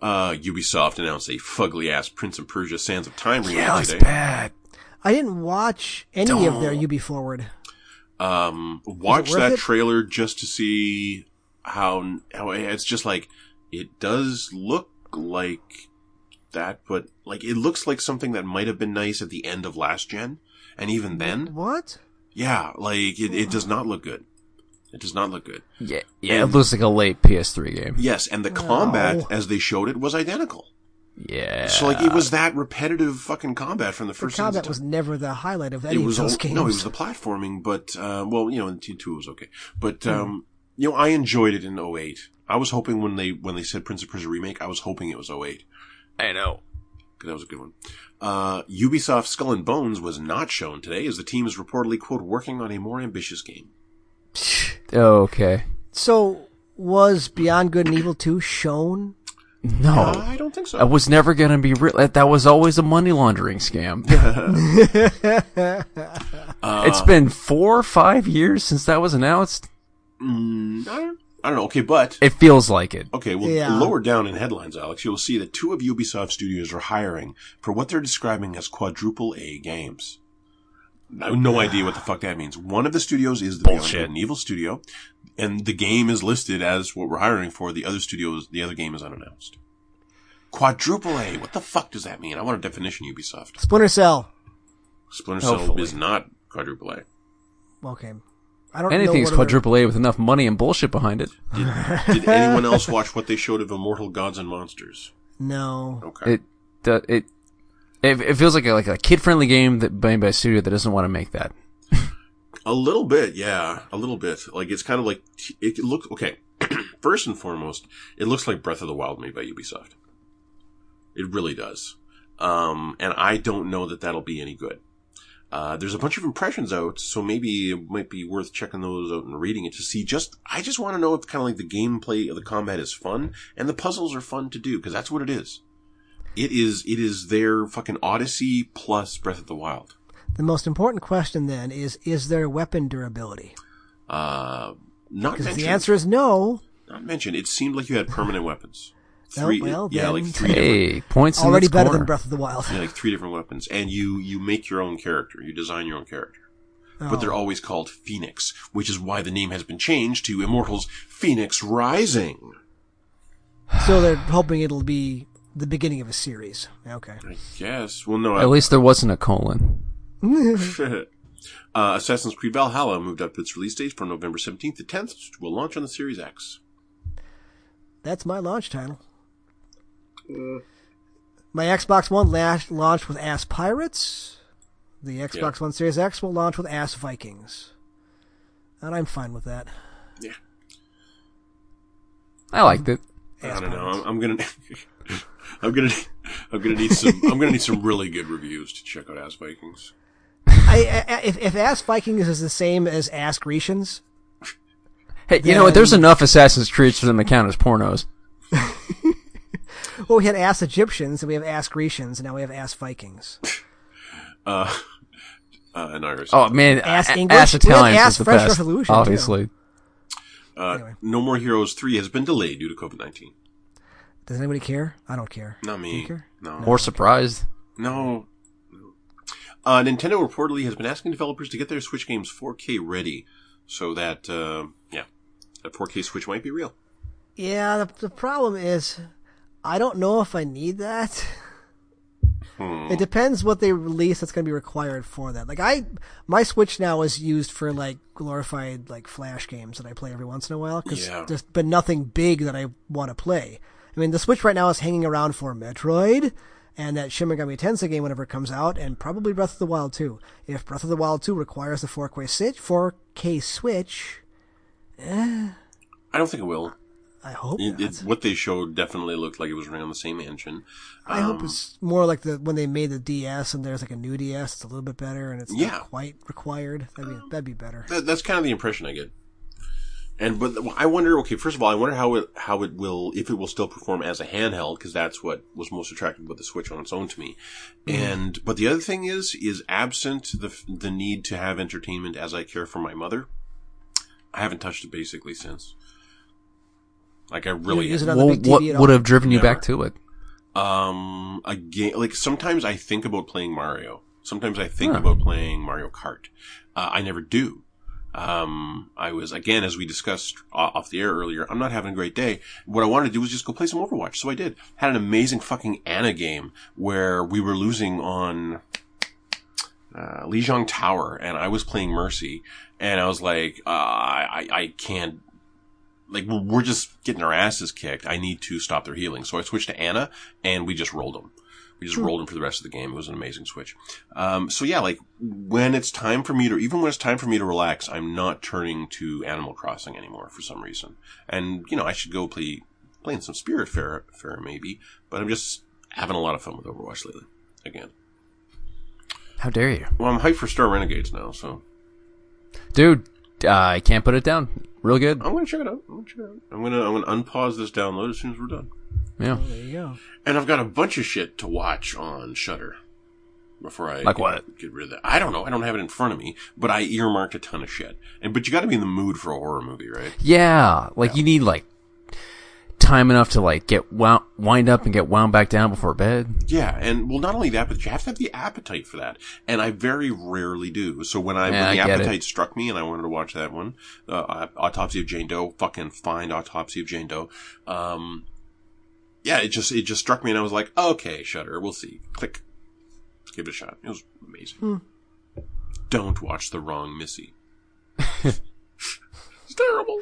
Speaker 1: Uh, Ubisoft announced a fugly ass Prince of Persia: Sands of Time remake
Speaker 3: Yeah, it's
Speaker 1: today.
Speaker 3: bad.
Speaker 2: I didn't watch any of their UB Forward.
Speaker 1: Um, watch
Speaker 2: Is it worth
Speaker 1: that
Speaker 2: it?
Speaker 1: trailer just to see how, how it's just like it does look like that, but like it looks like something that might have been nice at the end of last gen, and even then,
Speaker 2: What?
Speaker 1: yeah, like it, it does not look good. It does not look good.
Speaker 3: Yeah, yeah.
Speaker 1: And-
Speaker 3: it looks like a late PS3 game.
Speaker 1: Yes, and the combat
Speaker 2: No.
Speaker 1: as they showed it was identical.
Speaker 3: Yeah.
Speaker 1: So like it was that repetitive fucking combat from the
Speaker 2: The
Speaker 1: first. Sands of
Speaker 2: combat
Speaker 1: Time.
Speaker 2: was never the highlight of any
Speaker 1: it was
Speaker 2: of those
Speaker 1: all-
Speaker 2: games.
Speaker 1: no, it was the platforming, but uh, well, you know, in T two it was okay, but
Speaker 3: Hmm.
Speaker 1: um, you know, I enjoyed it in 08. I was hoping when they when they said Prince of Persia remake, I was hoping it was 08
Speaker 3: I know.
Speaker 1: because that was a good one. Uh, Ubisoft Skull and Bones was not shown today, as the team is reportedly quote working on a more ambitious game.
Speaker 3: Okay.
Speaker 2: <laughs> so was Beyond Good and Evil Two shown? <laughs>
Speaker 1: Uh,
Speaker 3: No,
Speaker 1: I don't think so.
Speaker 3: I was never gonna be. Re- that was always a money laundering scam.
Speaker 1: Uh,
Speaker 3: it's been four or five years since that was announced.
Speaker 1: Mm, I, don't, I don't know. Okay, but
Speaker 3: It feels like it.
Speaker 1: Okay, well,
Speaker 2: Yeah.
Speaker 1: lower down in headlines, Alex, you'll see that two of Ubisoft studios are hiring for what they're describing as quadruple A games. I have no idea what the fuck that means. One of the studios is the
Speaker 3: Bullshit.
Speaker 1: Beyond Good and Evil studio, and the game is listed as what we're hiring for. The other studio is, the other game is unannounced. Quadruple A, what the fuck does that mean? I want a definition, Ubisoft.
Speaker 2: Splinter Cell.
Speaker 1: Splinter Cell
Speaker 3: Hopefully.
Speaker 1: is not quadruple A.
Speaker 2: Okay. I don't know.
Speaker 3: Anything's
Speaker 2: what other-
Speaker 3: quadruple A with enough money and bullshit behind it.
Speaker 1: Did anyone else watch what they showed of Immortal Gods and
Speaker 3: <laughs>
Speaker 1: Monsters?
Speaker 2: No.
Speaker 1: Okay.
Speaker 3: It do- it it, it feels like a, like a kid friendly game that made by a studio that doesn't want to make that.
Speaker 1: A little bit, yeah, a little bit. Like it's kind of like it looks okay. <clears throat> First and foremost, it looks like Breath of the Wild made by Ubisoft. It really does, um, and I don't know that that'll be any good. Uh, there's a bunch of impressions out, so maybe it might be worth checking those out and reading it to see. Just I just want to know if kind of like the gameplay of the combat is fun and the puzzles are fun to do because that's what it is. It is it is their fucking Odyssey plus Breath of the Wild.
Speaker 2: The most important question then is: Is there weapon durability?
Speaker 1: Uh, not
Speaker 2: Because if
Speaker 1: mentioned.
Speaker 2: the answer is no,
Speaker 1: Not mentioned. It seemed like you had permanent
Speaker 2: <laughs>
Speaker 1: weapons.
Speaker 2: Oh,
Speaker 1: Three,
Speaker 2: well,
Speaker 1: yeah,
Speaker 2: then-
Speaker 1: like three, different,
Speaker 3: Hey, points in
Speaker 2: already
Speaker 3: this
Speaker 2: better
Speaker 3: corner.
Speaker 2: than Breath of the Wild.
Speaker 1: yeah, like three different weapons, and you you make your own character. You design your own character,
Speaker 2: Oh.
Speaker 1: but they're always called Phoenix, which is why the name has been changed to Immortals Phoenix Rising.
Speaker 2: So they're hoping it'll be the beginning of a series. Okay.
Speaker 1: <laughs> I guess. Well, no, I-
Speaker 3: At least there wasn't a colon.
Speaker 1: <laughs> uh, Assassin's Creed Valhalla moved up its release date from November seventeenth to tenth to a launch on the Series X.
Speaker 2: That's my launch title.
Speaker 1: Mm.
Speaker 2: My Xbox One last launched with Ass Pirates. The Xbox One Series X will launch with Ass Vikings. And I'm fine
Speaker 1: <laughs>
Speaker 2: with that.
Speaker 1: Yeah,
Speaker 3: I liked it.
Speaker 1: I don't know. I'm, I'm gonna. <laughs> I'm gonna, <laughs> I'm gonna need some. I'm gonna need some really good reviews to check out Ass Vikings.
Speaker 2: I, I, if, if Ass Vikings is the same as Ass Grecians,
Speaker 3: Hey, you know what? There's enough Assassin's Creeds for them to count as pornos.
Speaker 2: well, we had Ass Egyptians and we have Ass Grecians and now we have Ass Vikings.
Speaker 1: Uh, <laughs> uh, an Iris.
Speaker 3: Oh man,
Speaker 2: Ass
Speaker 3: a-
Speaker 2: English?
Speaker 3: ass
Speaker 2: We had
Speaker 3: Italians
Speaker 2: ass
Speaker 3: is the
Speaker 2: French
Speaker 3: best.
Speaker 2: Revolution, too.
Speaker 3: obviously,
Speaker 1: Uh,
Speaker 2: Anyway.
Speaker 1: No More Heroes 3 has been delayed due to COVID 19.
Speaker 2: Does anybody care? I don't care.
Speaker 1: Not
Speaker 2: Do
Speaker 1: me.
Speaker 2: you care?
Speaker 1: No.
Speaker 3: or surprised.
Speaker 1: no. Uh, Nintendo reportedly has been asking developers to get their Switch games 4K ready so that, uh, yeah, that 4K Switch might be real.
Speaker 2: Yeah, the, the problem is, I don't know if I need that.
Speaker 1: Hmm.
Speaker 2: It depends what they release that's going to be required for that. Like I, my Switch now is used for like glorified like flash games that I play every once in a while because
Speaker 1: Yeah.
Speaker 2: there's been nothing big that I want to play. I mean, the Switch right now is hanging around for Metroid and that Shin Megami Tensei game whenever it comes out, and probably Breath of the Wild 2. If Breath of the Wild 2 requires the 4K Switch, 4K Switch,
Speaker 1: I don't think it will.
Speaker 2: I hope
Speaker 1: It,
Speaker 2: not.
Speaker 1: it, what they showed definitely looked like it was running on the same engine.
Speaker 2: I hope
Speaker 1: Um,
Speaker 2: it's more like the when they made the DS and there's like a new DS. It's a little bit better and it's
Speaker 1: Yeah.
Speaker 2: not quite required. That'd be, that'd be better.
Speaker 1: That, that's kind of the impression I get. And but I wonder. Okay, first of all, I wonder how it how it will if it will still perform as a handheld because that's what was most attractive about the Switch on its own to me. And but the other thing is is absent the the need to have entertainment as I care for my mother. I haven't touched it basically since. Like I really,
Speaker 2: You use it on
Speaker 3: Well,
Speaker 2: the big TV
Speaker 3: what
Speaker 2: at
Speaker 3: would
Speaker 2: all.
Speaker 3: have driven you back to it?
Speaker 1: um, a game like sometimes I think about playing Mario. Sometimes I think
Speaker 3: Huh.
Speaker 1: about playing Mario Kart. Uh, I never do. Um, I was again, as we discussed o- off the air earlier, I'm not having a great day. What I wanted to do was just go play some Overwatch, so I did. Had an amazing fucking Anna game where we were losing on uh, Lijiang Tower, and I was playing Mercy, and I was like, uh, I I can't. Like we're we're just getting our asses kicked. I need to stop their healing, so I switched to Anna, and we just rolled them. We just rolled them for the rest of the game. It was an amazing switch. Um, so yeah, like when it's time for me to, even when it's time for me to relax, I'm not turning to Animal Crossing anymore for some reason. And you know, I should go play playing some Spirit Fair, Fair maybe, but I'm just having a lot of fun with Overwatch lately. Again,
Speaker 3: How dare you,
Speaker 1: well, I'm hyped for Star Renegades now, so
Speaker 3: dude? Uh, I can't put it down. Real good.
Speaker 1: I'm gonna check it out. I'm gonna check it out. I'm gonna I'm gonna unpause this download as soon as we're done.
Speaker 3: Yeah.
Speaker 2: There you go.
Speaker 1: And I've got a bunch of shit to watch on Shutter. Before I
Speaker 3: Like
Speaker 1: get,
Speaker 3: what?
Speaker 1: get rid of that, I don't know. I don't have it in front of me, but I earmarked a ton of shit. And but you got to be in the mood for a horror movie, right?
Speaker 3: Yeah, like you need like time enough to like get wound, wind up and get wound back down before bed.
Speaker 1: Yeah, and well, not only that, but you have to have the appetite for that, and I very rarely do. So when I
Speaker 3: Yeah,
Speaker 1: when the
Speaker 3: I get
Speaker 1: appetite struck me, and I wanted to watch that one, uh, Autopsy of Jane Doe, fucking find Autopsy of Jane Doe. Um, yeah, it just it just struck me, and I was like, okay, Shutter, we'll see. Click, give it a shot. It was amazing.
Speaker 2: Hmm.
Speaker 1: Don't watch the wrong Missy. <laughs> it's terrible.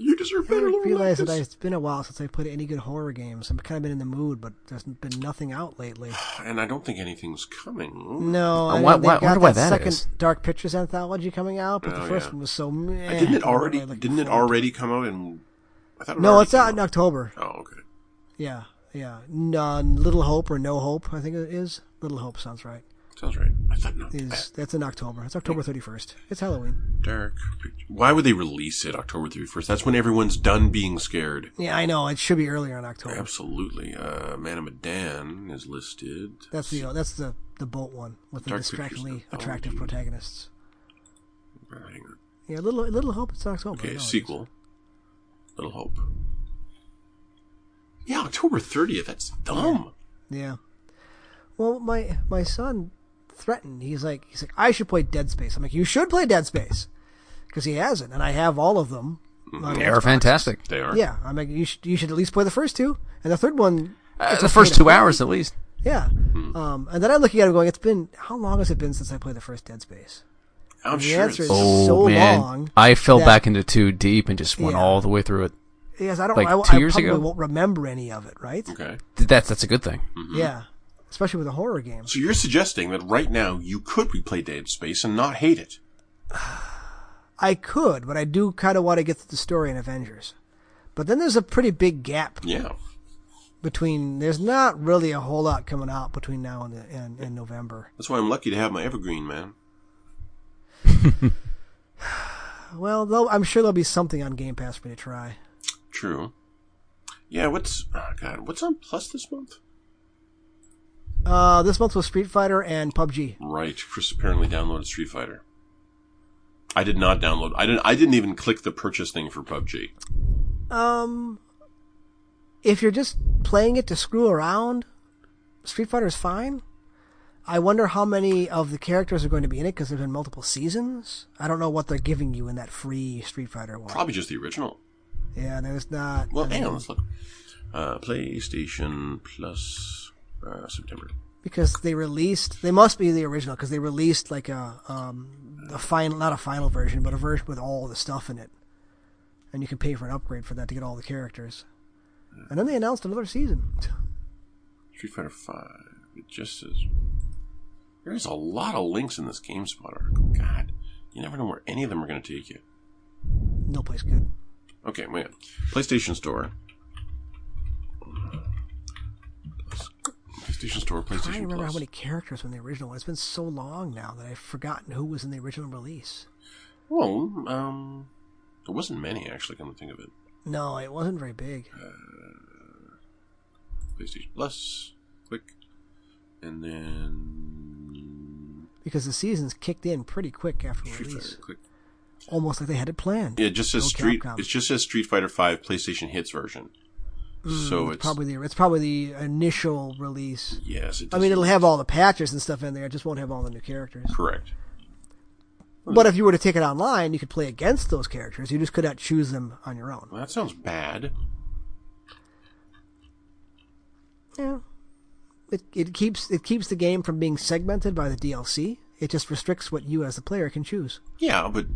Speaker 1: You deserve better.
Speaker 2: I
Speaker 1: than
Speaker 2: realize
Speaker 1: this.
Speaker 2: that I, it's been a while since I played any good horror games. I've kind of been in the mood, but there's been nothing out lately.
Speaker 1: and I don't think anything's coming.
Speaker 2: No,
Speaker 3: Uh,
Speaker 2: I
Speaker 3: why-
Speaker 2: know they
Speaker 3: why-
Speaker 2: got
Speaker 3: wonder
Speaker 2: that,
Speaker 3: why that
Speaker 2: second
Speaker 3: is.
Speaker 2: Dark Pictures anthology coming out, but the
Speaker 1: Oh,
Speaker 2: first
Speaker 1: yeah.
Speaker 2: one was so. Meh,
Speaker 1: didn't it
Speaker 2: I wasn't
Speaker 1: already?
Speaker 2: really looking
Speaker 1: Didn't it
Speaker 2: forward to
Speaker 1: already come out? And I thought it
Speaker 2: No,
Speaker 1: already
Speaker 2: it's out in
Speaker 1: came
Speaker 2: October.
Speaker 1: Oh, okay.
Speaker 2: Yeah, yeah. No, Little Hope or No Hope, I think it is. Little Hope sounds right.
Speaker 1: Sounds right. I thought not.
Speaker 2: Is that's in October? It's October thirty first. It's Halloween.
Speaker 1: Dark. Picture- Why would they release it October thirty first? That's when everyone's done being scared.
Speaker 2: Yeah, I know. It should be earlier in October.
Speaker 1: Absolutely. Uh, Man of Medan is listed.
Speaker 2: That's the that's the the boat one with the
Speaker 1: Dark
Speaker 2: distractingly
Speaker 1: Pictures Oh,
Speaker 2: attractive
Speaker 1: anthology.
Speaker 2: protagonists.
Speaker 1: Hang on.
Speaker 2: Yeah, Little Little Hope. It's October. I
Speaker 1: Okay,
Speaker 2: know it is.
Speaker 1: sequel. Little Hope. Yeah, October thirtieth. That's dumb.
Speaker 2: Yeah. Well, my my son threatened. He's like he's like I should play Dead Space. I'm like you should play Dead Space because he hasn't, and I have all of them.
Speaker 1: Mm,
Speaker 2: on
Speaker 3: They are
Speaker 2: Xbox.
Speaker 3: fantastic.
Speaker 1: They are.
Speaker 2: Yeah, I'm like you should you should at least play the first two and the third one.
Speaker 3: Uh, the first two hours, at least.
Speaker 2: Yeah.
Speaker 1: Hmm.
Speaker 2: Um, and then I'm looking at him going, it's been how long has it been since I played the first Dead Space?
Speaker 1: I'm
Speaker 2: The
Speaker 1: sure.
Speaker 2: answer
Speaker 1: it's-
Speaker 2: is-
Speaker 3: Oh
Speaker 2: so
Speaker 3: man,
Speaker 2: long
Speaker 3: I fell
Speaker 2: that-
Speaker 3: back into two deep and just went
Speaker 2: Yeah.
Speaker 3: all the way through it.
Speaker 2: Yes, I don't.
Speaker 3: Like
Speaker 2: I,
Speaker 3: two
Speaker 2: I
Speaker 3: years
Speaker 2: probably
Speaker 3: ago?
Speaker 2: won't remember any of it, right?
Speaker 1: okay.
Speaker 3: Th- That's that's a good thing.
Speaker 2: Yeah, especially with a horror game.
Speaker 1: So you're suggesting that right now you could replay Dead Space and not hate it.
Speaker 2: I could, but I do kind of want to get to the story in Avengers. But then there's a pretty big gap
Speaker 1: Yeah.
Speaker 2: between. There's not really a whole lot coming out between now and the, and, and November.
Speaker 1: That's why I'm lucky to have my Evergreen, man.
Speaker 2: Well, though, I'm sure there'll be something on Game Pass for me to try.
Speaker 1: True. Yeah, what's oh god, what's on Plus this month?
Speaker 2: Uh, this month was Street Fighter and PUBG.
Speaker 1: Right, Chris apparently downloaded Street Fighter. I did not download. I didn't. I didn't even click the purchase thing for PUBG.
Speaker 2: Um, if you're just playing it to screw around, Street Fighter is fine. I wonder how many of the characters are going to be in it because there've been multiple seasons. I don't know what they're giving you in that free Street Fighter one.
Speaker 1: Probably just the original.
Speaker 2: Yeah, there's not.
Speaker 1: Well, eh.
Speaker 2: I
Speaker 1: hang
Speaker 2: mean,
Speaker 1: on. Let's look. Uh, PlayStation Plus uh, September.
Speaker 2: because they released. They must be the original because they released like a um a final, not a final version, but a version with all the stuff in it, and you can pay for an upgrade for that to get all the characters. And then they announced another season.
Speaker 1: Street Fighter Five. It just is. There's a lot of links in this GameSpot article. God, you never know where any of them are going to take you.
Speaker 2: No place good.
Speaker 1: Okay, wait. PlayStation Store. PlayStation Store,
Speaker 2: I don't
Speaker 1: PlayStation
Speaker 2: remember
Speaker 1: Plus.
Speaker 2: how many characters were in the original one. It's been so long now that I've forgotten who was in the original release.
Speaker 1: Well, um, there wasn't many actually. Come to think of it,
Speaker 2: No, it wasn't very big.
Speaker 1: PlayStation Plus, click, and then
Speaker 2: Because the seasons kicked in pretty quick after
Speaker 1: Street
Speaker 2: release.
Speaker 1: Fighter, click.
Speaker 2: almost like they had it planned.
Speaker 1: It just says
Speaker 2: No
Speaker 1: Street.
Speaker 2: Capcom.
Speaker 1: It just says Street Fighter Five PlayStation Hits version. so it's
Speaker 2: Mm, Probably the it's probably the initial release.
Speaker 1: yes. It
Speaker 2: I
Speaker 1: does.
Speaker 2: mean, it'll have all the patches and stuff in there. It just won't have all the new characters.
Speaker 1: correct. Hmm.
Speaker 2: But if you were to take it online, you could play against those characters. You just could not choose them on your own.
Speaker 1: Well, that sounds bad.
Speaker 2: Yeah. It, it keeps it keeps the game from being segmented by the DLC. It just restricts what you as the player can choose.
Speaker 1: Yeah, but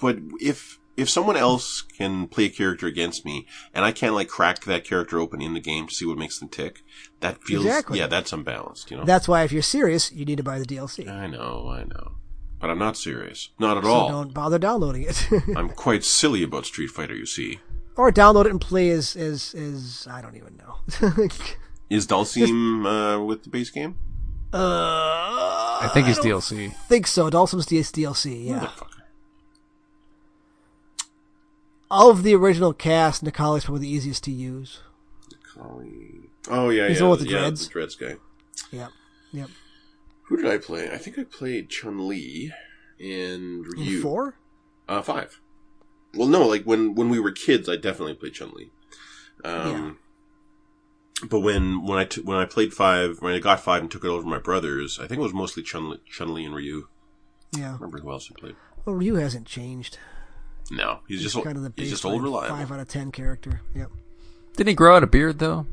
Speaker 1: but if if someone else can play a character against me and I can't like crack that character open in the game to see what makes them tick, that feels
Speaker 2: Exactly.
Speaker 1: yeah, that's unbalanced. You know.
Speaker 2: That's why if you're serious, you need to buy the DLC.
Speaker 1: I know, I know, but I'm not serious. Not at
Speaker 2: so
Speaker 1: all.
Speaker 2: don't bother downloading it. <laughs>
Speaker 1: I'm quite silly about Street Fighter. You see,
Speaker 2: or download it and play as as as I don't even know. <laughs>
Speaker 1: is Dulcim uh, with the base game?
Speaker 2: uh,
Speaker 3: I think it's DLC.
Speaker 2: think so. Dulcim's DS DLC. Yeah.
Speaker 1: Motherfucker.
Speaker 2: Of the original cast, Nikali's probably the easiest to use.
Speaker 1: Colleen. Oh yeah,
Speaker 2: He's
Speaker 1: yeah,
Speaker 2: the one with the
Speaker 1: yeah,
Speaker 2: dreads.
Speaker 1: the dreads guy.
Speaker 2: Yep. Yep.
Speaker 1: Who did I play? I think I played Chun Li and
Speaker 2: In
Speaker 1: Ryu.
Speaker 2: Four.
Speaker 1: Uh, five. Well, no, like when when we were kids, I definitely played Chun Li. Um, But when when I t- when I played five, when I got five and took it over to my brothers, I think it was mostly Chun Chun Li and Ryu.
Speaker 2: Yeah.
Speaker 1: I remember who else I played?
Speaker 2: Well, Ryu hasn't changed.
Speaker 1: No, he's just
Speaker 2: kind of the
Speaker 1: he's just
Speaker 2: baseline
Speaker 1: old reliable.
Speaker 2: five out of ten character. Yep.
Speaker 3: Didn't he grow out a beard though?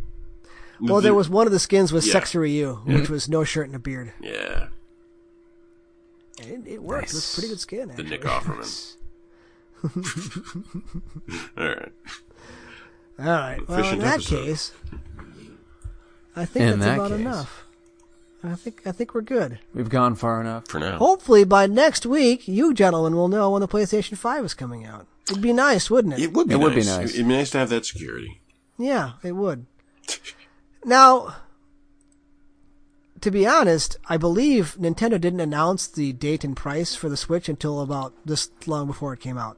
Speaker 2: Well, there was one of the skins was
Speaker 1: Yeah.
Speaker 2: Sexy Ryu, which was no shirt and a beard.
Speaker 1: yeah
Speaker 2: And it, it worked. It was a pretty good skin.
Speaker 1: the
Speaker 2: Actually.
Speaker 1: Nick Offerman. <laughs> All right.
Speaker 2: All right. Well,
Speaker 1: Efficient
Speaker 2: in that
Speaker 1: episode.
Speaker 2: case, I think
Speaker 3: In
Speaker 2: that's
Speaker 3: that
Speaker 2: about
Speaker 3: case.
Speaker 2: enough. I think I think we're good.
Speaker 3: We've gone far enough.
Speaker 1: For now.
Speaker 2: Hopefully by next week, you gentlemen will know when the PlayStation Five is coming out. It'd be nice, wouldn't it?
Speaker 1: It would be
Speaker 3: It
Speaker 1: nice.
Speaker 3: would be nice.
Speaker 1: It'd be nice to have that security.
Speaker 2: Yeah, it would. Now, to be honest, I believe Nintendo didn't announce the date and price for the Switch until about this long before it came out.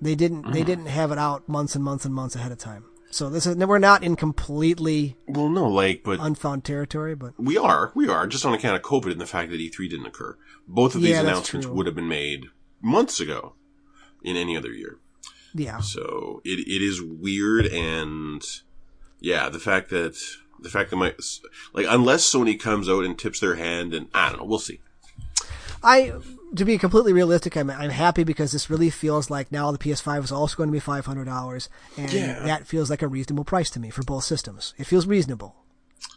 Speaker 2: They didn't. They
Speaker 3: Mm.
Speaker 2: didn't have it out months and months and months ahead of time. So this is we're not in completely
Speaker 1: Well, no, like, but
Speaker 2: unfound territory, but
Speaker 1: we are, we are, just on account of COVID and the fact that E3 didn't occur. Both of these
Speaker 2: Yeah, that's
Speaker 1: announcements
Speaker 2: true.
Speaker 1: would have been made months ago in any other year.
Speaker 2: yeah,
Speaker 1: So it, it is weird and yeah, the fact that, the fact that my, like, unless Sony comes out and tips their hand and I don't know, we'll see.
Speaker 2: I to be completely realistic, I'm I'm happy because this really feels like now the PS5 is also going to be five hundred dollars, and
Speaker 1: Yeah.
Speaker 2: that feels like a reasonable price to me for both systems. It feels reasonable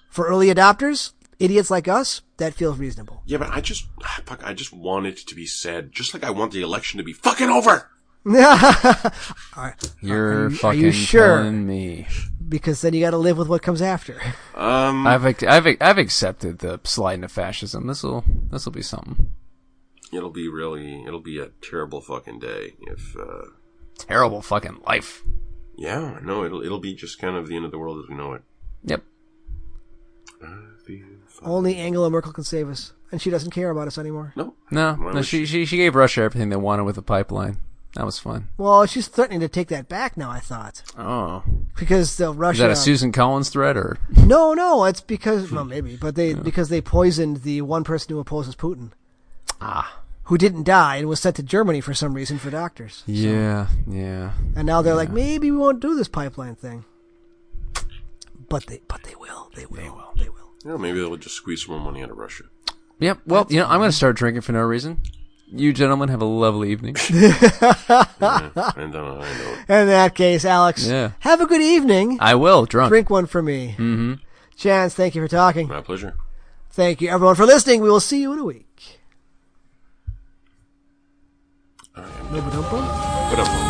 Speaker 2: for early adopters, idiots like us. That feels reasonable. <laughs>
Speaker 1: Yeah, but I just, ah, fuck, I just want it to be said, just like I want the election to be fucking over.
Speaker 3: You're
Speaker 2: you- are
Speaker 3: fucking
Speaker 2: you sure?
Speaker 3: killing me.
Speaker 2: because then you got to live with what comes after.
Speaker 1: Um,
Speaker 3: I've ac- I've ac- I've accepted the slide into fascism. This will this will be something
Speaker 1: it'll be really, it'll be a terrible fucking day if, uh,
Speaker 3: terrible fucking life.
Speaker 1: yeah, no, it'll, it'll be just kind of the end of the world as we know it.
Speaker 3: Yep.
Speaker 2: Only Angela Merkel can save us, and she doesn't care about us anymore.
Speaker 1: No.
Speaker 3: No,
Speaker 1: Why
Speaker 3: no.
Speaker 1: would
Speaker 3: She, she she gave Russia everything they wanted with the pipeline. That was fun.
Speaker 2: Well, she's threatening to take that back now. I thought
Speaker 3: Oh,
Speaker 2: because the
Speaker 3: is
Speaker 2: Russia
Speaker 3: that a Susan Collins thread or?
Speaker 2: No, no, it's because well, maybe, but they because they poisoned the one person who opposes Putin.
Speaker 3: Ah.
Speaker 2: Who didn't die and was sent to Germany for some reason for doctors.
Speaker 3: Yeah, yeah.
Speaker 2: And now they're like, maybe we won't do this pipeline thing. But they but they will. They will. They will. They will.
Speaker 1: Yeah, maybe they'll just squeeze some more money out of Russia.
Speaker 3: Yep. Well, you know, I'm gonna start drinking for no reason. You gentlemen have a lovely evening. <laughs>
Speaker 1: And then I know.
Speaker 2: In that case, Alex,
Speaker 3: Yeah.
Speaker 2: have a good evening.
Speaker 3: I will drunk.
Speaker 2: Drink one for me. Uh, Mm-hmm. Chance, thank you for talking.
Speaker 1: My pleasure.
Speaker 2: Thank you, everyone, for listening. We will see you in a week.
Speaker 1: I am-
Speaker 2: Nobodumbo?
Speaker 1: What up?